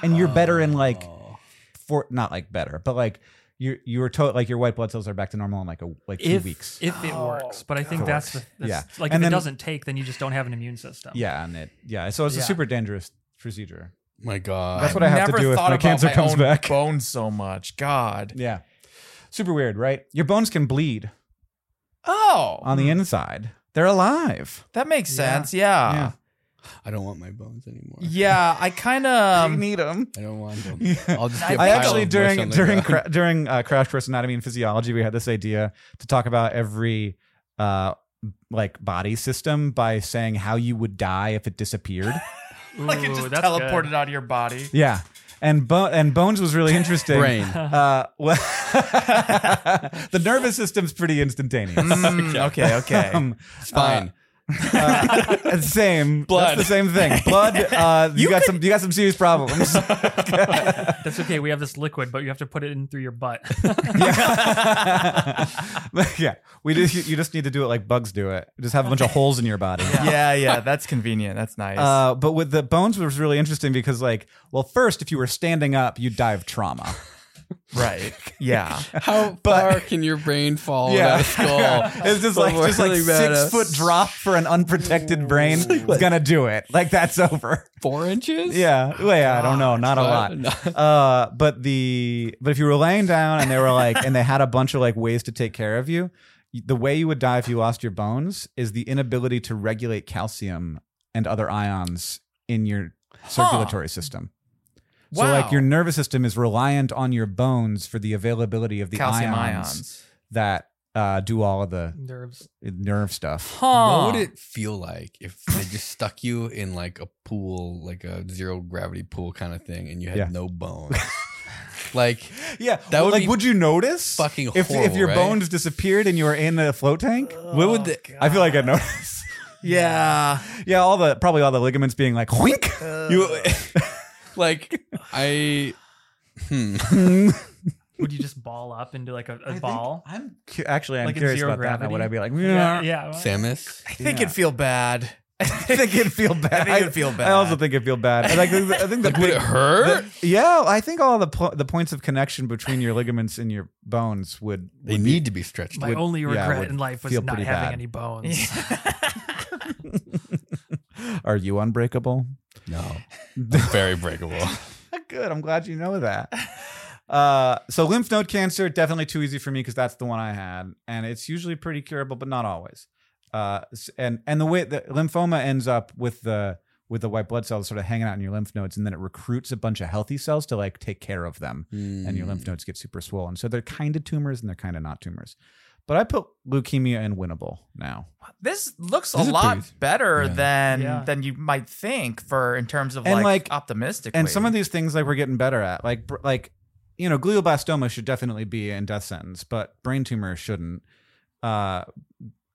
[SPEAKER 4] and you're better in like
[SPEAKER 3] Oh.
[SPEAKER 4] for not like better, but like you you were told like your white blood cells are back to normal in like a like two
[SPEAKER 3] if
[SPEAKER 4] weeks.
[SPEAKER 3] if it works. But I think that's the that's,
[SPEAKER 4] Yeah.
[SPEAKER 3] Like
[SPEAKER 4] And
[SPEAKER 3] if
[SPEAKER 4] then-
[SPEAKER 3] it doesn't take, then you just don't have an immune system.
[SPEAKER 4] yeah, and it yeah. So it's a
[SPEAKER 3] Yeah.
[SPEAKER 4] super dangerous procedure.
[SPEAKER 2] My God.
[SPEAKER 4] That's what I have to
[SPEAKER 5] Never
[SPEAKER 4] do if
[SPEAKER 5] thought
[SPEAKER 4] my
[SPEAKER 5] about
[SPEAKER 4] cancer comes
[SPEAKER 5] own
[SPEAKER 4] back.
[SPEAKER 5] Bone so much. God.
[SPEAKER 4] Yeah, super weird, right? Your bones can bleed.
[SPEAKER 5] Oh,
[SPEAKER 4] on the inside. They're alive.
[SPEAKER 5] that makes Oh, sense. Yeah.
[SPEAKER 4] yeah.
[SPEAKER 2] I don't want my bones anymore.
[SPEAKER 5] Yeah, I kind of.
[SPEAKER 4] you need them.
[SPEAKER 2] I don't want them. I'll just. Get
[SPEAKER 5] I
[SPEAKER 2] a pile
[SPEAKER 4] Ah. Um, actually
[SPEAKER 2] of mush
[SPEAKER 4] during
[SPEAKER 2] on the
[SPEAKER 4] during
[SPEAKER 2] ground.
[SPEAKER 4] cra- during uh, Crash Course Anatomy and Physiology, we had this idea to talk about every uh, like body system by saying how you would die if it disappeared.
[SPEAKER 5] like it
[SPEAKER 3] Ooh,
[SPEAKER 5] just
[SPEAKER 3] that's
[SPEAKER 5] teleported
[SPEAKER 3] good.
[SPEAKER 5] out of your body.
[SPEAKER 4] yeah, and bo- and bones was really interesting.
[SPEAKER 2] brain.
[SPEAKER 4] Uh, well, the nervous system's pretty instantaneous.
[SPEAKER 5] Mm, okay, okay.
[SPEAKER 4] Um,
[SPEAKER 2] Spine.
[SPEAKER 4] uh, same
[SPEAKER 2] Blood.
[SPEAKER 4] That's the same thing. Blood. Uh, you, got some. You got some serious problems.
[SPEAKER 3] That's okay. We have this liquid, but you have to put it in through your butt.
[SPEAKER 4] yeah. yeah. We just you, you just need to do it like bugs do it. Just have a bunch of holes in your body.
[SPEAKER 5] yeah, yeah, that's convenient. That's nice.
[SPEAKER 4] Uh, but with the bones it was really interesting because like, well, first if you were standing up, you'd die of trauma.
[SPEAKER 5] right. Yeah.
[SPEAKER 2] How far can your brain fall
[SPEAKER 4] Yeah.
[SPEAKER 2] without a skull?
[SPEAKER 4] It's just like
[SPEAKER 2] Before
[SPEAKER 4] just like
[SPEAKER 2] they
[SPEAKER 4] six
[SPEAKER 2] met us.
[SPEAKER 4] foot drop for an unprotected brain is gonna do it. Like that's over.
[SPEAKER 2] Four inches.
[SPEAKER 4] Yeah. Well, yeah, I don't know. Not a
[SPEAKER 2] God.
[SPEAKER 4] lot. Uh, but the but if you were laying down and they were like and they had a bunch of like ways to take care of you, the way you would die if you lost your bones is the inability to regulate calcium and other ions in your circulatory system. So
[SPEAKER 5] Wow.
[SPEAKER 4] like your nervous system is reliant on your bones for the availability of the
[SPEAKER 5] Calcium
[SPEAKER 4] ions,
[SPEAKER 5] ions.
[SPEAKER 4] that uh, do all of the
[SPEAKER 3] Nerves.
[SPEAKER 4] nerve stuff.
[SPEAKER 5] Huh.
[SPEAKER 2] What would it feel like if they just stuck you in like a pool, like a zero gravity pool kind of thing, and you had
[SPEAKER 4] Yeah.
[SPEAKER 2] no bones? like
[SPEAKER 4] Yeah,
[SPEAKER 2] That would
[SPEAKER 4] like,
[SPEAKER 2] be
[SPEAKER 4] would you notice
[SPEAKER 2] fucking
[SPEAKER 4] if if
[SPEAKER 2] horrible,
[SPEAKER 4] your
[SPEAKER 2] right?
[SPEAKER 4] bones disappeared and you were in a float tank? what would the, I feel like I notice?
[SPEAKER 5] yeah.
[SPEAKER 4] yeah, all the probably all the ligaments being like wink.
[SPEAKER 2] you, like I. Hmm.
[SPEAKER 3] Would you just ball up into like a, a ball?
[SPEAKER 4] I'm cu- actually I'm
[SPEAKER 3] Like in
[SPEAKER 4] curious
[SPEAKER 3] zero
[SPEAKER 4] about that. Now, would I be like? Yeah,
[SPEAKER 3] yeah. yeah.
[SPEAKER 2] Samus.
[SPEAKER 5] I think it'd feel bad. I
[SPEAKER 4] I think
[SPEAKER 5] think
[SPEAKER 4] it'd feel bad.
[SPEAKER 5] I think it'd feel bad.
[SPEAKER 4] I also think it'd feel bad. And I think, I think the
[SPEAKER 2] Like, would it hurt?
[SPEAKER 4] yeah, I think all the po- the points of connection between your ligaments and your bones would
[SPEAKER 2] They need to be stretched.
[SPEAKER 3] My
[SPEAKER 2] Would-
[SPEAKER 3] only
[SPEAKER 4] yeah,
[SPEAKER 3] regret
[SPEAKER 4] would
[SPEAKER 3] in life was
[SPEAKER 4] feel
[SPEAKER 3] not
[SPEAKER 4] pretty
[SPEAKER 3] having
[SPEAKER 4] bad.
[SPEAKER 3] any bones.
[SPEAKER 4] Are you unbreakable?
[SPEAKER 2] no. I'm very breakable.
[SPEAKER 4] Good. I'm glad you know that. Uh, so lymph node cancer definitely too easy for me because that's the one I had, and it's usually pretty curable, but not always. Uh, s- and and the way the lymphoma ends up with the with the white blood cells sort of hanging out in your lymph nodes, and then it recruits a bunch of healthy cells to like take care of them, and your lymph nodes get super swollen. So they're kind of tumors and they're kind of not tumors. But I put leukemia and winnable now.
[SPEAKER 5] this looks
[SPEAKER 2] This
[SPEAKER 5] a
[SPEAKER 2] is
[SPEAKER 5] lot
[SPEAKER 2] pretty-
[SPEAKER 5] better
[SPEAKER 2] yeah.
[SPEAKER 5] than
[SPEAKER 3] Yeah.
[SPEAKER 5] than you might think for in terms of
[SPEAKER 4] And,
[SPEAKER 5] like,
[SPEAKER 4] like-
[SPEAKER 5] optimistically.
[SPEAKER 4] and some of these things like we're getting better at like br- like you know glioblastoma should definitely be in death sentence but brain tumor shouldn't uh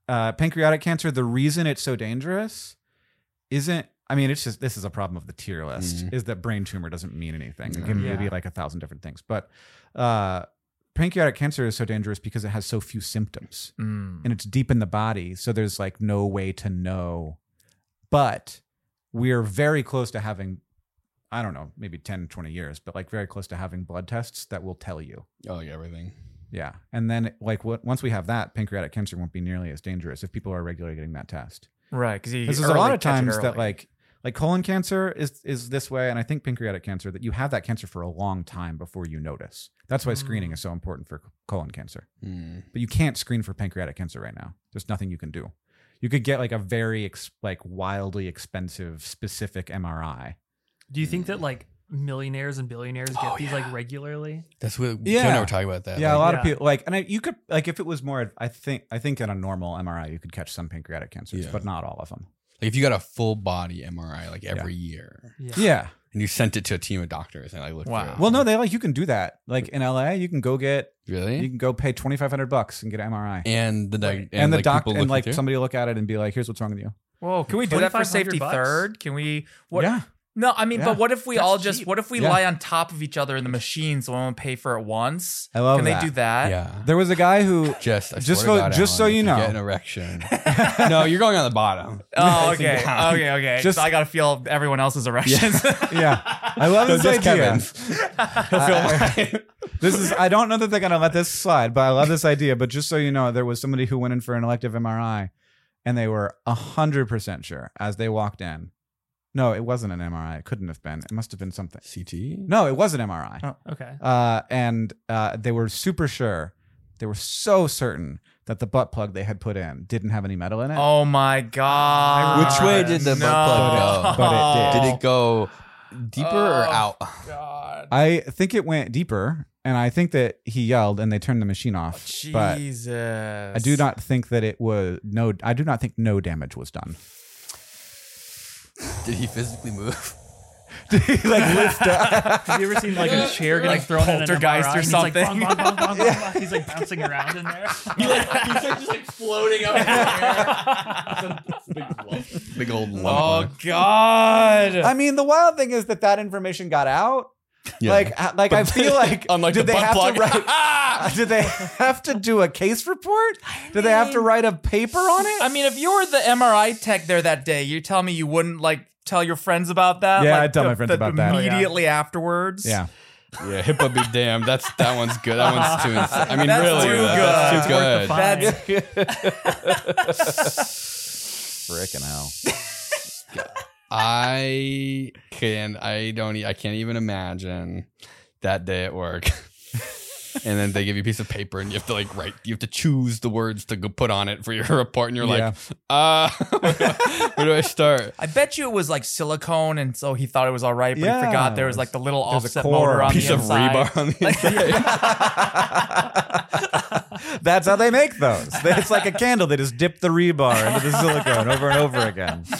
[SPEAKER 4] uh pancreatic cancer the reason it's so dangerous isn't i mean it's just this is a problem of the tier list
[SPEAKER 2] Mhm.
[SPEAKER 4] is that brain tumor doesn't mean anything it can
[SPEAKER 3] Yeah.
[SPEAKER 4] be like a thousand different things but uh pancreatic cancer is so dangerous because it has so few symptoms
[SPEAKER 5] Mm.
[SPEAKER 4] and it's deep in the body so there's like no way to know but we're very close to having i don't know maybe 10 20 years but like very close to having blood tests that will tell you
[SPEAKER 2] Oh, yeah, everything.
[SPEAKER 4] yeah and then like what, once we have that pancreatic cancer won't be nearly as dangerous if people are regularly getting that test
[SPEAKER 5] right because
[SPEAKER 4] because there's a lot of times that like like colon cancer is is this way and i think pancreatic cancer that you have that cancer for a long time before you notice that's why screening is so important for colon cancer
[SPEAKER 2] Hmm.
[SPEAKER 4] but you can't screen for pancreatic cancer right now. There's nothing you can do. You could get like a very ex- like wildly expensive specific MRI.
[SPEAKER 3] Do you think that like millionaires and billionaires get
[SPEAKER 2] Mm. Oh,
[SPEAKER 3] these like regularly?
[SPEAKER 2] That's what.
[SPEAKER 4] Yeah.
[SPEAKER 2] Yeah. Kevin and I were talking about that.
[SPEAKER 4] yeah, a
[SPEAKER 2] like,
[SPEAKER 4] lot of
[SPEAKER 3] yeah.
[SPEAKER 4] people like, and I, you could like if it was more. I think I think in a normal MRI you could catch some pancreatic cancers,
[SPEAKER 2] Yeah.
[SPEAKER 4] but not all of them.
[SPEAKER 2] like if you got a full body MRI like every year,
[SPEAKER 4] Yeah.
[SPEAKER 2] and you sent it to a team of doctors, and I looked.
[SPEAKER 5] Wow.
[SPEAKER 2] through it.
[SPEAKER 4] Well, no, they like you can do that. Like in LA, you can go get
[SPEAKER 2] really.
[SPEAKER 4] you can go pay twenty five hundred bucks and get an MRI,
[SPEAKER 2] and the di- and,
[SPEAKER 4] the
[SPEAKER 2] like,
[SPEAKER 4] doc
[SPEAKER 2] people
[SPEAKER 4] and
[SPEAKER 2] look
[SPEAKER 4] like
[SPEAKER 2] through?
[SPEAKER 4] somebody will look at it and be like, "Here's what's wrong with you."
[SPEAKER 5] Whoa, can we do that for
[SPEAKER 3] 2,500
[SPEAKER 5] safety
[SPEAKER 3] bucks?
[SPEAKER 5] third? Can we? What,
[SPEAKER 4] yeah,
[SPEAKER 5] No, I mean,
[SPEAKER 4] Yeah.
[SPEAKER 5] but what if we all just? What if we
[SPEAKER 4] Yeah.
[SPEAKER 5] lie on top of each other in the machine so one will pay for it once?
[SPEAKER 4] I love
[SPEAKER 5] Can
[SPEAKER 4] that.
[SPEAKER 5] they do that?
[SPEAKER 2] yeah.
[SPEAKER 4] there was a guy who
[SPEAKER 2] Just, I
[SPEAKER 4] Just
[SPEAKER 2] swear to
[SPEAKER 4] so-
[SPEAKER 2] God,
[SPEAKER 4] just so
[SPEAKER 2] Alan, if
[SPEAKER 4] you know.
[SPEAKER 2] get an erection. no, you're going on the bottom.
[SPEAKER 5] Oh,
[SPEAKER 2] It's like,
[SPEAKER 5] okay.
[SPEAKER 2] yeah.
[SPEAKER 5] okay, okay.
[SPEAKER 4] Just-
[SPEAKER 5] Just I gotta feel everyone else's erections.
[SPEAKER 4] yeah, I love
[SPEAKER 2] No,
[SPEAKER 4] this
[SPEAKER 2] just
[SPEAKER 4] idea.
[SPEAKER 2] Kevin's.
[SPEAKER 4] this is I don't know that they're gonna let this slide, but I love this idea. But just so you know, there was somebody who went in for an elective MRI and they were hundred percent sure as they walked in. No, it wasn't an MRI. It couldn't have been. It must have been something.
[SPEAKER 2] CT.
[SPEAKER 4] No, it was an MRI.
[SPEAKER 5] Oh.
[SPEAKER 3] Okay.
[SPEAKER 4] Uh, and uh, they were super sure they were so certain that the butt plug they had put in didn't have any metal in it.
[SPEAKER 5] Oh my god!
[SPEAKER 2] Which way did the
[SPEAKER 5] no.
[SPEAKER 2] butt plug go?
[SPEAKER 4] But
[SPEAKER 2] Did it go deeper or
[SPEAKER 5] Oh.
[SPEAKER 2] out?
[SPEAKER 5] God.
[SPEAKER 4] I think it went deeper, and I think that he yelled and they turned the machine off.
[SPEAKER 5] Oh,
[SPEAKER 4] But
[SPEAKER 5] Jesus.
[SPEAKER 4] I do not think that it was no. I do not think no damage was done.
[SPEAKER 2] Did he physically move?
[SPEAKER 4] Did he like lift up?
[SPEAKER 3] Have you ever seen like a chair getting
[SPEAKER 5] Like
[SPEAKER 3] thrown in an
[SPEAKER 5] poltergeist
[SPEAKER 3] MRI?
[SPEAKER 5] or
[SPEAKER 3] He's like,
[SPEAKER 5] something.
[SPEAKER 3] "Bong, bong, bong, bong, bong, bong." He's like bouncing around in there.
[SPEAKER 2] Big old
[SPEAKER 5] Oh
[SPEAKER 2] lump.
[SPEAKER 5] god!
[SPEAKER 4] I mean, the wild thing is that that information got out.
[SPEAKER 2] Yeah.
[SPEAKER 4] Like, h- like I feel like
[SPEAKER 2] Unlike
[SPEAKER 4] did they
[SPEAKER 2] the butt
[SPEAKER 4] have
[SPEAKER 2] plug.
[SPEAKER 4] to write? did they have to do a case report? Did they have to write a paper on it?
[SPEAKER 5] I mean, if you were the MRI tech there that day, you tell me you wouldn't like tell your friends about that.
[SPEAKER 4] Yeah,
[SPEAKER 5] like,
[SPEAKER 4] I'd tell my friends about that.
[SPEAKER 5] immediately afterwards.
[SPEAKER 4] yeah.
[SPEAKER 2] yeah, HIPAA be damned. That's that one's good. That one's too. Insane. I mean,
[SPEAKER 5] That's
[SPEAKER 2] really,
[SPEAKER 5] too
[SPEAKER 2] that's
[SPEAKER 5] good.
[SPEAKER 2] too
[SPEAKER 3] Worth the
[SPEAKER 2] good.
[SPEAKER 3] fun.
[SPEAKER 5] That's
[SPEAKER 4] Frickin' hell.
[SPEAKER 2] I can. I don't. e- I can't even imagine that day at work. and then they give you a piece of paper, and you have to like write. You have to choose the words to go put on it for your report, and you're like, uh, where do I start?
[SPEAKER 5] I bet you it was like silicone, and so he thought it was all right, but
[SPEAKER 4] Yeah.
[SPEAKER 5] he forgot there was like the little
[SPEAKER 4] There's a
[SPEAKER 5] offset
[SPEAKER 4] core,
[SPEAKER 5] motor
[SPEAKER 4] a
[SPEAKER 5] on
[SPEAKER 2] Piece
[SPEAKER 5] the
[SPEAKER 2] of
[SPEAKER 5] inside.
[SPEAKER 2] rebar on the inside.
[SPEAKER 4] That's how they make those. It's like a candle. They just dip the rebar into the silicone over and over again.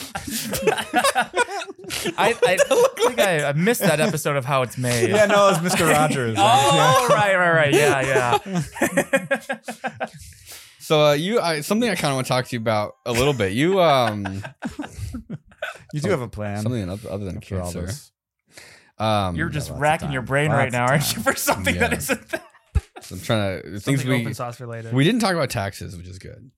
[SPEAKER 5] I, I think I, I missed that episode of how it's made.
[SPEAKER 4] Yeah, no, it's Mr. Rogers.
[SPEAKER 5] Oh right, right, right. Yeah, yeah.
[SPEAKER 2] so uh, you, I, something I kind of want to talk to you about a little bit. You, um,
[SPEAKER 4] You do have a plan.
[SPEAKER 2] something other other than
[SPEAKER 4] for all
[SPEAKER 2] cancer.
[SPEAKER 4] this.
[SPEAKER 2] Um,
[SPEAKER 5] You're just
[SPEAKER 4] lots of
[SPEAKER 5] racking
[SPEAKER 4] time.
[SPEAKER 5] your brain
[SPEAKER 4] Lots
[SPEAKER 5] right
[SPEAKER 4] of
[SPEAKER 5] now, aren't
[SPEAKER 4] time.
[SPEAKER 5] you, for something
[SPEAKER 2] Yeah.
[SPEAKER 5] that isn't there?
[SPEAKER 2] I'm trying to things
[SPEAKER 3] Something
[SPEAKER 2] we
[SPEAKER 3] open source related.
[SPEAKER 2] we didn't talk about taxes, which is good. Um,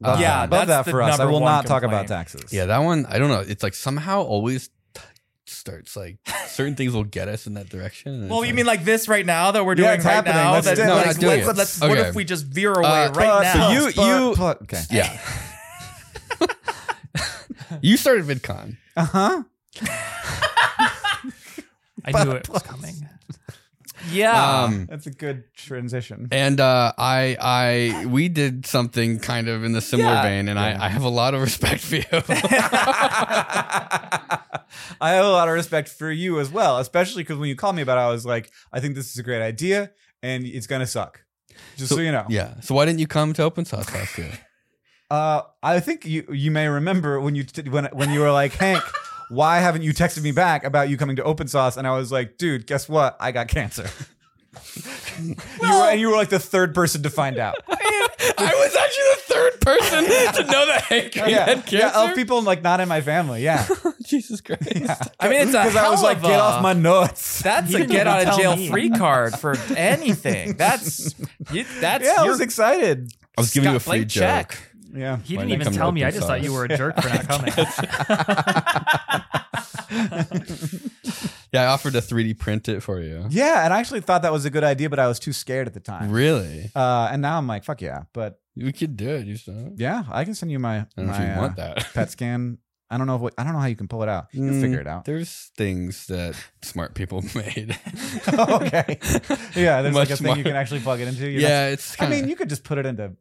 [SPEAKER 4] Love
[SPEAKER 5] Yeah,
[SPEAKER 4] that. love
[SPEAKER 5] that's
[SPEAKER 4] that
[SPEAKER 5] the
[SPEAKER 4] for us. I
[SPEAKER 5] number
[SPEAKER 4] will
[SPEAKER 5] one
[SPEAKER 4] not talk
[SPEAKER 5] complaint.
[SPEAKER 4] about taxes.
[SPEAKER 2] Yeah, that one I don't know. It's like somehow always t- starts like certain things will get us in that direction. and
[SPEAKER 5] Well,
[SPEAKER 2] it's
[SPEAKER 5] you
[SPEAKER 2] like-
[SPEAKER 5] mean like this right now that we're doing
[SPEAKER 4] Yeah, it's
[SPEAKER 5] right
[SPEAKER 4] happening.
[SPEAKER 5] now?
[SPEAKER 4] Let's
[SPEAKER 5] that,
[SPEAKER 4] do it. No,
[SPEAKER 5] like,
[SPEAKER 2] not doing
[SPEAKER 5] let's,
[SPEAKER 2] it.
[SPEAKER 5] let's-
[SPEAKER 2] Okay.
[SPEAKER 5] What if we just veer away
[SPEAKER 2] Uh,
[SPEAKER 5] right
[SPEAKER 4] Plus,
[SPEAKER 5] now?
[SPEAKER 2] you-
[SPEAKER 4] plus, plus,
[SPEAKER 2] you-
[SPEAKER 4] plus. okay.
[SPEAKER 2] yeah. you started VidCon.
[SPEAKER 4] Uh huh.
[SPEAKER 3] I knew it was coming.
[SPEAKER 5] yeah.
[SPEAKER 2] Um,
[SPEAKER 4] That's a good transition.
[SPEAKER 2] and uh, I, I, we did something kind of in the similar
[SPEAKER 5] Yeah.
[SPEAKER 2] vein, and I, I have a lot of respect for you.
[SPEAKER 4] I have a lot of respect for you as well, especially because when you called me about it, I was like, I think this is a great idea and it's going to suck. Just so, you know.
[SPEAKER 2] yeah. So why didn't you come to Open Source last year?
[SPEAKER 4] Uh, I think you you may remember when you t- when when you were like Hank, why haven't you texted me back about you coming to Open Source? And I was like, dude, guess what? I got cancer. you were, and you were like the third person to find out.
[SPEAKER 2] I was actually the third person to know that Hank
[SPEAKER 4] yeah,
[SPEAKER 2] had cancer.
[SPEAKER 4] yeah, of people like not in my family. Yeah,
[SPEAKER 2] Jesus Christ.
[SPEAKER 5] I mean, it's a
[SPEAKER 4] because I was
[SPEAKER 5] hell
[SPEAKER 4] like,
[SPEAKER 5] of
[SPEAKER 4] get
[SPEAKER 5] a-
[SPEAKER 4] off my nuts.
[SPEAKER 5] That's
[SPEAKER 3] You
[SPEAKER 5] a
[SPEAKER 3] didn't
[SPEAKER 5] get
[SPEAKER 3] even
[SPEAKER 5] out of
[SPEAKER 3] tell
[SPEAKER 5] jail
[SPEAKER 3] me.
[SPEAKER 5] free card for anything. That's you, that's
[SPEAKER 4] yeah, I
[SPEAKER 5] your
[SPEAKER 4] was excited.
[SPEAKER 2] I was giving you a
[SPEAKER 5] Scott
[SPEAKER 2] free
[SPEAKER 5] Blake
[SPEAKER 2] joke.
[SPEAKER 5] check.
[SPEAKER 4] Yeah,
[SPEAKER 3] He
[SPEAKER 2] Why
[SPEAKER 3] didn't
[SPEAKER 2] didn't
[SPEAKER 3] even
[SPEAKER 2] come to
[SPEAKER 3] tell me.
[SPEAKER 2] open
[SPEAKER 3] I just thought
[SPEAKER 2] source?
[SPEAKER 3] you were a jerk for not coming.
[SPEAKER 2] Yeah, I offered to 3D print it for you.
[SPEAKER 4] yeah, and I actually thought that was a good idea, but I was too scared at the time.
[SPEAKER 2] Really?
[SPEAKER 4] Uh, and now I'm like, fuck yeah. But
[SPEAKER 2] We could do it. You just don't.
[SPEAKER 4] yeah, I can send you my
[SPEAKER 2] I don't know
[SPEAKER 4] my
[SPEAKER 2] if you
[SPEAKER 4] uh,
[SPEAKER 2] want that.
[SPEAKER 4] PET scan. I don't know if, I don't know how you can pull it out. You'll
[SPEAKER 2] Mm,
[SPEAKER 4] figure it out.
[SPEAKER 2] There's things that smart people made.
[SPEAKER 4] okay. Yeah, there's
[SPEAKER 2] Much
[SPEAKER 4] like a thing you
[SPEAKER 2] smarter.
[SPEAKER 4] can actually plug it into. You're
[SPEAKER 2] yeah, it's.
[SPEAKER 4] not- I
[SPEAKER 2] Kinda,
[SPEAKER 4] mean, you could just put it into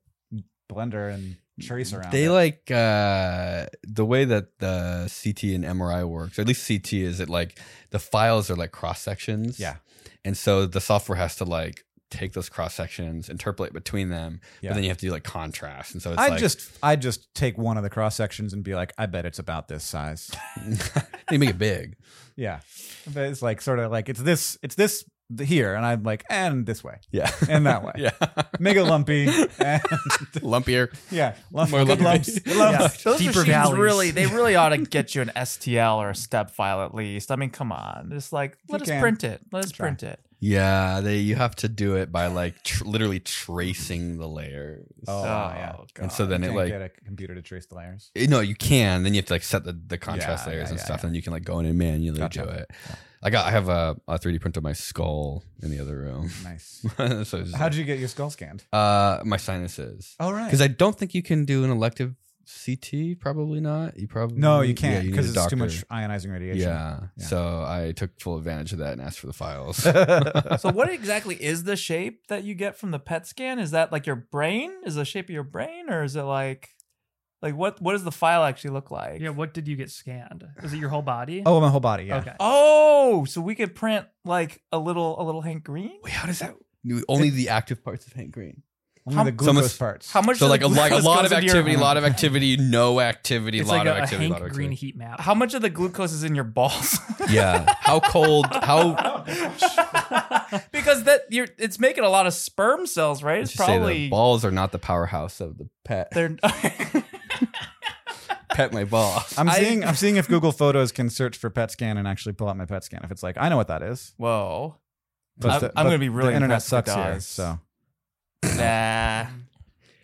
[SPEAKER 4] Blender and trace around.
[SPEAKER 2] they
[SPEAKER 4] it.
[SPEAKER 2] like uh, the way that the CT and MRI works. Or at least CT is it like the files are like cross sections.
[SPEAKER 4] Yeah.
[SPEAKER 2] and so the software has to like take those cross sections, interpolate between them,
[SPEAKER 4] Yeah.
[SPEAKER 2] but then you have to do like contrast, and so it's
[SPEAKER 4] I
[SPEAKER 2] like
[SPEAKER 4] just I just take one of the cross sections and be like, I bet it's about this size.
[SPEAKER 2] they make it big.
[SPEAKER 4] yeah, but it's like sort of like it's this it's this here, and I'm like, and this way,
[SPEAKER 2] Yeah,
[SPEAKER 4] and that way.
[SPEAKER 2] yeah,
[SPEAKER 4] Make it lumpy. And
[SPEAKER 2] lumpier.
[SPEAKER 4] yeah, lump,
[SPEAKER 2] More
[SPEAKER 4] good
[SPEAKER 2] lumpy.
[SPEAKER 4] lumps. good lumps.
[SPEAKER 5] Yeah. Those
[SPEAKER 3] Deeper
[SPEAKER 5] machines
[SPEAKER 3] valleys.
[SPEAKER 5] really they really ought to get you an STL or a step file at least. I mean, come on. Just like let
[SPEAKER 4] You
[SPEAKER 5] us
[SPEAKER 4] can.
[SPEAKER 5] print it. Let us
[SPEAKER 4] Try.
[SPEAKER 5] print it.
[SPEAKER 2] Yeah, they you have to do it by like tr- literally tracing the layers.
[SPEAKER 4] Oh, yeah.
[SPEAKER 5] God.
[SPEAKER 2] and so then
[SPEAKER 4] You
[SPEAKER 2] it
[SPEAKER 4] can't
[SPEAKER 2] like
[SPEAKER 4] get a computer to trace the layers.
[SPEAKER 2] Eh, No, you can. Then you have to like set the, the contrast
[SPEAKER 4] Yeah,
[SPEAKER 2] layers
[SPEAKER 4] yeah,
[SPEAKER 2] and
[SPEAKER 4] yeah,
[SPEAKER 2] stuff, and you can like go in and manually
[SPEAKER 4] Gotcha.
[SPEAKER 2] do it. I got I have a, a 3D print of my skull in the other room.
[SPEAKER 4] Nice.
[SPEAKER 2] so it's just
[SPEAKER 4] How
[SPEAKER 2] like,
[SPEAKER 4] did you get your skull scanned?
[SPEAKER 2] uh my sinuses?
[SPEAKER 4] All right.
[SPEAKER 2] Because I don't think you can do an elective CT? Probably not. You probably
[SPEAKER 4] No, you
[SPEAKER 2] yeah,
[SPEAKER 4] can't
[SPEAKER 2] need
[SPEAKER 4] because
[SPEAKER 2] a
[SPEAKER 4] it's too
[SPEAKER 2] doctor.
[SPEAKER 4] much ionizing radiation.
[SPEAKER 2] Yeah.
[SPEAKER 4] Yeah.
[SPEAKER 2] So I took full advantage of that and asked for the files.
[SPEAKER 5] So what exactly is the shape that you get from the PET scan? Is that like your brain? Is the shape of your brain, or is it like, like what? What does the file actually look like?
[SPEAKER 3] Yeah, what did you get scanned? Is it your whole body?
[SPEAKER 4] oh, my whole body. Yeah.
[SPEAKER 3] okay.
[SPEAKER 5] Oh, so we could print like a little, a little Hank Green.
[SPEAKER 2] Wait, how does that? Only the active parts of Hank Green.
[SPEAKER 4] Only
[SPEAKER 5] How-
[SPEAKER 4] the glucose
[SPEAKER 2] someone's-
[SPEAKER 4] parts.
[SPEAKER 5] How much?
[SPEAKER 2] So
[SPEAKER 5] of the
[SPEAKER 2] like a, like a
[SPEAKER 5] glucose
[SPEAKER 2] lot
[SPEAKER 5] goes
[SPEAKER 2] of
[SPEAKER 5] into your-
[SPEAKER 2] activity, a lot of activity, no activity, a
[SPEAKER 3] It's
[SPEAKER 2] lot
[SPEAKER 3] like
[SPEAKER 2] of
[SPEAKER 3] a, a
[SPEAKER 2] activity,
[SPEAKER 3] Hank
[SPEAKER 2] lot of
[SPEAKER 3] Green
[SPEAKER 2] activity.
[SPEAKER 3] heat map.
[SPEAKER 5] How much of the glucose is in your balls?
[SPEAKER 2] Yeah. How cold? How?
[SPEAKER 5] because that you're, it's making a lot of sperm cells, right? It's
[SPEAKER 2] Just say the
[SPEAKER 5] probably
[SPEAKER 2] balls are not the powerhouse of the pet.
[SPEAKER 5] they're.
[SPEAKER 2] Pet my ball.
[SPEAKER 4] I'm seeing. I'm seeing if Google Photos can search for PET scan and actually pull out my PET scan. If it's like, I know what that is.
[SPEAKER 5] Whoa.
[SPEAKER 4] But
[SPEAKER 5] I'm-
[SPEAKER 4] the-
[SPEAKER 5] I'm
[SPEAKER 4] but
[SPEAKER 5] gonna be really
[SPEAKER 4] the internet
[SPEAKER 5] impressed with
[SPEAKER 4] sucks here.
[SPEAKER 5] guys.
[SPEAKER 4] So
[SPEAKER 5] Nah.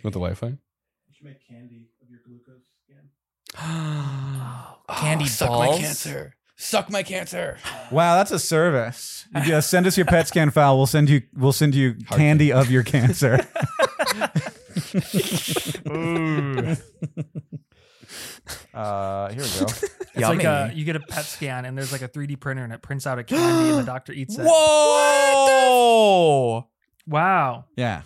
[SPEAKER 2] With the Wi-Fi.
[SPEAKER 1] You should make candy of your glucose scan.
[SPEAKER 5] Candy
[SPEAKER 2] Oh, suck
[SPEAKER 5] balls?
[SPEAKER 2] my cancer. Suck my cancer.
[SPEAKER 4] wow, that's a service. You just send us your PET scan file. We'll send you. We'll send you candy of your cancer. uh, here we go.
[SPEAKER 3] It's like a, you get a PET scan and there's like a 3D printer and it prints out a candy and the doctor eats it.
[SPEAKER 5] Whoa.
[SPEAKER 3] Wow.
[SPEAKER 4] Yeah.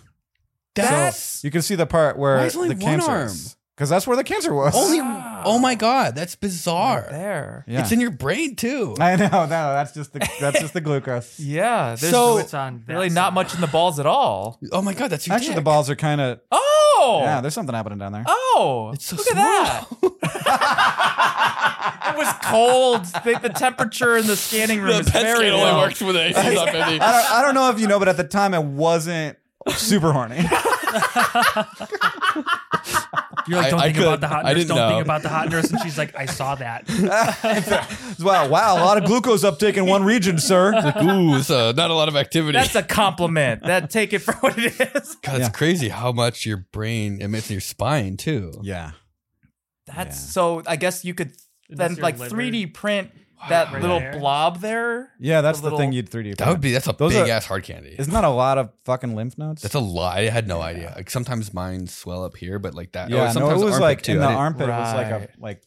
[SPEAKER 2] That's
[SPEAKER 4] You can see the part where
[SPEAKER 2] Why is only
[SPEAKER 4] the
[SPEAKER 2] one
[SPEAKER 4] cancer
[SPEAKER 2] arm?
[SPEAKER 4] Because that's where the cancer was.
[SPEAKER 2] only. Oh my god, that's bizarre.
[SPEAKER 5] There.
[SPEAKER 4] Yeah.
[SPEAKER 2] It's in your brain too.
[SPEAKER 4] I know. No, that's just the that's just the glucose.
[SPEAKER 5] Yeah. There's
[SPEAKER 2] So-
[SPEAKER 3] It's on that
[SPEAKER 5] really not
[SPEAKER 3] side.
[SPEAKER 5] much in the balls at all.
[SPEAKER 2] Oh my god, that's your
[SPEAKER 4] Actually, the
[SPEAKER 2] dick.
[SPEAKER 4] balls are kind of.
[SPEAKER 5] Oh.
[SPEAKER 4] Yeah, there's something happening down there.
[SPEAKER 5] Oh.
[SPEAKER 2] It's so
[SPEAKER 5] look
[SPEAKER 2] small.
[SPEAKER 5] at that. it was cold. The, the temperature in the scanning room is
[SPEAKER 2] pet
[SPEAKER 5] very
[SPEAKER 2] scan
[SPEAKER 5] low.
[SPEAKER 2] with the AC's on, baby.
[SPEAKER 4] I, don't, I don't know if you know, but at the time, I wasn't super horny.
[SPEAKER 3] You're like,
[SPEAKER 2] I-
[SPEAKER 3] don't
[SPEAKER 2] I
[SPEAKER 3] think about
[SPEAKER 2] couldn't-
[SPEAKER 3] the hot
[SPEAKER 2] I
[SPEAKER 3] nurse.
[SPEAKER 2] didn't
[SPEAKER 3] Don't
[SPEAKER 2] know.
[SPEAKER 3] think about the hot nurse. And she's like, I saw that.
[SPEAKER 4] wow, wow, a lot of glucose uptake in one region, sir.
[SPEAKER 2] Ooh, it's uh, not a lot of activity.
[SPEAKER 5] That's a compliment. That take it for what it is.
[SPEAKER 2] God, it's crazy how much your brain emits in your spine too.
[SPEAKER 4] Yeah.
[SPEAKER 5] That's
[SPEAKER 4] Yeah.
[SPEAKER 5] so. I guess you could
[SPEAKER 3] Unless
[SPEAKER 5] then
[SPEAKER 3] you're
[SPEAKER 5] like
[SPEAKER 3] liver.
[SPEAKER 5] 3D print that
[SPEAKER 3] Right
[SPEAKER 5] little
[SPEAKER 3] there.
[SPEAKER 5] blob there.
[SPEAKER 4] Yeah, that's
[SPEAKER 5] A
[SPEAKER 4] the
[SPEAKER 5] little-
[SPEAKER 4] thing you'd 3D.
[SPEAKER 2] That would be that's a
[SPEAKER 4] Those
[SPEAKER 2] big
[SPEAKER 4] are-
[SPEAKER 2] ass hard candy.
[SPEAKER 4] Isn't that a lot of fucking lymph nodes?
[SPEAKER 2] That's a lie. I had no idea. Like sometimes mine swell up here, but like that.
[SPEAKER 4] yeah,
[SPEAKER 2] oh,
[SPEAKER 4] no,
[SPEAKER 2] sometimes
[SPEAKER 4] it
[SPEAKER 2] the
[SPEAKER 4] was
[SPEAKER 2] armpit,
[SPEAKER 4] like
[SPEAKER 2] too.
[SPEAKER 4] in the
[SPEAKER 2] I didn't-
[SPEAKER 4] armpit. It was like a
[SPEAKER 5] Right.
[SPEAKER 4] like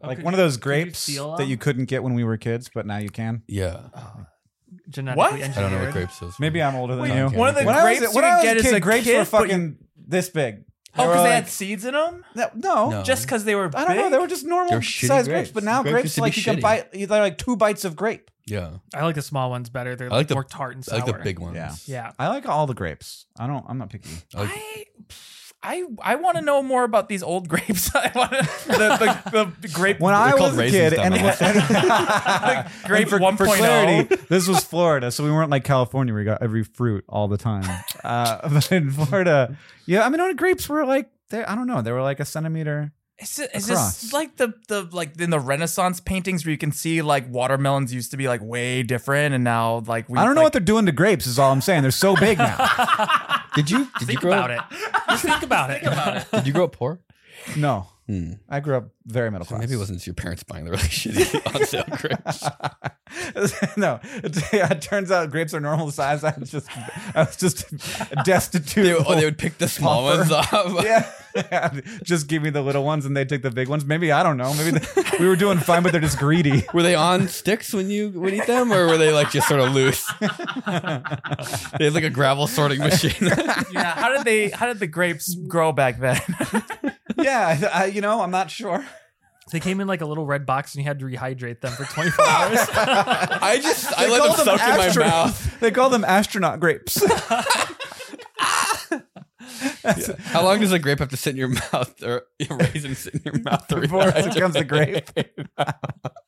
[SPEAKER 3] Oh,
[SPEAKER 4] like
[SPEAKER 3] could
[SPEAKER 4] one of
[SPEAKER 3] you-
[SPEAKER 4] those
[SPEAKER 3] could you
[SPEAKER 4] grapes
[SPEAKER 3] seal
[SPEAKER 4] that
[SPEAKER 3] them?
[SPEAKER 4] you couldn't get when we were kids, but now you can.
[SPEAKER 2] Yeah,
[SPEAKER 3] genetically
[SPEAKER 5] What?
[SPEAKER 2] I don't know what
[SPEAKER 3] engineered.
[SPEAKER 2] grapes those.
[SPEAKER 4] Oh, Maybe I'm older than
[SPEAKER 5] Wait,
[SPEAKER 4] you.
[SPEAKER 2] one of the
[SPEAKER 4] When I was-
[SPEAKER 5] grapes
[SPEAKER 4] when
[SPEAKER 5] you
[SPEAKER 4] I was
[SPEAKER 5] get
[SPEAKER 4] a
[SPEAKER 5] as
[SPEAKER 4] kid,
[SPEAKER 5] a
[SPEAKER 4] grapes were
[SPEAKER 5] kid, but you-
[SPEAKER 4] fucking this big.
[SPEAKER 5] Oh, because
[SPEAKER 4] were
[SPEAKER 5] they
[SPEAKER 4] like-
[SPEAKER 5] had seeds in them.
[SPEAKER 4] No, no,
[SPEAKER 2] No.
[SPEAKER 5] Just because they were.
[SPEAKER 4] I don't know.
[SPEAKER 5] big?
[SPEAKER 4] They were just
[SPEAKER 2] They
[SPEAKER 4] normal
[SPEAKER 2] were shitty
[SPEAKER 4] sized grapes,
[SPEAKER 2] grapes.
[SPEAKER 4] but now
[SPEAKER 2] Grapes
[SPEAKER 4] grapes,
[SPEAKER 2] used to be
[SPEAKER 4] like you can
[SPEAKER 2] shitty.
[SPEAKER 4] bite. They're like two bites of grape.
[SPEAKER 2] Yeah,
[SPEAKER 3] I like the small ones better. They're
[SPEAKER 2] I like the
[SPEAKER 3] more tart and
[SPEAKER 2] I
[SPEAKER 3] sour.
[SPEAKER 2] like the big ones.
[SPEAKER 4] Yeah.
[SPEAKER 3] Yeah.
[SPEAKER 4] I like all the grapes. I don't. I'm not picky.
[SPEAKER 2] I like-
[SPEAKER 5] I I I want to know more about these old grapes. I want the, the, the grape
[SPEAKER 4] When I
[SPEAKER 2] called
[SPEAKER 4] was a
[SPEAKER 2] raisins
[SPEAKER 4] kid,
[SPEAKER 2] down
[SPEAKER 4] and,
[SPEAKER 2] there.
[SPEAKER 4] and-
[SPEAKER 5] Grape oh.
[SPEAKER 4] and for,
[SPEAKER 5] 1.0.
[SPEAKER 4] for clarity, this was Florida, so we weren't like California where you got every fruit all the time. Uh, but in Florida, yeah, I mean, all the grapes were like they, I don't know, they were like a centimeter.
[SPEAKER 5] is, it, is
[SPEAKER 4] across.
[SPEAKER 5] this like the the like in the Renaissance paintings where you can see like watermelons used to be like way different and now like we
[SPEAKER 4] I don't know what
[SPEAKER 5] like,
[SPEAKER 4] they're doing to grapes. Is all I'm saying. They're so big now.
[SPEAKER 2] Did you did you
[SPEAKER 3] Think
[SPEAKER 2] grow
[SPEAKER 3] about it. Just think about it.
[SPEAKER 2] Did you grow up poor?
[SPEAKER 4] No,
[SPEAKER 2] Hmm.
[SPEAKER 4] I grew up very middle
[SPEAKER 2] So
[SPEAKER 4] class.
[SPEAKER 2] maybe it wasn't just your parents buying the really shitty on sale grapes.
[SPEAKER 4] no, it, it turns out grapes are normal size. I was just, I was just destitute.
[SPEAKER 2] They, oh, they would pick the small ones up.
[SPEAKER 4] yeah. just give me the little ones and they take the big ones. Maybe I don't know. Maybe they, we were doing fine, but they're just greedy.
[SPEAKER 2] Were they on sticks when you would eat them, or were they like just sort of loose? they had like a gravel sorting machine.
[SPEAKER 5] yeah how did they how did the grapes grow back then
[SPEAKER 4] Yeah, I, I, you know, I'm not sure.
[SPEAKER 3] They came in like a little red box and you had to rehydrate them for 24 hours.
[SPEAKER 2] I just I
[SPEAKER 4] They
[SPEAKER 2] let
[SPEAKER 4] call
[SPEAKER 2] them soak in my
[SPEAKER 4] astro-
[SPEAKER 2] mouth.
[SPEAKER 4] They call them astronaut grapes.
[SPEAKER 2] How long does a grape have to sit in your mouth or a raisin sit in your mouth to
[SPEAKER 4] Before
[SPEAKER 2] rehydrate?
[SPEAKER 4] it becomes a grape.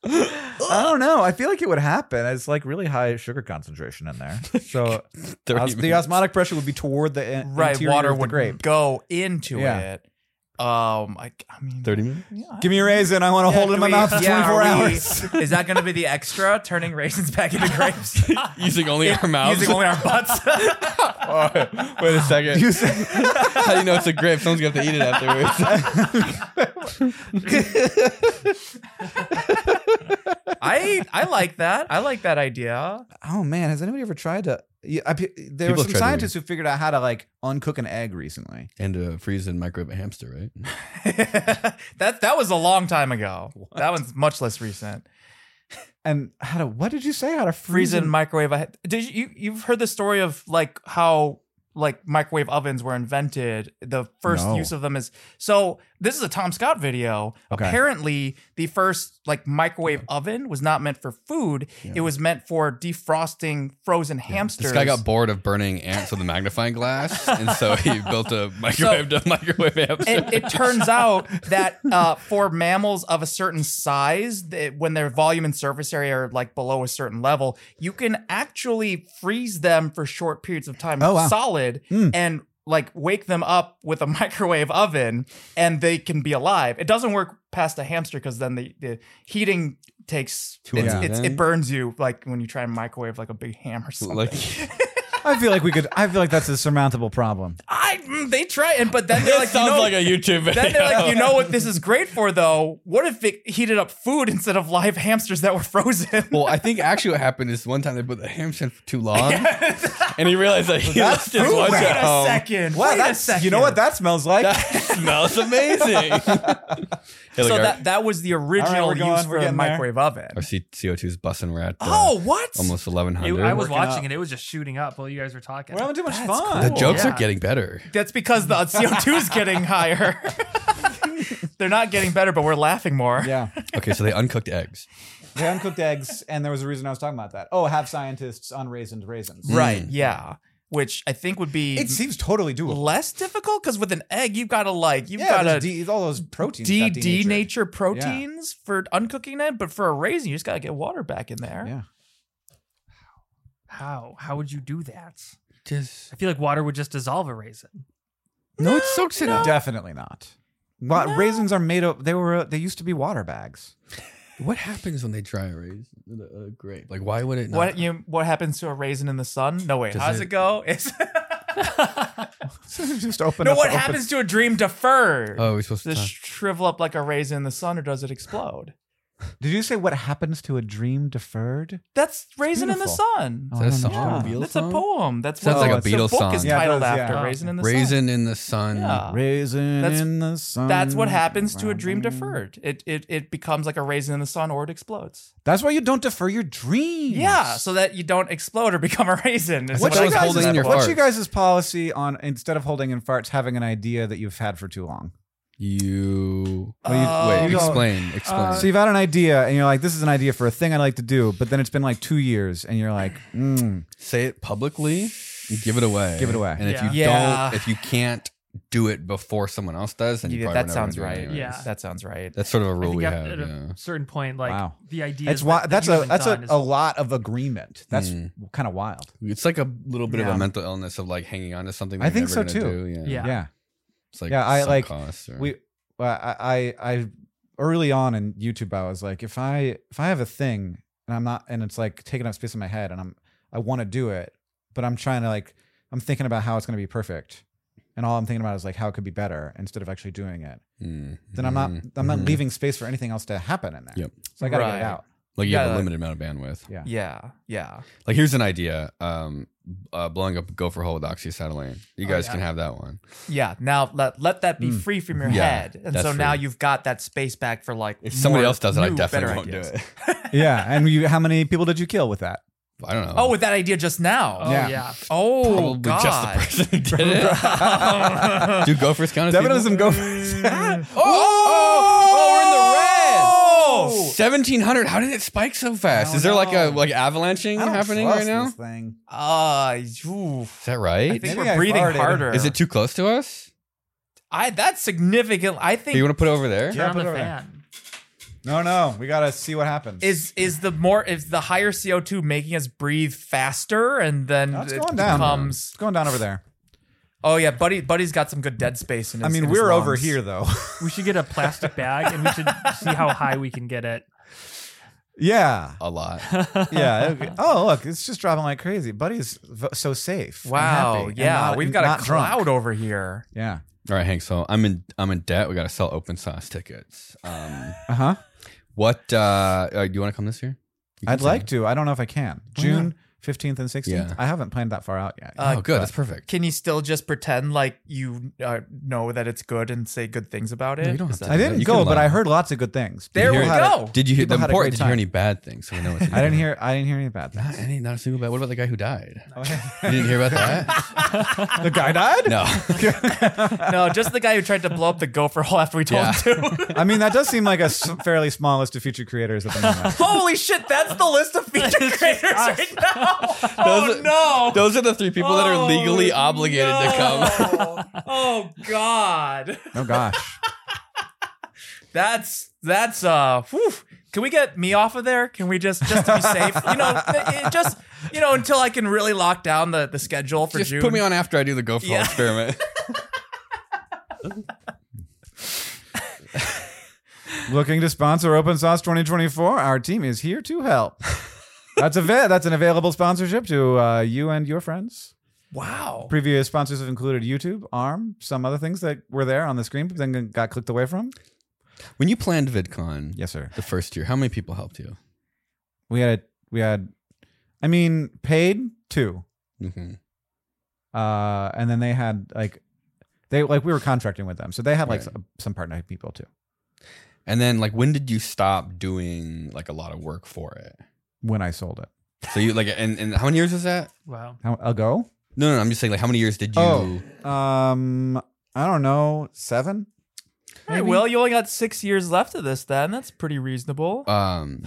[SPEAKER 4] I don't know. I feel like it would happen. It's like really high sugar concentration in there, so os-
[SPEAKER 2] 30
[SPEAKER 4] the
[SPEAKER 2] minutes?
[SPEAKER 4] osmotic pressure would be toward the in-
[SPEAKER 5] right
[SPEAKER 4] interior
[SPEAKER 5] water
[SPEAKER 4] of the
[SPEAKER 5] would
[SPEAKER 4] grape.
[SPEAKER 5] go into
[SPEAKER 4] Yeah.
[SPEAKER 5] it um I, I mean
[SPEAKER 2] Thirty minutes.
[SPEAKER 4] Give me a raisin. I want to
[SPEAKER 5] Yeah,
[SPEAKER 4] hold it
[SPEAKER 5] do
[SPEAKER 4] in my
[SPEAKER 5] we-
[SPEAKER 4] mouth for
[SPEAKER 5] yeah,
[SPEAKER 4] 24
[SPEAKER 5] are we-
[SPEAKER 4] hours.
[SPEAKER 5] is that going to be the extra turning raisins back into grapes
[SPEAKER 2] Using only our mouths.
[SPEAKER 5] using only our butts
[SPEAKER 2] Wait a second.
[SPEAKER 4] You say-
[SPEAKER 2] How do you know it's a grape? Someone's gonna have to eat it afterwards.
[SPEAKER 5] I I like that. I like that idea.
[SPEAKER 4] oh man, has anybody ever tried to Yeah, I, pe- there were
[SPEAKER 2] People
[SPEAKER 4] some
[SPEAKER 2] have tried to
[SPEAKER 4] scientists who figured out how to like uncook an egg recently.
[SPEAKER 2] and uh, freeze and microwave a hamster, right?
[SPEAKER 5] that that was a long time ago. That one's much less recent.
[SPEAKER 4] And how to what did you say? How to freeze
[SPEAKER 5] Freeze in
[SPEAKER 4] and
[SPEAKER 5] microwave. I- Did you you- you've heard the story of like how like microwave ovens were invented? The first
[SPEAKER 4] No.
[SPEAKER 5] use of them is so. This is a Tom Scott video.
[SPEAKER 4] Okay.
[SPEAKER 5] Apparently, the first like microwave oven was not meant for food. It was meant for defrosting frozen hamsters.
[SPEAKER 2] This guy got bored of burning ants with a magnifying glass, and so he built a microwave to microwave hamster.
[SPEAKER 5] it, it turns out that uh, for mammals of a certain size, that when their volume and surface area are like below a certain level, you can actually freeze them for short periods of time
[SPEAKER 4] Oh, wow.
[SPEAKER 5] solid
[SPEAKER 4] Mm.
[SPEAKER 5] and like wake them up with a microwave oven and they can be alive. It doesn't work past a hamster because then the, the heating takes it's,
[SPEAKER 2] long.
[SPEAKER 5] it's, it burns you like when you try and microwave like a big ham or something.
[SPEAKER 2] like
[SPEAKER 4] I feel like we could. I feel like that's a surmountable problem.
[SPEAKER 5] I mm, they try and but then they're like you
[SPEAKER 2] sounds
[SPEAKER 5] know-
[SPEAKER 2] like a YouTube video.
[SPEAKER 5] Then they're like, you know what this is great for though? What if it heated up food instead of live hamsters that were frozen?
[SPEAKER 2] Well, I think actually what happened is one time they put the hamster in for too long, and he realized that he
[SPEAKER 4] That's
[SPEAKER 2] left his
[SPEAKER 4] true.
[SPEAKER 2] lunch
[SPEAKER 4] Wait
[SPEAKER 2] at
[SPEAKER 5] Wait a
[SPEAKER 2] home.
[SPEAKER 5] second.
[SPEAKER 4] Wow,
[SPEAKER 5] wait a
[SPEAKER 4] that's
[SPEAKER 5] second.
[SPEAKER 4] you know what that smells like.
[SPEAKER 2] That smells amazing. Hey, look,
[SPEAKER 5] so
[SPEAKER 2] our,
[SPEAKER 5] that that was the original
[SPEAKER 4] we're going,
[SPEAKER 5] use
[SPEAKER 4] we're
[SPEAKER 5] for a
[SPEAKER 4] getting there. Oh,
[SPEAKER 5] microwave oven.
[SPEAKER 2] our C- CO2 is busting. We're at uh,
[SPEAKER 5] Oh, what?
[SPEAKER 2] almost eleven
[SPEAKER 3] It-
[SPEAKER 2] hundred.
[SPEAKER 3] I was
[SPEAKER 4] Working
[SPEAKER 3] watching
[SPEAKER 4] up.
[SPEAKER 3] it. It was just shooting up while you guys were talking.
[SPEAKER 4] We're having too much
[SPEAKER 5] That's
[SPEAKER 4] fun.
[SPEAKER 5] cool.
[SPEAKER 2] the jokes
[SPEAKER 3] Yeah.
[SPEAKER 2] are getting better.
[SPEAKER 5] That's because the CO2 is getting higher. They're not getting better, but we're laughing more.
[SPEAKER 4] Yeah,
[SPEAKER 2] Okay, so they uncooked eggs.
[SPEAKER 4] they uncooked eggs, and there was a reason I was talking about that. Oh, have scientists unraisined raisins?
[SPEAKER 5] Right. Yeah. Which I think would be
[SPEAKER 4] Mm. It seems totally doable.
[SPEAKER 5] less difficult because with an egg, you've got to like, you've
[SPEAKER 4] yeah,
[SPEAKER 5] got
[SPEAKER 4] there's
[SPEAKER 5] to
[SPEAKER 4] de- all those proteins.
[SPEAKER 5] D
[SPEAKER 4] got
[SPEAKER 5] D
[SPEAKER 4] denatured.
[SPEAKER 5] nature proteins for uncooking it, but for a raisin, you just gotta get water back in there.
[SPEAKER 4] Yeah.
[SPEAKER 3] How? How would you do that?
[SPEAKER 2] Just
[SPEAKER 3] I feel like water would just dissolve a raisin.
[SPEAKER 2] no, it soaks it up.
[SPEAKER 4] Definitely not. Wa-
[SPEAKER 5] No.
[SPEAKER 4] Raisins are made of. They were. They used to be water bags.
[SPEAKER 2] What happens when they dry erase a grape? Like, why would it not?
[SPEAKER 5] What you what happens to a raisin in the sun? No wait,
[SPEAKER 2] Does
[SPEAKER 5] how does it,
[SPEAKER 2] it-
[SPEAKER 5] go? It's
[SPEAKER 4] just open.
[SPEAKER 5] no,
[SPEAKER 4] up
[SPEAKER 5] what
[SPEAKER 4] the open-
[SPEAKER 5] happens to a dream deferred?
[SPEAKER 2] oh, we're supposed
[SPEAKER 5] does
[SPEAKER 2] to.
[SPEAKER 5] it shrivel up like a raisin in the sun, or does it explode?
[SPEAKER 4] Did you say what happens to a dream deferred?
[SPEAKER 5] That's raisin in the
[SPEAKER 4] beautiful.
[SPEAKER 5] sun.
[SPEAKER 4] Oh,
[SPEAKER 2] Is that a
[SPEAKER 4] I
[SPEAKER 2] song?
[SPEAKER 4] don't know.
[SPEAKER 2] A Beatles
[SPEAKER 5] That's a
[SPEAKER 2] song?
[SPEAKER 5] poem. That's
[SPEAKER 2] Sounds
[SPEAKER 5] what
[SPEAKER 4] like a
[SPEAKER 5] the
[SPEAKER 2] Beatles
[SPEAKER 5] book is
[SPEAKER 2] song.
[SPEAKER 4] Yeah, it
[SPEAKER 5] titled
[SPEAKER 4] does,
[SPEAKER 5] after
[SPEAKER 4] yeah.
[SPEAKER 5] raisin in the sun.
[SPEAKER 2] Raisin in the sun.
[SPEAKER 4] Ah.
[SPEAKER 5] Yeah.
[SPEAKER 4] Raisin
[SPEAKER 5] That's-
[SPEAKER 4] in the sun.
[SPEAKER 5] That's what happens to a dream deferred. It it it becomes like a raisin in the sun, or it explodes.
[SPEAKER 4] That's why you don't defer your dreams.
[SPEAKER 5] Yeah, so that you don't explode or become a raisin. is
[SPEAKER 2] What
[SPEAKER 5] what
[SPEAKER 2] you
[SPEAKER 5] I was
[SPEAKER 2] guys-
[SPEAKER 5] holding in your
[SPEAKER 4] what's you
[SPEAKER 2] farts?
[SPEAKER 4] guys' policy on instead of holding in farts, having an idea that you've had for too long?
[SPEAKER 2] You
[SPEAKER 5] Well, you- Um,
[SPEAKER 2] wait.
[SPEAKER 4] you don't-
[SPEAKER 2] Explain. Explain.
[SPEAKER 4] so you've had an idea and you're like, this is an idea for a thing I like to do, but then it's been like two years and you're like, mm,
[SPEAKER 2] say it publicly and give it away.
[SPEAKER 4] Give it away.
[SPEAKER 2] And if you
[SPEAKER 5] Yeah.
[SPEAKER 2] don't, if you can't do it before someone else does, then you
[SPEAKER 5] Yeah,
[SPEAKER 2] probably
[SPEAKER 5] that
[SPEAKER 2] never
[SPEAKER 5] sounds
[SPEAKER 2] gonna do it
[SPEAKER 5] right.
[SPEAKER 2] anyways.
[SPEAKER 3] Yeah.
[SPEAKER 5] That sounds right.
[SPEAKER 2] That's sort of a
[SPEAKER 3] I
[SPEAKER 2] rule
[SPEAKER 3] think
[SPEAKER 2] we
[SPEAKER 3] at,
[SPEAKER 2] have.
[SPEAKER 3] at
[SPEAKER 2] yeah.
[SPEAKER 3] a certain point, like
[SPEAKER 4] Wow.
[SPEAKER 3] the idea.
[SPEAKER 4] it's wi- that's a that's a,
[SPEAKER 3] is,
[SPEAKER 4] a lot of agreement. That's kind of wild.
[SPEAKER 2] It's like a little bit of
[SPEAKER 5] Yeah.
[SPEAKER 2] a mental illness of like hanging on to something.
[SPEAKER 4] I
[SPEAKER 2] that you're
[SPEAKER 4] think
[SPEAKER 2] never
[SPEAKER 4] so,
[SPEAKER 2] gonna
[SPEAKER 4] too.
[SPEAKER 2] do,
[SPEAKER 3] Yeah.
[SPEAKER 4] yeah.
[SPEAKER 2] It's like
[SPEAKER 4] Yeah, I,
[SPEAKER 2] sunk
[SPEAKER 4] like,
[SPEAKER 2] costs or-
[SPEAKER 4] we well, I, I i early on in youtube i was like if i if i have a thing and i'm not and it's like taking up space in my head and i'm i want to do it but i'm trying to like i'm thinking about how it's going to be perfect and all i'm thinking about is like how it could be better instead of actually doing it
[SPEAKER 2] Mm,
[SPEAKER 4] then i'm not
[SPEAKER 2] mm,
[SPEAKER 4] i'm not
[SPEAKER 2] mhm.
[SPEAKER 4] leaving space for anything else to happen in there
[SPEAKER 2] Yep.
[SPEAKER 4] so i gotta get
[SPEAKER 5] Right.
[SPEAKER 4] it out
[SPEAKER 2] Like you have
[SPEAKER 5] Yeah.
[SPEAKER 2] a limited amount of bandwidth.
[SPEAKER 4] yeah
[SPEAKER 5] Yeah, yeah.
[SPEAKER 2] Like here's an idea. Um, uh, blowing up a gopher hole with oxyacetylene. You
[SPEAKER 5] Oh,
[SPEAKER 2] guys
[SPEAKER 3] yeah.
[SPEAKER 2] can have that one.
[SPEAKER 5] Yeah. Now let let that be
[SPEAKER 4] Mm.
[SPEAKER 5] free from your
[SPEAKER 2] Hmm. Yeah,
[SPEAKER 5] head. And
[SPEAKER 2] that's
[SPEAKER 5] so now
[SPEAKER 2] free.
[SPEAKER 5] you've got that space back for like
[SPEAKER 2] If somebody
[SPEAKER 5] more
[SPEAKER 2] else does it, I
[SPEAKER 5] new,
[SPEAKER 2] definitely
[SPEAKER 5] better
[SPEAKER 2] won't
[SPEAKER 5] ideas.
[SPEAKER 2] do it.
[SPEAKER 4] yeah and you how many people did you kill with that
[SPEAKER 2] I don't know.
[SPEAKER 5] Oh, with that idea just
[SPEAKER 3] Oh
[SPEAKER 5] now.
[SPEAKER 4] Yeah.
[SPEAKER 3] yeah.
[SPEAKER 5] Oh,
[SPEAKER 2] probably
[SPEAKER 5] God.
[SPEAKER 2] just the person who did it. Do gophers count as
[SPEAKER 4] devin
[SPEAKER 2] people?
[SPEAKER 4] doesn't go for
[SPEAKER 2] Oh,
[SPEAKER 5] Oh,
[SPEAKER 2] oh,
[SPEAKER 5] we're in the red.
[SPEAKER 2] Seventeen hundred. How did it spike so fast?
[SPEAKER 4] I
[SPEAKER 2] Is there like a
[SPEAKER 4] don't know.
[SPEAKER 2] like avalanching happening right now? Is
[SPEAKER 4] thing.
[SPEAKER 5] Ah, oof.
[SPEAKER 2] that
[SPEAKER 5] I
[SPEAKER 2] right?
[SPEAKER 5] think
[SPEAKER 4] Maybe
[SPEAKER 5] we're
[SPEAKER 4] I
[SPEAKER 5] breathing
[SPEAKER 4] farted.
[SPEAKER 5] harder.
[SPEAKER 2] Is it too close to us?
[SPEAKER 5] I that's significant. I
[SPEAKER 2] Do you
[SPEAKER 5] think
[SPEAKER 2] want to put it over there?
[SPEAKER 3] Turn on
[SPEAKER 4] put
[SPEAKER 3] the
[SPEAKER 4] it over there.
[SPEAKER 3] fan.
[SPEAKER 4] no no we gotta see what happens
[SPEAKER 5] is is the more is the higher CO two making us breathe faster and then
[SPEAKER 4] No, it's
[SPEAKER 5] it
[SPEAKER 4] going down.
[SPEAKER 5] becomes
[SPEAKER 4] it's going down over there
[SPEAKER 5] Oh yeah, buddy buddy's got some good dead space in
[SPEAKER 4] I
[SPEAKER 5] his
[SPEAKER 4] mean,
[SPEAKER 5] in his
[SPEAKER 4] we're over
[SPEAKER 5] lungs.
[SPEAKER 4] here though.
[SPEAKER 3] We should get a plastic bag and we should see how high we can get it.
[SPEAKER 4] yeah,
[SPEAKER 2] A lot.
[SPEAKER 4] yeah. okay. Oh, look, it's just dropping like crazy. Buddy's v- so safe. and happy
[SPEAKER 5] Wow,
[SPEAKER 4] and
[SPEAKER 5] yeah,
[SPEAKER 4] not-
[SPEAKER 5] we've got
[SPEAKER 4] not
[SPEAKER 5] a
[SPEAKER 4] drunk.
[SPEAKER 5] cloud over here.
[SPEAKER 4] Yeah.
[SPEAKER 2] All right, Hank. So I'm in. I'm in debt. We got to sell open sauce tickets. Um,
[SPEAKER 4] Uh huh.
[SPEAKER 2] what? Uh, uh, do you want to come this year? You can
[SPEAKER 4] I'd
[SPEAKER 2] say.
[SPEAKER 4] like to. I don't know if I can.
[SPEAKER 2] not?
[SPEAKER 4] June 15th and 16th.
[SPEAKER 2] Yeah.
[SPEAKER 4] I haven't planned that far out yet.
[SPEAKER 5] Uh,
[SPEAKER 2] oh, good. That's perfect.
[SPEAKER 5] Can you still just pretend like you uh, know that it's good and say good things about it?
[SPEAKER 2] No, you don't
[SPEAKER 5] Is
[SPEAKER 2] have
[SPEAKER 5] that-
[SPEAKER 4] I didn't
[SPEAKER 2] you
[SPEAKER 4] go,
[SPEAKER 2] can
[SPEAKER 4] but
[SPEAKER 2] lie.
[SPEAKER 4] I heard lots of good things.
[SPEAKER 5] There
[SPEAKER 4] People
[SPEAKER 5] we
[SPEAKER 4] had a-
[SPEAKER 5] go.
[SPEAKER 2] Did you hear the
[SPEAKER 4] people had a great
[SPEAKER 2] important? Did you
[SPEAKER 4] time.
[SPEAKER 2] hear any bad things? So we know what to
[SPEAKER 4] I didn't
[SPEAKER 2] do.
[SPEAKER 4] hear. I didn't hear any bad
[SPEAKER 2] Not
[SPEAKER 4] things.
[SPEAKER 2] any, not a single bad. What about the guy who died? you didn't hear about that?
[SPEAKER 4] the guy died.
[SPEAKER 2] No.
[SPEAKER 5] no, just the guy who tried to blow up the gopher hole after we told
[SPEAKER 2] Yeah.
[SPEAKER 5] him to.
[SPEAKER 4] I mean, that does seem like a s- fairly small list of future creators at the moment.
[SPEAKER 5] Holy shit, that's the list of feature creators right now. Oh
[SPEAKER 2] Those are-
[SPEAKER 5] no.
[SPEAKER 2] Those are the three people that are legally
[SPEAKER 5] Oh,
[SPEAKER 2] obligated to come.
[SPEAKER 5] no. oh god.
[SPEAKER 4] Oh gosh.
[SPEAKER 5] That's that's uh whew. Can we get me off of there? Can we just just to be safe? You know, it it just you know until I can really lock down the the schedule for
[SPEAKER 2] Just
[SPEAKER 5] June.
[SPEAKER 2] put me on after I do the go for
[SPEAKER 5] Yeah.
[SPEAKER 2] all experiment.
[SPEAKER 4] Looking to sponsor Open Source 2024? Our team is here to help. That's a va- that's an available sponsorship to uh, you and your friends.
[SPEAKER 5] Wow.
[SPEAKER 4] Previous sponsors have included YouTube, ARM, some other things that were there on the screen but then got clicked away from.
[SPEAKER 2] when you planned VidCon
[SPEAKER 4] Yes, sir.
[SPEAKER 2] the first year, how many people helped you?
[SPEAKER 4] We had we had, I mean, paid two,
[SPEAKER 2] Mm-hmm.
[SPEAKER 4] uh, and then they had like, they like we were contracting with them, so they had like
[SPEAKER 2] Right.
[SPEAKER 4] some, some partner people too.
[SPEAKER 2] And then, like, when did you stop doing like a lot of work for it?
[SPEAKER 4] When I sold it,
[SPEAKER 2] So you like, and, and how many years was that?
[SPEAKER 3] Wow.
[SPEAKER 4] How, I'll go.
[SPEAKER 2] No, no, no, I'm just saying, like, how many years did you?
[SPEAKER 4] Oh. Um, I don't know, seven.
[SPEAKER 5] All right, Will, you only got six years left of this then. That's pretty reasonable.
[SPEAKER 2] Um,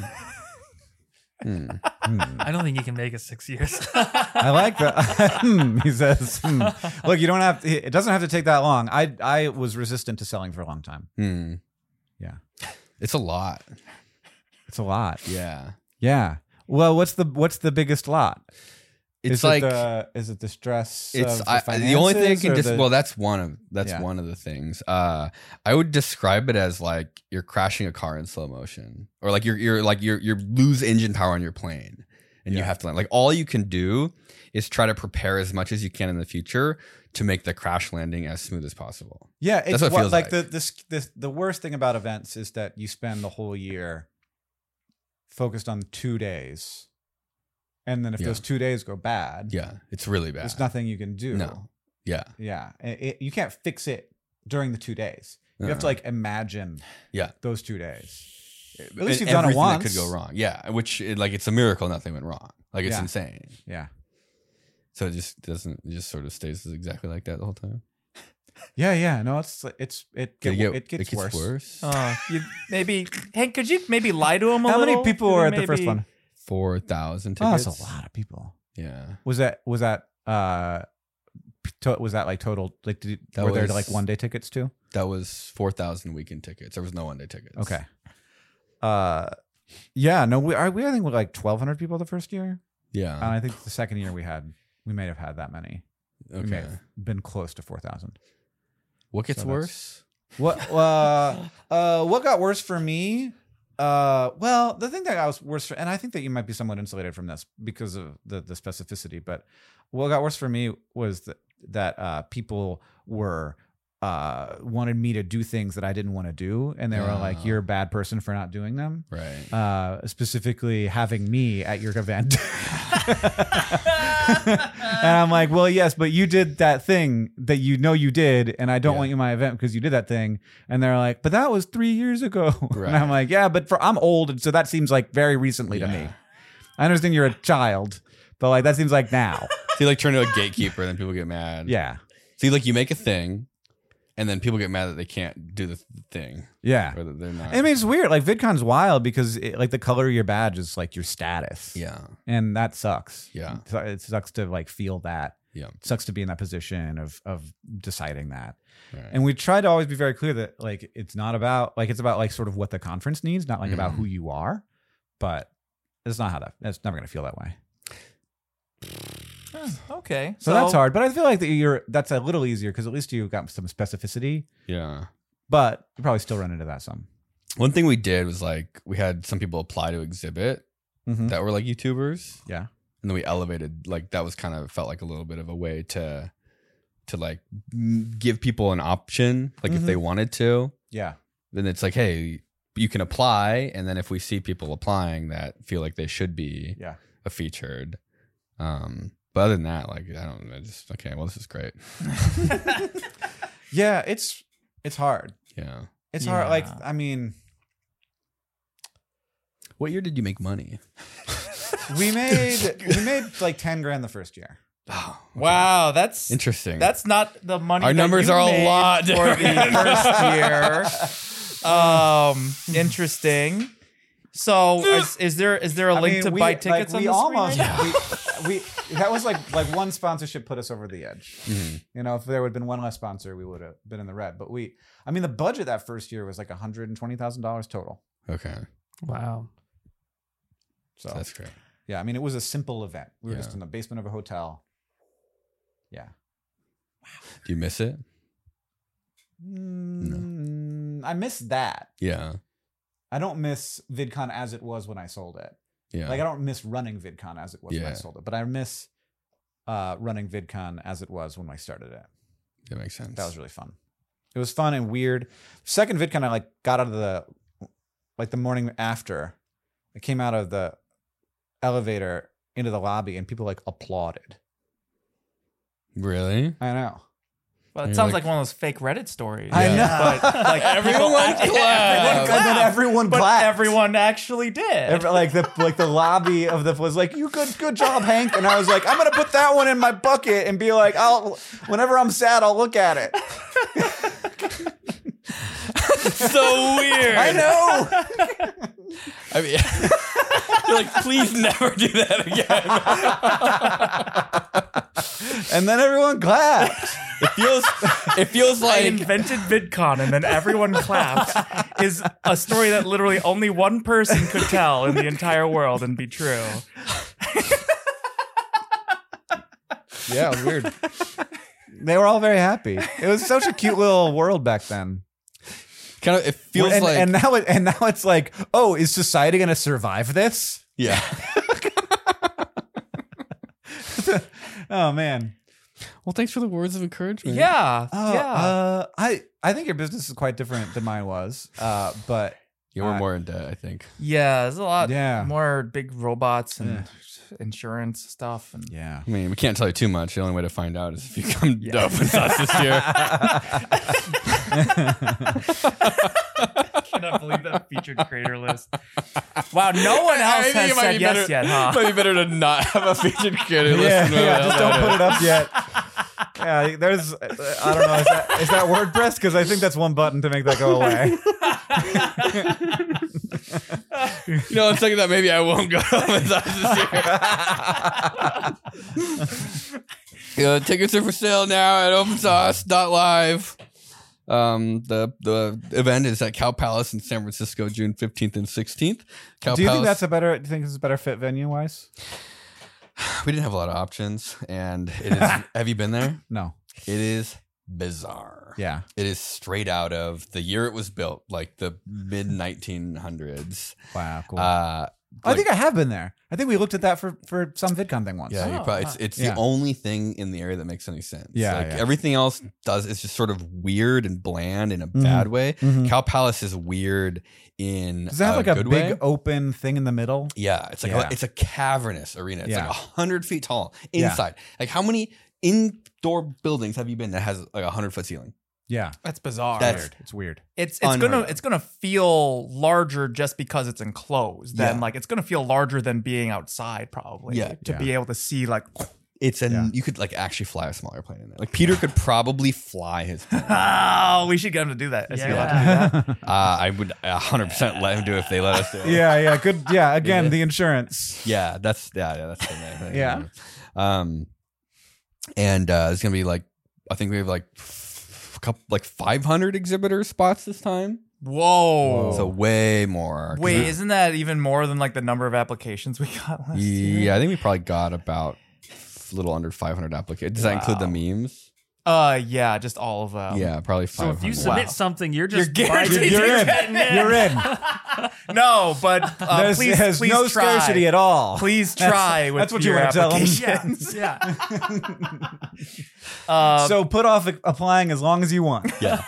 [SPEAKER 2] hmm.
[SPEAKER 4] Hmm.
[SPEAKER 3] I don't think you can make it six years.
[SPEAKER 4] I like that. Hmm, he says, hmm. "Look, you don't have. To, it doesn't have to take that long. I I was resistant to selling for a long time.
[SPEAKER 2] Hmm.
[SPEAKER 4] Yeah.
[SPEAKER 2] It's a lot.
[SPEAKER 4] It's a lot.
[SPEAKER 2] Yeah.
[SPEAKER 4] Yeah. Well, what's the what's the biggest lot?
[SPEAKER 2] It's
[SPEAKER 4] is
[SPEAKER 2] like
[SPEAKER 4] it uh, the, is it the stress?
[SPEAKER 2] it's
[SPEAKER 4] of the,
[SPEAKER 2] I, the only thing I
[SPEAKER 4] finances
[SPEAKER 2] can
[SPEAKER 4] or
[SPEAKER 2] dis-
[SPEAKER 4] the-
[SPEAKER 2] well that's one of that's
[SPEAKER 4] Yeah.
[SPEAKER 2] one of the things. Uh I would describe it as like you're crashing a car in slow motion or like you're you're like you're you lose engine power on your plane and you
[SPEAKER 4] Yeah.
[SPEAKER 2] have to land. Like all you can do is try to prepare as much as you can in the future to make the crash landing as smooth as possible.
[SPEAKER 4] yeah, it's
[SPEAKER 2] that's what it
[SPEAKER 4] what-
[SPEAKER 2] feels
[SPEAKER 4] like,
[SPEAKER 2] like.
[SPEAKER 4] the this this the worst thing about events is that you spend the whole year focused on two days, and then if
[SPEAKER 2] Yeah.
[SPEAKER 4] those two days go bad,
[SPEAKER 2] Yeah, it's really bad.
[SPEAKER 4] there's nothing you can do.
[SPEAKER 2] No. yeah.
[SPEAKER 4] Yeah, it, it- you can't fix it during the two days. You have to
[SPEAKER 2] Uh-uh.
[SPEAKER 4] like imagine.
[SPEAKER 2] Yeah.
[SPEAKER 4] Those two days. At
[SPEAKER 2] And
[SPEAKER 4] least you've done it
[SPEAKER 2] everything that
[SPEAKER 4] once.
[SPEAKER 2] could go wrong. Yeah, which it, like it's a miracle nothing went wrong. Like it's
[SPEAKER 4] Yeah.
[SPEAKER 2] insane.
[SPEAKER 4] Yeah.
[SPEAKER 2] So it just doesn't it just sort of stays exactly like that the whole time.
[SPEAKER 4] Yeah. Yeah. No, it's it's it
[SPEAKER 2] Did
[SPEAKER 4] get,
[SPEAKER 2] it get-
[SPEAKER 4] it gets worse.
[SPEAKER 5] Uh, you, maybe Hank, could you maybe lie to him a
[SPEAKER 4] How
[SPEAKER 5] little?
[SPEAKER 4] many people
[SPEAKER 5] Maybe-
[SPEAKER 4] were at the first
[SPEAKER 5] maybe-
[SPEAKER 4] one?
[SPEAKER 2] four thousand
[SPEAKER 4] Oh,
[SPEAKER 2] tickets.
[SPEAKER 4] that's a lot of people.
[SPEAKER 2] Yeah,
[SPEAKER 4] Was that was that uh p- to, was that like total like did,
[SPEAKER 2] That
[SPEAKER 4] were there
[SPEAKER 2] was-
[SPEAKER 4] like one day tickets too?
[SPEAKER 2] that was four thousand weekend tickets. There was no one day tickets.
[SPEAKER 4] Okay. Uh, yeah. No, we are we I think we're like twelve hundred people the first year, and
[SPEAKER 2] Yeah.
[SPEAKER 4] I think the second year we had we may have had that many. We may
[SPEAKER 2] okay.
[SPEAKER 4] have been close to four thousand.
[SPEAKER 2] What gets
[SPEAKER 4] So that's-
[SPEAKER 2] worse?
[SPEAKER 4] What uh, uh, what got worse for me? Uh, well, the thing that got worse for, and I think that you might be somewhat insulated from this because of the the specificity. But what got worse for me was that that uh, people were uh wanted me to do things that I didn't want to do, and they were
[SPEAKER 2] Ah.
[SPEAKER 4] like, "You're a bad person for not doing them."
[SPEAKER 2] Right.
[SPEAKER 4] Uh, specifically having me at your event. and I'm like, well, yes, but you did that thing that you know you did, and I don't
[SPEAKER 2] Yeah.
[SPEAKER 4] want you at my event because you did that thing. And they're like, but that was three years ago.
[SPEAKER 2] Right.
[SPEAKER 4] And I'm like, yeah, but for I'm old, and so that seems like very recently to me.
[SPEAKER 2] Yeah.
[SPEAKER 4] I understand you're a child, but like that seems like now.
[SPEAKER 2] So you like turn into a gatekeeper, and then people get mad.
[SPEAKER 4] yeah,
[SPEAKER 2] So you like you make a thing, and then people get mad that they can't do the th- thing,
[SPEAKER 4] yeah.
[SPEAKER 2] or that they're not.
[SPEAKER 4] I mean, it's weird. Like VidCon's wild because it, like the color of your badge is like your status.
[SPEAKER 2] yeah,
[SPEAKER 4] and that sucks.
[SPEAKER 2] Yeah.
[SPEAKER 4] It su- it sucks to like feel that.
[SPEAKER 2] Yeah.
[SPEAKER 4] It sucks to be in that position of of deciding that.
[SPEAKER 2] right.
[SPEAKER 4] And we try to always be very clear that like it's not about like it's about like sort of what the conference needs, not like about
[SPEAKER 2] Mhm.
[SPEAKER 4] who you are. But it's not how that. It's never going to feel that way.
[SPEAKER 5] Huh, uh, okay.
[SPEAKER 4] So, that's hard. But I feel like that you're that's a little easier because at least you got some specificity.
[SPEAKER 2] yeah.
[SPEAKER 4] But you probably still run into that some.
[SPEAKER 2] One thing we did was like we had some people apply to exhibit
[SPEAKER 4] Mhm.
[SPEAKER 2] that were like YouTubers.
[SPEAKER 4] Yeah.
[SPEAKER 2] and then we elevated like that was kind of felt like a little bit of a way to to like m- give people an option like if
[SPEAKER 4] Mhm.
[SPEAKER 2] they wanted to
[SPEAKER 4] Yeah.
[SPEAKER 2] then it's like hey you can apply and then if we see people applying that feel like they should be
[SPEAKER 4] Yeah.
[SPEAKER 2] a featured Um, but other than that, like I don't, I just okay. Well, this is great.
[SPEAKER 4] Yeah, it's it's hard.
[SPEAKER 2] Yeah.
[SPEAKER 4] It's hard. Like
[SPEAKER 5] Yeah.
[SPEAKER 4] I mean,
[SPEAKER 2] What year did you make money?
[SPEAKER 4] we made we made like ten grand the first year.
[SPEAKER 2] Oh,
[SPEAKER 5] Wow, that's
[SPEAKER 2] interesting.
[SPEAKER 5] That's not the money.
[SPEAKER 2] Our
[SPEAKER 5] that
[SPEAKER 2] numbers
[SPEAKER 5] you
[SPEAKER 2] are a
[SPEAKER 5] made
[SPEAKER 2] lot
[SPEAKER 5] for the first year. Um, interesting. So is, is there is there a
[SPEAKER 4] I
[SPEAKER 5] link
[SPEAKER 4] mean,
[SPEAKER 5] to
[SPEAKER 4] we-
[SPEAKER 5] buy
[SPEAKER 4] like,
[SPEAKER 5] tickets on
[SPEAKER 4] we
[SPEAKER 5] the
[SPEAKER 4] almost
[SPEAKER 5] screen?
[SPEAKER 4] we, we that was like like one sponsorship put us over the edge.
[SPEAKER 5] Mm-hmm.
[SPEAKER 4] You know, if there would have been one less sponsor, we would have been in the red. But we, I mean, the budget that first year was like one hundred and twenty thousand dollars total.
[SPEAKER 2] okay.
[SPEAKER 3] Wow.
[SPEAKER 4] So
[SPEAKER 2] That's great.
[SPEAKER 4] yeah, I mean, it was a simple event. We were just
[SPEAKER 2] Yeah.
[SPEAKER 4] in the basement of a hotel. Yeah.
[SPEAKER 2] Do you miss it?
[SPEAKER 4] Mm, I miss that.
[SPEAKER 2] Yeah.
[SPEAKER 4] I don't miss VidCon as it was when I sold it.
[SPEAKER 2] Yeah.
[SPEAKER 4] Like I don't miss running VidCon as it was when I
[SPEAKER 2] Yeah.
[SPEAKER 4] sold it, but I miss uh, running VidCon as it was when I started it.
[SPEAKER 2] that makes sense.
[SPEAKER 4] That was really fun. It was fun and weird. Second VidCon, I like got out of the like the morning after. I came out of the elevator into the lobby and people like applauded.
[SPEAKER 2] really.
[SPEAKER 4] I know.
[SPEAKER 5] Well, it
[SPEAKER 2] You're
[SPEAKER 5] sounds
[SPEAKER 2] like-
[SPEAKER 5] like, one of those fake Reddit stories.
[SPEAKER 4] I
[SPEAKER 2] Yeah.
[SPEAKER 4] know.
[SPEAKER 5] But like everyone,
[SPEAKER 4] And
[SPEAKER 5] clapped.
[SPEAKER 4] then everyone
[SPEAKER 5] but
[SPEAKER 4] clapped.
[SPEAKER 5] everyone actually did.
[SPEAKER 4] Every- like the like the lobby of the was like, "You good, good job, Hank." And I was like, "I'm gonna put that one in my bucket and be like, I'll whenever I'm sad, I'll look at it."
[SPEAKER 2] so weird.
[SPEAKER 4] I know.
[SPEAKER 2] I mean, you're like, please never do that again.
[SPEAKER 4] And then everyone clapped.
[SPEAKER 2] It feels, it feels
[SPEAKER 5] I
[SPEAKER 2] like
[SPEAKER 5] invented VidCon and then everyone clapped is a story that literally only one person could tell in the entire world and be true.
[SPEAKER 4] yeah, it was weird. They were all very happy. It was such a cute little world back then.
[SPEAKER 2] kind of. It feels
[SPEAKER 4] and,
[SPEAKER 2] like
[SPEAKER 4] and now it, and now it's like, oh, is society gonna survive this?
[SPEAKER 2] yeah.
[SPEAKER 4] Oh man.
[SPEAKER 2] Well, thanks for the words of encouragement.
[SPEAKER 5] Yeah.
[SPEAKER 4] Oh,
[SPEAKER 5] yeah.
[SPEAKER 4] Uh, I I think your business is quite different than mine was. Uh, but
[SPEAKER 2] you were more in debt, I think.
[SPEAKER 5] yeah. There's a lot
[SPEAKER 4] Yeah.
[SPEAKER 5] more big robots and insurance stuff. And
[SPEAKER 4] yeah.
[SPEAKER 2] I mean, we can't tell you too much. The only way to find out is if you come up with us this year.
[SPEAKER 5] I cannot believe that featured creator list. Wow. No one else
[SPEAKER 2] I think
[SPEAKER 5] has
[SPEAKER 2] it might
[SPEAKER 5] said
[SPEAKER 2] be
[SPEAKER 5] yes
[SPEAKER 2] better-
[SPEAKER 5] yet, huh?
[SPEAKER 2] Might be better to not have a featured creator.
[SPEAKER 4] yeah,
[SPEAKER 2] listen to
[SPEAKER 4] yeah,
[SPEAKER 2] it.
[SPEAKER 4] just don't put it up yet. Yeah, there's. uh, I don't know. Is that, is that WordPress? Because I think that's one button to make that go away.
[SPEAKER 2] You know, I'm thinking that maybe I won't go to Amazon this year. you know, tickets are for sale now at opensource.live. Um, the the event is at Cow Palace in San Francisco, June 15th and 16th. Cow
[SPEAKER 4] Do you think
[SPEAKER 2] Palace-
[SPEAKER 4] that's a better? Do you think it's a better fit venue wise?
[SPEAKER 2] we didn't have a lot of options, and it is. have you been there?
[SPEAKER 4] No.
[SPEAKER 2] It is bizarre.
[SPEAKER 4] Yeah.
[SPEAKER 2] It is straight out of the year it was built, like the mid 1900s.
[SPEAKER 4] Wow. Cool.
[SPEAKER 2] Uh,
[SPEAKER 4] I think I have been there. I think we looked at that for for some VidCon thing once.
[SPEAKER 2] Yeah, you
[SPEAKER 5] Oh,
[SPEAKER 2] probably, it's it's
[SPEAKER 4] Yeah.
[SPEAKER 2] the only thing in the area that makes any sense.
[SPEAKER 4] Yeah,
[SPEAKER 2] like
[SPEAKER 4] yeah.
[SPEAKER 2] everything else does. It's just sort of weird and bland in a
[SPEAKER 4] Mhm.
[SPEAKER 2] bad way.
[SPEAKER 4] Mhm.
[SPEAKER 2] Cow Palace is weird in
[SPEAKER 4] Does it
[SPEAKER 5] uh,
[SPEAKER 4] have
[SPEAKER 2] a
[SPEAKER 4] like a
[SPEAKER 2] good
[SPEAKER 4] big
[SPEAKER 2] way.
[SPEAKER 4] open thing in the middle?
[SPEAKER 2] yeah, it's like
[SPEAKER 4] Yeah.
[SPEAKER 2] A, it's a cavernous arena. It's
[SPEAKER 4] Yeah.
[SPEAKER 2] like a hundred feet tall
[SPEAKER 4] Yeah.
[SPEAKER 2] inside. Like how many indoor buildings have you been that has like a hundred foot ceiling?
[SPEAKER 4] Yeah.
[SPEAKER 5] That's bizarre.
[SPEAKER 2] That's-
[SPEAKER 4] Weird. It's weird.
[SPEAKER 5] it's it's
[SPEAKER 2] Unheard
[SPEAKER 5] gonna
[SPEAKER 2] of.
[SPEAKER 5] it's gonna feel larger just because it's enclosed. Then
[SPEAKER 2] Yeah.
[SPEAKER 5] like it's gonna feel larger than being outside probably.
[SPEAKER 2] Yeah.
[SPEAKER 5] To
[SPEAKER 4] Yeah.
[SPEAKER 5] be able to see like
[SPEAKER 2] It's an
[SPEAKER 4] Yeah.
[SPEAKER 2] you could like actually fly a smaller plane in there. Like Peter could probably fly his. plane.
[SPEAKER 5] oh we should get him to do that. Is he allowed to do that?
[SPEAKER 4] yeah,
[SPEAKER 2] Uh, I would hundred percent let him do it if they let us do it.
[SPEAKER 4] yeah. Good. Yeah. Again, the insurance.
[SPEAKER 2] Yeah, that's yeah, yeah that's the name. I think.
[SPEAKER 4] Yeah.
[SPEAKER 2] Um, and uh, there's gonna be like I think we have like f- couple like 500 exhibitor spots this time,
[SPEAKER 5] Whoa.
[SPEAKER 4] Whoa.
[SPEAKER 2] so way more. 'Cause
[SPEAKER 5] Wait,
[SPEAKER 2] we-
[SPEAKER 5] isn't that even more than like the number of applications we got last year?
[SPEAKER 2] yeah, I think we probably got about a little under 500 applications. Does that include the memes?
[SPEAKER 5] Uh yeah, just all of them.
[SPEAKER 2] yeah, probably
[SPEAKER 3] So
[SPEAKER 2] 500.
[SPEAKER 3] if you submit
[SPEAKER 5] Wow.
[SPEAKER 3] something, you're just
[SPEAKER 5] You're guaranteed
[SPEAKER 3] binding-
[SPEAKER 5] to
[SPEAKER 4] You're in.
[SPEAKER 5] get it.
[SPEAKER 4] You're in.
[SPEAKER 5] No, but uh,
[SPEAKER 4] There's,
[SPEAKER 5] please,
[SPEAKER 4] there's
[SPEAKER 5] please
[SPEAKER 4] no
[SPEAKER 5] try.
[SPEAKER 4] scarcity at all.
[SPEAKER 5] Please
[SPEAKER 4] That's-
[SPEAKER 5] try with
[SPEAKER 4] that's what you
[SPEAKER 5] your
[SPEAKER 4] wanna tell 'em.
[SPEAKER 5] applications. yeah. Uh,
[SPEAKER 2] Uh,
[SPEAKER 4] so put off applying as long as you want.
[SPEAKER 2] yeah.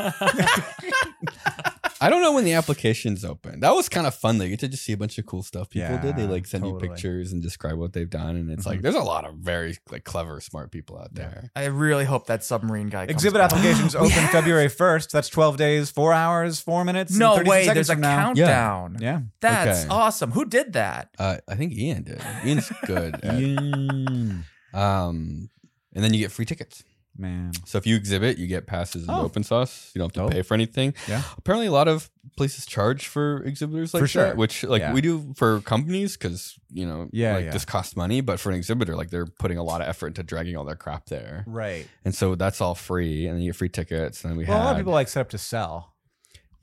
[SPEAKER 2] I don't know when the application's open. That was kind of fun. They get to just see a bunch of cool stuff people did. They
[SPEAKER 4] Yeah,
[SPEAKER 2] like send
[SPEAKER 4] totally.
[SPEAKER 2] you pictures and describe what they've done, and it's like there's a lot of very like clever, smart people out there.
[SPEAKER 5] I really hope that submarine guy. comes
[SPEAKER 4] Exhibit
[SPEAKER 5] back.
[SPEAKER 4] applications
[SPEAKER 5] We
[SPEAKER 4] open
[SPEAKER 5] have-
[SPEAKER 4] February 1st. That's 12 days, 4 hours, 4 minutes. and
[SPEAKER 5] No
[SPEAKER 4] 36
[SPEAKER 5] way.
[SPEAKER 4] seconds
[SPEAKER 5] There's a
[SPEAKER 4] from now.
[SPEAKER 5] countdown.
[SPEAKER 4] Yeah.
[SPEAKER 5] That's
[SPEAKER 2] Okay.
[SPEAKER 5] awesome. Who did that?
[SPEAKER 2] Uh, I think Ian did. Ian's good. at-
[SPEAKER 4] Mm,
[SPEAKER 2] um, and then you get free tickets.
[SPEAKER 4] Man.
[SPEAKER 2] So if you exhibit, you get passes in
[SPEAKER 4] Oh.
[SPEAKER 2] open source. You don't have to
[SPEAKER 4] Dope.
[SPEAKER 2] pay for anything.
[SPEAKER 4] Yeah.
[SPEAKER 2] Apparently, a lot of places charge for exhibitors like
[SPEAKER 4] For sure.
[SPEAKER 2] that, which like
[SPEAKER 4] Yeah.
[SPEAKER 2] we do for companies because you know
[SPEAKER 4] Yeah,
[SPEAKER 2] like
[SPEAKER 4] yeah.
[SPEAKER 2] this costs money. But for an exhibitor, like they're putting a lot of effort into dragging all their crap there,
[SPEAKER 4] Right.
[SPEAKER 2] and so that's all free, and then you get free tickets. And then we
[SPEAKER 4] Well, a lot
[SPEAKER 2] had-
[SPEAKER 4] of people like set up to sell.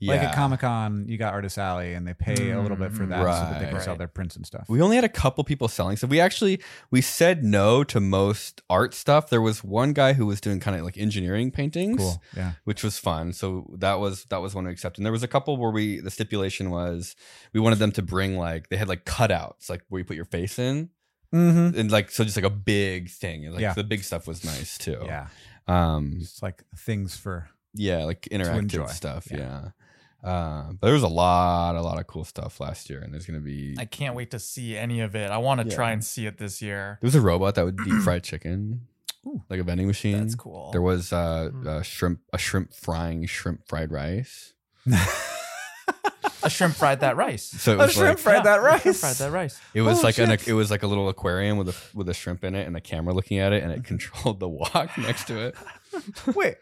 [SPEAKER 4] Like at
[SPEAKER 2] Yeah.
[SPEAKER 4] Comic Con, you got Artist Alley, and they pay a little bit for that so that they can
[SPEAKER 2] Right.
[SPEAKER 4] sell their prints and stuff.
[SPEAKER 2] We only had a couple people selling stuff. We actually we said no to most art stuff. There was one guy who was doing kind of like engineering paintings,
[SPEAKER 4] cool. Yeah.
[SPEAKER 2] which was fun. So that was that was one we accepted. And there was a couple where we the stipulation was we wanted them to bring like they had like cutouts like where you put your face in
[SPEAKER 4] Mm-hmm.
[SPEAKER 2] and like so just like a big thing. Like
[SPEAKER 4] Yeah.
[SPEAKER 2] the big stuff was nice too.
[SPEAKER 4] Yeah.
[SPEAKER 2] Um.
[SPEAKER 4] It's like things for
[SPEAKER 2] Yeah. Like
[SPEAKER 4] enjoy.
[SPEAKER 2] interactive stuff.
[SPEAKER 4] Yeah.
[SPEAKER 2] Yeah. Uh, but there was a lot, a lot of cool stuff last year, and there's gonna be.
[SPEAKER 5] I can't wait to see any of it. I want to
[SPEAKER 2] Yeah.
[SPEAKER 5] try and see it this year.
[SPEAKER 2] There was a robot that would deep fry chicken,
[SPEAKER 4] Ooh.
[SPEAKER 2] like a vending machine.
[SPEAKER 5] That's cool. Hmm.
[SPEAKER 2] There was uh,
[SPEAKER 3] Mm.
[SPEAKER 2] a shrimp, a shrimp frying shrimp fried rice.
[SPEAKER 5] a shrimp fried that rice.
[SPEAKER 2] So it
[SPEAKER 4] a
[SPEAKER 2] was
[SPEAKER 4] shrimp
[SPEAKER 2] like
[SPEAKER 4] fried that
[SPEAKER 5] Yeah, a
[SPEAKER 4] rice.
[SPEAKER 5] Oh, shrimp fried that rice.
[SPEAKER 2] it was
[SPEAKER 4] Oh,
[SPEAKER 2] like an
[SPEAKER 4] shit.
[SPEAKER 2] it was like a little aquarium with a with a shrimp in it and a camera looking at it and
[SPEAKER 5] Mm-hmm.
[SPEAKER 2] it controlled the walk next to it.
[SPEAKER 4] Wait,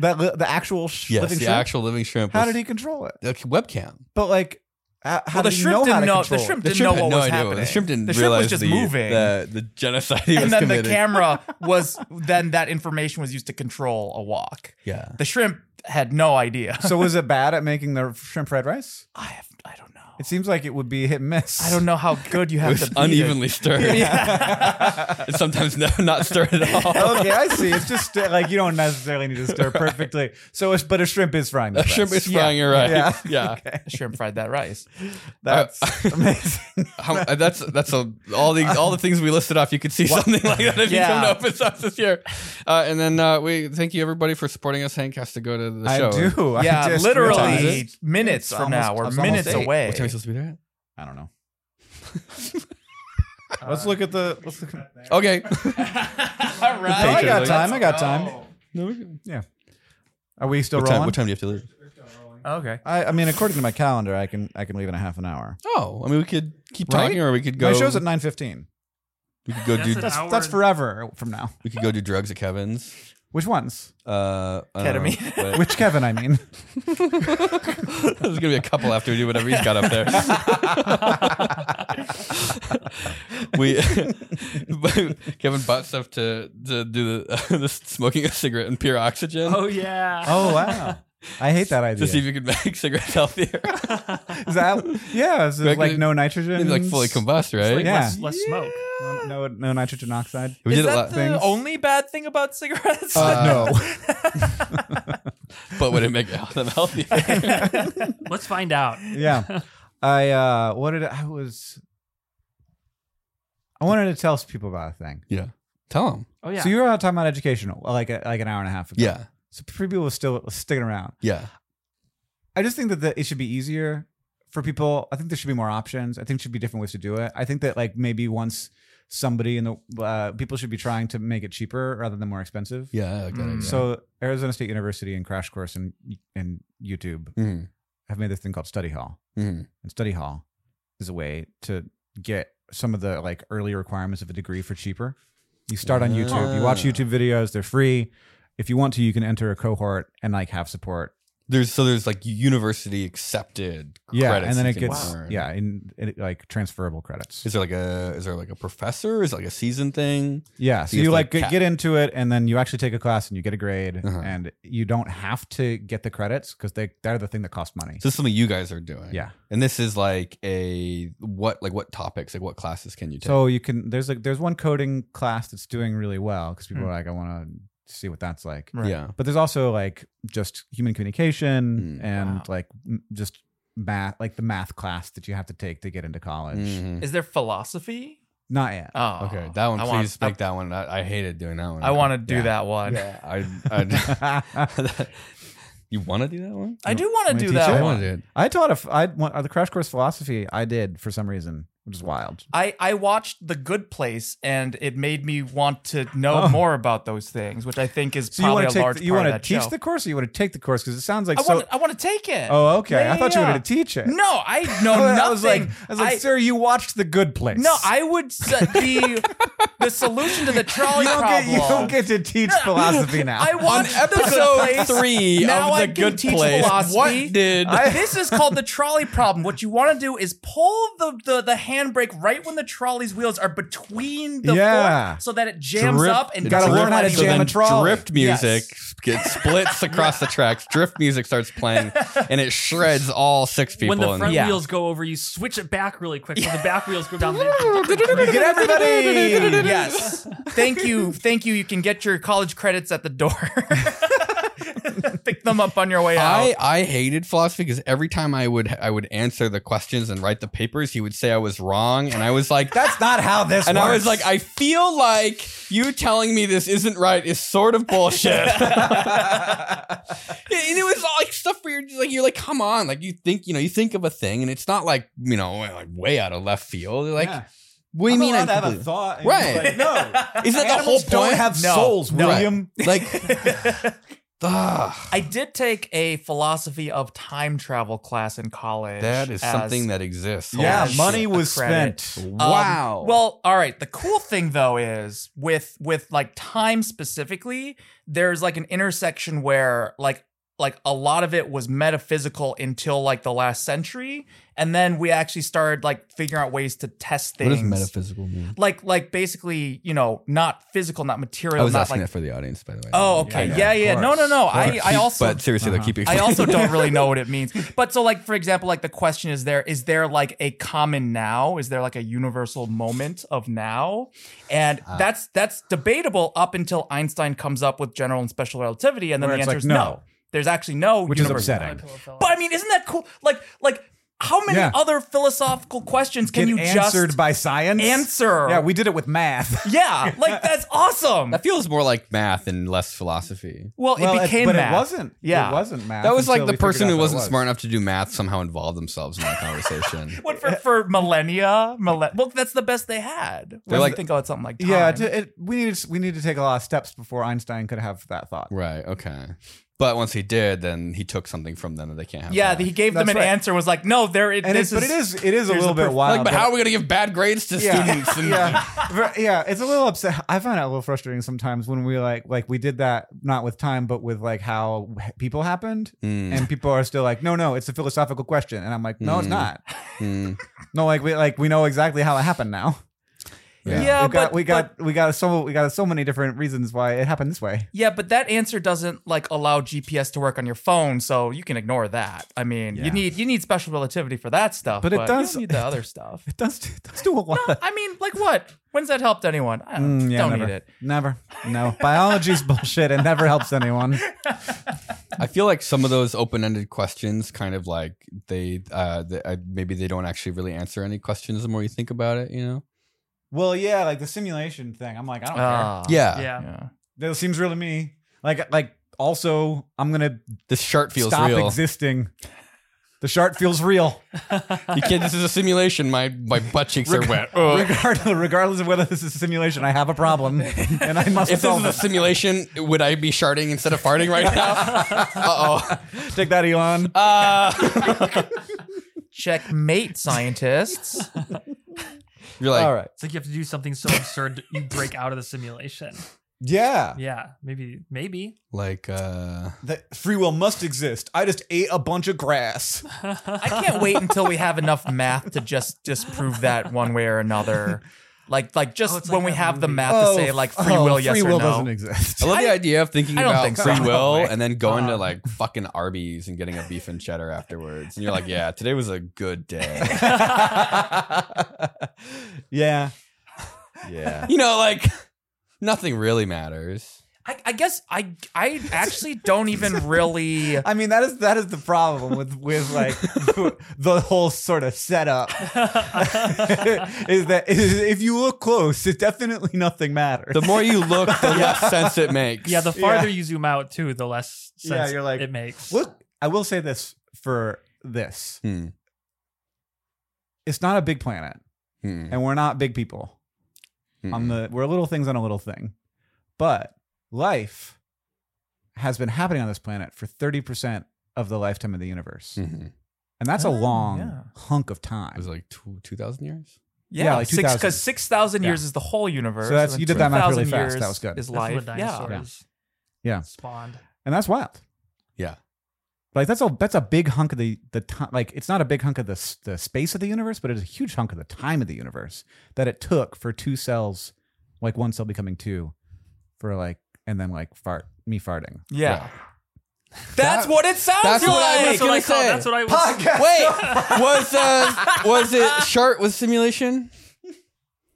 [SPEAKER 4] that li- the actual sh-
[SPEAKER 2] Yes,
[SPEAKER 4] living
[SPEAKER 2] the
[SPEAKER 4] shrimp?
[SPEAKER 2] actual living shrimp.
[SPEAKER 4] How
[SPEAKER 2] was-
[SPEAKER 4] did he control it?
[SPEAKER 2] the webcam?
[SPEAKER 4] But like, uh, how
[SPEAKER 5] Well, the
[SPEAKER 4] did he
[SPEAKER 5] shrimp
[SPEAKER 4] know how to
[SPEAKER 5] didn't know.
[SPEAKER 4] control
[SPEAKER 5] The
[SPEAKER 4] it?
[SPEAKER 5] shrimp
[SPEAKER 2] The
[SPEAKER 5] didn't know
[SPEAKER 2] had
[SPEAKER 5] what
[SPEAKER 2] no
[SPEAKER 5] was
[SPEAKER 2] idea.
[SPEAKER 5] happening.
[SPEAKER 2] The shrimp didn't
[SPEAKER 5] The shrimp
[SPEAKER 2] realize
[SPEAKER 5] was just
[SPEAKER 2] the,
[SPEAKER 5] moving.
[SPEAKER 2] The, the genocide he was
[SPEAKER 5] and then
[SPEAKER 2] committing.
[SPEAKER 5] the camera was then that information was used to control a walk.
[SPEAKER 2] yeah.
[SPEAKER 5] The shrimp had no idea.
[SPEAKER 4] so was it bad at making the shrimp fried rice?
[SPEAKER 5] I have, I don't know.
[SPEAKER 4] It seems like it would be hit and miss.
[SPEAKER 5] I don't know how good you
[SPEAKER 2] It
[SPEAKER 5] have
[SPEAKER 2] was
[SPEAKER 5] to beat
[SPEAKER 2] unevenly stirred.
[SPEAKER 5] Yeah.
[SPEAKER 2] and sometimes no, not stirred at all.
[SPEAKER 4] okay, I see. It's just uh, like you don't necessarily need to stir perfectly. So, it's, but a shrimp is frying. The
[SPEAKER 2] A shrimp
[SPEAKER 4] rice.
[SPEAKER 2] is frying your rice.
[SPEAKER 4] Yeah.
[SPEAKER 2] Yeah. yeah.
[SPEAKER 5] it. Shrimp fried that rice.
[SPEAKER 4] That's
[SPEAKER 2] Uh,
[SPEAKER 4] amazing.
[SPEAKER 2] How, uh, that's that's a, all the all the things we listed off. You could see something like that if
[SPEAKER 5] Yeah.
[SPEAKER 2] you come to Open Source this year. Uh, and then uh, we thank you everybody for supporting us. Hank has to go to the
[SPEAKER 4] I
[SPEAKER 2] show.
[SPEAKER 4] do. I
[SPEAKER 5] Yeah,
[SPEAKER 4] just realized.
[SPEAKER 5] literally minutes
[SPEAKER 4] It's
[SPEAKER 5] from now. We're
[SPEAKER 4] almost- it's
[SPEAKER 5] minutes
[SPEAKER 4] almost eight.
[SPEAKER 5] away.
[SPEAKER 2] What time are you supposed to be there?
[SPEAKER 4] I don't know.
[SPEAKER 1] Uh,
[SPEAKER 4] Let's look at the.
[SPEAKER 1] we
[SPEAKER 4] Let's
[SPEAKER 1] should
[SPEAKER 4] look.
[SPEAKER 1] cut that.
[SPEAKER 2] Okay.
[SPEAKER 5] All
[SPEAKER 4] Oh, I got
[SPEAKER 5] right.
[SPEAKER 2] That's-
[SPEAKER 4] time. I got time.
[SPEAKER 1] Oh,
[SPEAKER 4] Are we still
[SPEAKER 2] What
[SPEAKER 4] rolling?
[SPEAKER 2] time, what time do you have to leave?
[SPEAKER 1] we're still rolling.
[SPEAKER 5] Okay.
[SPEAKER 4] I, I mean, according to my calendar, I can I can leave in a half an hour.
[SPEAKER 2] Oh, I mean, we could keep
[SPEAKER 4] Right?
[SPEAKER 2] talking, or we could go.
[SPEAKER 4] My show's at nine fifteen.
[SPEAKER 2] we could go do
[SPEAKER 3] That's an hour
[SPEAKER 4] That's
[SPEAKER 3] and-
[SPEAKER 4] forever from now.
[SPEAKER 2] we could go do drugs at Kevin's.
[SPEAKER 4] Which ones?
[SPEAKER 2] Uh, I don't know.
[SPEAKER 5] Ketamine.
[SPEAKER 2] Wait.
[SPEAKER 4] Which Kevin? I mean.
[SPEAKER 2] There's gonna be a couple after we do whatever he's got up there. we Kevin bought stuff to to do the, the smoking a cigarette and pure oxygen.
[SPEAKER 3] Oh yeah.
[SPEAKER 4] Oh wow. I hate that idea.
[SPEAKER 2] to see if you could make cigarettes healthier.
[SPEAKER 4] Is that yeah? Is it
[SPEAKER 2] Like,
[SPEAKER 4] like no nitrogen?
[SPEAKER 2] Maybe like fully combust, right?
[SPEAKER 4] Yeah.
[SPEAKER 3] Less, less smoke.
[SPEAKER 4] No, no nitrogen oxide. Uh,
[SPEAKER 2] We
[SPEAKER 5] Is
[SPEAKER 2] did a
[SPEAKER 5] that
[SPEAKER 2] lot
[SPEAKER 5] the
[SPEAKER 2] of things, Uh,
[SPEAKER 5] only bad thing about cigarettes?
[SPEAKER 4] no.
[SPEAKER 2] but would it make them healthier?
[SPEAKER 3] Let's find out.
[SPEAKER 4] yeah. I uh what did I, I was I wanted to tell people about a thing.
[SPEAKER 2] yeah. Tell them.
[SPEAKER 3] Oh yeah.
[SPEAKER 4] So you were talking about educational like a, like an hour and a half ago.
[SPEAKER 2] Yeah.
[SPEAKER 4] So pretty people were still sticking around.
[SPEAKER 2] Yeah.
[SPEAKER 4] I just think that the, it should be easier for people. I think there should be more options. I think there should be different ways to do it. I think that like maybe once somebody in the uh, people should be trying to make it cheaper rather than more expensive.
[SPEAKER 2] Yeah. I like that
[SPEAKER 5] Mm.
[SPEAKER 2] idea.
[SPEAKER 4] So Arizona State University and Crash Course and and YouTube
[SPEAKER 2] Mm,
[SPEAKER 4] have made this thing called Study Hall,
[SPEAKER 2] mm,
[SPEAKER 4] and Study Hall is a way to get some of the like early requirements of a degree for cheaper. You start on YouTube, you watch
[SPEAKER 2] Ah.
[SPEAKER 4] YouTube videos, they're free. If you want to, you can enter a cohort and like have support.
[SPEAKER 2] There's so there's like university accepted.
[SPEAKER 4] Yeah,
[SPEAKER 2] credits
[SPEAKER 4] and then
[SPEAKER 2] you
[SPEAKER 4] it
[SPEAKER 2] can
[SPEAKER 4] gets
[SPEAKER 2] earn.
[SPEAKER 4] yeah, in, in like transferable credits.
[SPEAKER 2] Is there like a is there like a professor? Is it like a season thing?
[SPEAKER 4] Yeah, so
[SPEAKER 2] you
[SPEAKER 4] you
[SPEAKER 2] have to,
[SPEAKER 4] like
[SPEAKER 2] like,
[SPEAKER 4] get,
[SPEAKER 2] cap-
[SPEAKER 4] get into it, and then you actually take a class and you get a grade,
[SPEAKER 2] Uh-huh.
[SPEAKER 4] and you don't have to get the credits because they they're the thing that costs money.
[SPEAKER 2] So this is something you guys are doing.
[SPEAKER 4] yeah.
[SPEAKER 2] And this is like a what like what topics like what classes can you take?
[SPEAKER 4] So you can there's like there's one coding class that's doing really well because people
[SPEAKER 5] Hmm.
[SPEAKER 4] are like I want to see what that's like.
[SPEAKER 5] Right.
[SPEAKER 2] Yeah.
[SPEAKER 4] But there's also like just human communication
[SPEAKER 2] Hmm.
[SPEAKER 4] and
[SPEAKER 5] Mm, Wow.
[SPEAKER 4] like m- just math, like the math class that you have to take to get into college.
[SPEAKER 2] Mhm.
[SPEAKER 5] Is there philosophy?
[SPEAKER 4] Not yet.
[SPEAKER 5] Oh,
[SPEAKER 2] Okay, that one.
[SPEAKER 5] I want-
[SPEAKER 2] please make that one. I, I hated doing that one.
[SPEAKER 5] I, want to do
[SPEAKER 2] Yeah.
[SPEAKER 5] that one.
[SPEAKER 2] Yeah, I, I,
[SPEAKER 4] I
[SPEAKER 2] You want to do that one?
[SPEAKER 5] I do want
[SPEAKER 4] my
[SPEAKER 5] to do
[SPEAKER 4] teacher?
[SPEAKER 5] that
[SPEAKER 2] I
[SPEAKER 4] I
[SPEAKER 2] want
[SPEAKER 5] one.
[SPEAKER 2] to do it.
[SPEAKER 4] I taught a f- I want uh, the crash course philosophy. I did for some reason, which is wild.
[SPEAKER 5] I, I watched The Good Place and it made me want to know
[SPEAKER 4] Oh.
[SPEAKER 5] more about those things, which I think is
[SPEAKER 4] So you
[SPEAKER 5] probably
[SPEAKER 4] want
[SPEAKER 5] a
[SPEAKER 4] to take
[SPEAKER 5] large
[SPEAKER 4] you
[SPEAKER 5] part
[SPEAKER 4] want
[SPEAKER 5] of
[SPEAKER 4] to
[SPEAKER 5] that
[SPEAKER 4] teach
[SPEAKER 5] show.
[SPEAKER 4] the course? Or you want to take the course because it sounds like
[SPEAKER 5] I
[SPEAKER 4] so.
[SPEAKER 5] want I want to take it.
[SPEAKER 4] oh, okay. I thought you
[SPEAKER 5] Yeah.
[SPEAKER 4] wanted to teach it.
[SPEAKER 5] No, I know nothing.
[SPEAKER 4] I was like, I was like,
[SPEAKER 5] I-
[SPEAKER 4] sir, you watched The Good Place.
[SPEAKER 5] No, I would s- the the solution to the trolley
[SPEAKER 4] You don't, get,
[SPEAKER 5] problem.
[SPEAKER 4] you don't get to teach philosophy now.
[SPEAKER 5] I
[SPEAKER 2] On
[SPEAKER 5] watched the
[SPEAKER 2] episode
[SPEAKER 5] place.
[SPEAKER 2] three
[SPEAKER 5] now
[SPEAKER 2] of
[SPEAKER 5] I
[SPEAKER 2] the
[SPEAKER 5] can
[SPEAKER 2] Good
[SPEAKER 5] teach
[SPEAKER 2] Place,
[SPEAKER 5] philosophy.
[SPEAKER 2] what did
[SPEAKER 5] this is called the trolley problem? What you want to do is pull the, the the handbrake right when the trolley's wheels are between the
[SPEAKER 4] Yeah.
[SPEAKER 5] fork so that it jams
[SPEAKER 2] Drip-
[SPEAKER 5] up and
[SPEAKER 4] Gotta
[SPEAKER 5] doesn't
[SPEAKER 4] learn how to
[SPEAKER 5] let
[SPEAKER 2] so
[SPEAKER 4] jam
[SPEAKER 5] anyone-
[SPEAKER 4] a
[SPEAKER 2] then
[SPEAKER 4] trolley.
[SPEAKER 2] drift music gets splits across the tracks. Drift music starts playing, and it shreds all six people.
[SPEAKER 3] when the
[SPEAKER 2] in
[SPEAKER 3] front
[SPEAKER 5] Yeah.
[SPEAKER 3] wheels go over, you switch it back really quick. So the back wheels go down.
[SPEAKER 4] Get everybody.
[SPEAKER 5] Yes. Thank you. Thank you. You can get your college credits at the door. Pick them up on your way out.
[SPEAKER 2] I, I hated philosophy because every time I would I would answer the questions and write the papers, he would say I was wrong, and I was like,
[SPEAKER 4] That's not how this
[SPEAKER 2] and
[SPEAKER 4] works.
[SPEAKER 2] I was like, I feel like you telling me this isn't right is sort of bullshit. and it was all like stuff where you're just like, you're like, come on, like you think you know, you think of a thing, and it's not like you know, like way out of left field. You're like,
[SPEAKER 4] Yeah.
[SPEAKER 2] what do
[SPEAKER 4] I'm
[SPEAKER 2] you mean?
[SPEAKER 4] allowed
[SPEAKER 2] I
[SPEAKER 4] to have a
[SPEAKER 2] completely-
[SPEAKER 4] thought. and
[SPEAKER 2] Right.
[SPEAKER 4] you're like, no.
[SPEAKER 2] Isn't that the whole
[SPEAKER 4] Animals
[SPEAKER 2] point?
[SPEAKER 4] don't have
[SPEAKER 5] No.
[SPEAKER 4] souls,
[SPEAKER 2] No.
[SPEAKER 4] William.
[SPEAKER 2] Like, ah,
[SPEAKER 5] I did take a philosophy of time travel class in college.
[SPEAKER 2] that is
[SPEAKER 5] as-
[SPEAKER 2] something that exists.
[SPEAKER 4] Yeah,
[SPEAKER 2] Holy
[SPEAKER 4] money
[SPEAKER 2] Oh, shit.
[SPEAKER 4] was
[SPEAKER 5] a credit.
[SPEAKER 4] spent.
[SPEAKER 5] Um,
[SPEAKER 2] Wow.
[SPEAKER 5] well, all right. The cool thing though is with with like time specifically, there's like an intersection where like like a lot of it was metaphysical until like the last century, and then we actually started like figuring out ways to test
[SPEAKER 4] Um,
[SPEAKER 5] things.
[SPEAKER 2] what does metaphysical mean?
[SPEAKER 5] Like like basically, you know, not physical, not material,
[SPEAKER 2] I was
[SPEAKER 5] not
[SPEAKER 2] asking
[SPEAKER 5] like.
[SPEAKER 2] that for the audience, by the way.
[SPEAKER 5] Oh, okay.
[SPEAKER 4] Yeah,
[SPEAKER 5] Yeah,
[SPEAKER 4] yeah, Uh-huh.
[SPEAKER 5] yeah.
[SPEAKER 4] of
[SPEAKER 5] No, no,
[SPEAKER 4] course.
[SPEAKER 5] no. I,
[SPEAKER 2] Keep-
[SPEAKER 5] I also
[SPEAKER 2] but seriously though, keep
[SPEAKER 5] I
[SPEAKER 2] explaining.
[SPEAKER 5] also don't really know what it means. But so, like, for example, like the question is there, is there like a common now? Is there like a universal moment of now? And
[SPEAKER 4] Ah.
[SPEAKER 5] that's that's debatable up until Einstein comes up with general and special relativity, and then
[SPEAKER 4] Where
[SPEAKER 5] the
[SPEAKER 4] it's like,
[SPEAKER 5] answer is
[SPEAKER 4] no.
[SPEAKER 5] no. There's actually no
[SPEAKER 4] Which is
[SPEAKER 5] universal-
[SPEAKER 4] upsetting.
[SPEAKER 5] But I mean, isn't that cool? Like, like how many
[SPEAKER 4] Yeah.
[SPEAKER 5] other philosophical questions can
[SPEAKER 4] Get
[SPEAKER 5] you
[SPEAKER 4] answered
[SPEAKER 5] just
[SPEAKER 4] by science?
[SPEAKER 5] answer?
[SPEAKER 4] Yeah, we did it with math.
[SPEAKER 5] yeah, like that's awesome.
[SPEAKER 2] That feels more like math and less philosophy.
[SPEAKER 5] Well,
[SPEAKER 4] Well,
[SPEAKER 5] it became
[SPEAKER 4] but
[SPEAKER 5] math.
[SPEAKER 4] it wasn't.
[SPEAKER 5] Yeah.
[SPEAKER 4] it wasn't math.
[SPEAKER 2] That was like
[SPEAKER 4] until
[SPEAKER 2] the
[SPEAKER 4] we
[SPEAKER 2] person
[SPEAKER 4] figured out
[SPEAKER 2] who
[SPEAKER 4] what it
[SPEAKER 2] wasn't
[SPEAKER 4] was.
[SPEAKER 2] smart enough to do math somehow involved themselves in that conversation.
[SPEAKER 5] What for, for millennia? Millen- well, that's the best they had.
[SPEAKER 2] They're
[SPEAKER 5] They're
[SPEAKER 2] like-
[SPEAKER 5] like, think about something like time.
[SPEAKER 4] Yeah, it, it, we needed to- we needed to take a lot of steps before Einstein could have that thought.
[SPEAKER 2] right, okay. But once he did, then he took something from them that they can't have.
[SPEAKER 5] yeah.
[SPEAKER 2] back.
[SPEAKER 5] He gave them
[SPEAKER 4] That's
[SPEAKER 5] an
[SPEAKER 4] right.
[SPEAKER 5] answer. Was like, no, there. It,
[SPEAKER 4] And it's,
[SPEAKER 5] this
[SPEAKER 4] but it is it is a little bit wild.
[SPEAKER 2] like, but
[SPEAKER 4] that-
[SPEAKER 2] how are we going to give bad grades to students? And
[SPEAKER 4] yeah, Ver- yeah, it's a little upset. I find it a little frustrating sometimes when we like like we did that not with time, but with like how h- people happened,
[SPEAKER 2] Mm.
[SPEAKER 4] and people are still like, no, no, it's a philosophical question, and I'm like, no, it's
[SPEAKER 2] Mm.
[SPEAKER 4] not.
[SPEAKER 2] Hmm.
[SPEAKER 4] No, like we like we know exactly how it happened now.
[SPEAKER 2] Yeah.
[SPEAKER 5] Yeah,
[SPEAKER 4] we got
[SPEAKER 5] but-
[SPEAKER 4] we got we got so we got so many different reasons why it happened this way.
[SPEAKER 5] Yeah, but that answer doesn't like allow GPS to work on your phone, so you can ignore that. I mean,
[SPEAKER 4] Yeah.
[SPEAKER 5] you need you need special relativity for that stuff,
[SPEAKER 4] But
[SPEAKER 5] but,
[SPEAKER 4] it
[SPEAKER 5] it
[SPEAKER 4] does-
[SPEAKER 5] does need the other stuff.
[SPEAKER 4] It does it does do a lot.
[SPEAKER 5] I mean, like what? When's that helped anyone? I don't,
[SPEAKER 4] Mm, yeah,
[SPEAKER 5] don't
[SPEAKER 4] never,
[SPEAKER 5] need it.
[SPEAKER 4] never, no. Biology's bullshit. It never helps anyone.
[SPEAKER 2] I feel like some of those open-ended questions, kind of like they, uh, they uh, maybe they don't actually really answer any questions. The more you think about it, you know.
[SPEAKER 4] Well, yeah, like the simulation thing. I'm like, I don't
[SPEAKER 5] Ah,
[SPEAKER 2] Yeah.
[SPEAKER 3] Yeah.
[SPEAKER 5] yeah.
[SPEAKER 4] care. That seems real to me. Like, like also, I'm gonna
[SPEAKER 2] This shirt feels
[SPEAKER 4] stop
[SPEAKER 2] real.
[SPEAKER 4] existing. The shark feels real,
[SPEAKER 2] you can't. This is a simulation. My my butt cheeks are wet. Ugh.
[SPEAKER 4] regardless, regardless of whether this is a simulation. I have a problem, and I must
[SPEAKER 2] If this
[SPEAKER 4] solve
[SPEAKER 2] is a
[SPEAKER 4] it.
[SPEAKER 2] simulation, would I be sharding instead of farting right now? Uh-oh.
[SPEAKER 4] Take that, Elon.
[SPEAKER 2] Uh
[SPEAKER 5] Checkmate, scientists.
[SPEAKER 2] You're like,
[SPEAKER 4] All right.
[SPEAKER 3] It's like you have to do something so absurd that you break out of the simulation.
[SPEAKER 4] Yeah.
[SPEAKER 3] Yeah, maybe, maybe.
[SPEAKER 2] like, uh,
[SPEAKER 4] That free will must exist. I just ate a bunch of grass.
[SPEAKER 5] I can't wait until we have enough math to just disprove that one way or another. Like, like just
[SPEAKER 3] Oh, it's like
[SPEAKER 5] when we
[SPEAKER 3] that
[SPEAKER 5] have the
[SPEAKER 3] movie.
[SPEAKER 5] math to say like free
[SPEAKER 4] oh,
[SPEAKER 5] will, yes
[SPEAKER 4] free
[SPEAKER 5] or
[SPEAKER 4] will
[SPEAKER 5] no.
[SPEAKER 4] doesn't exist.
[SPEAKER 2] I love the idea of thinking
[SPEAKER 5] I don't
[SPEAKER 2] about
[SPEAKER 5] think so.
[SPEAKER 2] free will
[SPEAKER 5] Probably.
[SPEAKER 2] and then going to like fucking Arby's and getting a beef and cheddar afterwards. And you're like, yeah, today was a good day.
[SPEAKER 4] yeah.
[SPEAKER 2] Yeah. you know, like, nothing really matters.
[SPEAKER 5] I, I guess I I actually don't even really.
[SPEAKER 4] I mean, that is that is the problem with with like the whole sort of setup is that is, if you look close, it definitely nothing matters.
[SPEAKER 2] The more you look, the less sense it makes.
[SPEAKER 3] Yeah, the farther you zoom out too, the less
[SPEAKER 4] Yeah,
[SPEAKER 3] sense
[SPEAKER 4] you're like,
[SPEAKER 3] it makes.
[SPEAKER 4] look, I will say this for this:
[SPEAKER 2] Hmm.
[SPEAKER 4] it's not a big planet,
[SPEAKER 2] Hmm.
[SPEAKER 4] and we're not big people.
[SPEAKER 2] Hmm.
[SPEAKER 4] On the we're little things on a little thing, but life has been happening on this planet for thirty percent of the lifetime of the universe,
[SPEAKER 2] Mhm.
[SPEAKER 4] and that's a
[SPEAKER 5] Oh,
[SPEAKER 4] long
[SPEAKER 5] yeah.
[SPEAKER 4] hunk of time.
[SPEAKER 2] It was like two two thousand years.
[SPEAKER 5] Yeah,
[SPEAKER 4] Yeah, like
[SPEAKER 5] six
[SPEAKER 4] 2000.
[SPEAKER 5] because six thousand years is the whole universe.
[SPEAKER 4] So that's-
[SPEAKER 5] and
[SPEAKER 4] you did that math really
[SPEAKER 5] 2000
[SPEAKER 4] fast.
[SPEAKER 5] years
[SPEAKER 4] That was good.
[SPEAKER 5] Is
[SPEAKER 3] That's when
[SPEAKER 5] life?
[SPEAKER 3] the
[SPEAKER 5] Yeah.
[SPEAKER 3] dinosaurs
[SPEAKER 4] Yeah.
[SPEAKER 3] spawned.
[SPEAKER 4] and that's wild.
[SPEAKER 2] Yeah.
[SPEAKER 4] Like that's a that's a big hunk of the the time. Like it's not a big hunk of the s- the space of the universe, but it's a huge hunk of the time of the universe that it took for two cells, like one cell becoming two, for like and then like fart me farting.
[SPEAKER 5] Yeah. That's what it sounds
[SPEAKER 2] That's
[SPEAKER 5] like.
[SPEAKER 2] what I was
[SPEAKER 3] That's what I
[SPEAKER 2] gonna
[SPEAKER 3] call.
[SPEAKER 2] say.
[SPEAKER 3] That's what I
[SPEAKER 4] Oh,
[SPEAKER 2] Wait,
[SPEAKER 3] was.
[SPEAKER 2] was uh, was it shark was simulation?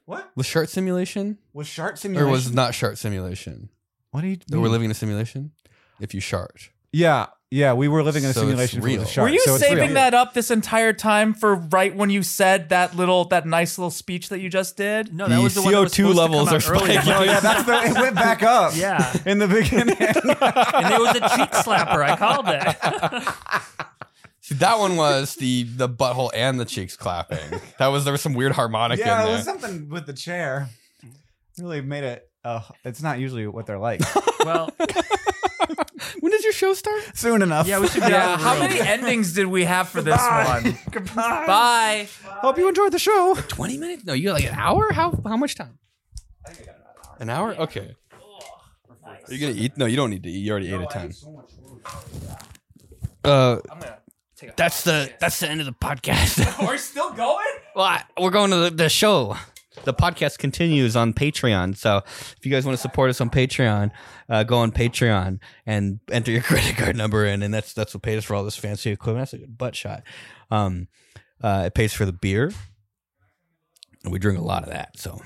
[SPEAKER 4] What
[SPEAKER 2] Was shark simulation
[SPEAKER 4] was shark
[SPEAKER 2] or
[SPEAKER 4] simulation?
[SPEAKER 2] was not shark simulation?
[SPEAKER 4] what do you?
[SPEAKER 2] That We're
[SPEAKER 4] mean?
[SPEAKER 2] living in a simulation. If you shart,
[SPEAKER 4] Yeah, yeah, we were living in a
[SPEAKER 2] So it's
[SPEAKER 4] simulation for
[SPEAKER 2] real.
[SPEAKER 4] the shark.
[SPEAKER 5] Were you
[SPEAKER 4] so it's
[SPEAKER 5] saving
[SPEAKER 4] real.
[SPEAKER 5] that up this entire time for right when you said that little that nice little speech that you just did?
[SPEAKER 3] No, that was the one that was
[SPEAKER 2] CO2
[SPEAKER 3] supposed to come
[SPEAKER 2] levels
[SPEAKER 3] out
[SPEAKER 2] are
[SPEAKER 3] earlier.
[SPEAKER 2] spiking.
[SPEAKER 4] Oh yeah, that's the it went back up.
[SPEAKER 3] Yeah.
[SPEAKER 4] in the beginning.
[SPEAKER 3] and it was a cheek slapper. I called it.
[SPEAKER 2] see that one was the the butthole and the cheeks clapping. That was there was some weird harmonic
[SPEAKER 4] yeah,
[SPEAKER 2] in
[SPEAKER 4] it
[SPEAKER 2] there.
[SPEAKER 4] was something with the chair. Really made it. Uh, it's not usually what they're like.
[SPEAKER 3] Well,
[SPEAKER 2] when does your show start?
[SPEAKER 4] Soon enough.
[SPEAKER 3] yeah, we should be out
[SPEAKER 5] Yeah.
[SPEAKER 3] of the
[SPEAKER 5] How
[SPEAKER 3] room.
[SPEAKER 5] many endings did we have for this one?
[SPEAKER 4] Goodbye.
[SPEAKER 5] Bye.
[SPEAKER 4] Hope you enjoyed the show.
[SPEAKER 2] Twenty minutes? No, you got like an hour. How how much time? An hour? Okay. Are you gonna eat? No, you don't need to eat. You already ate a ton. Uh, that's the that's the end of the podcast.
[SPEAKER 5] Are you still going?
[SPEAKER 2] well, I, we're going to the, the show. The podcast continues on Patreon. So if you guys want to support us on Patreon, uh, go on Patreon and enter your credit card number in, and that's that's what paid us for all this fancy equipment. That's a good butt shot. Um, uh, it pays for the beer, and we drink a lot of that. So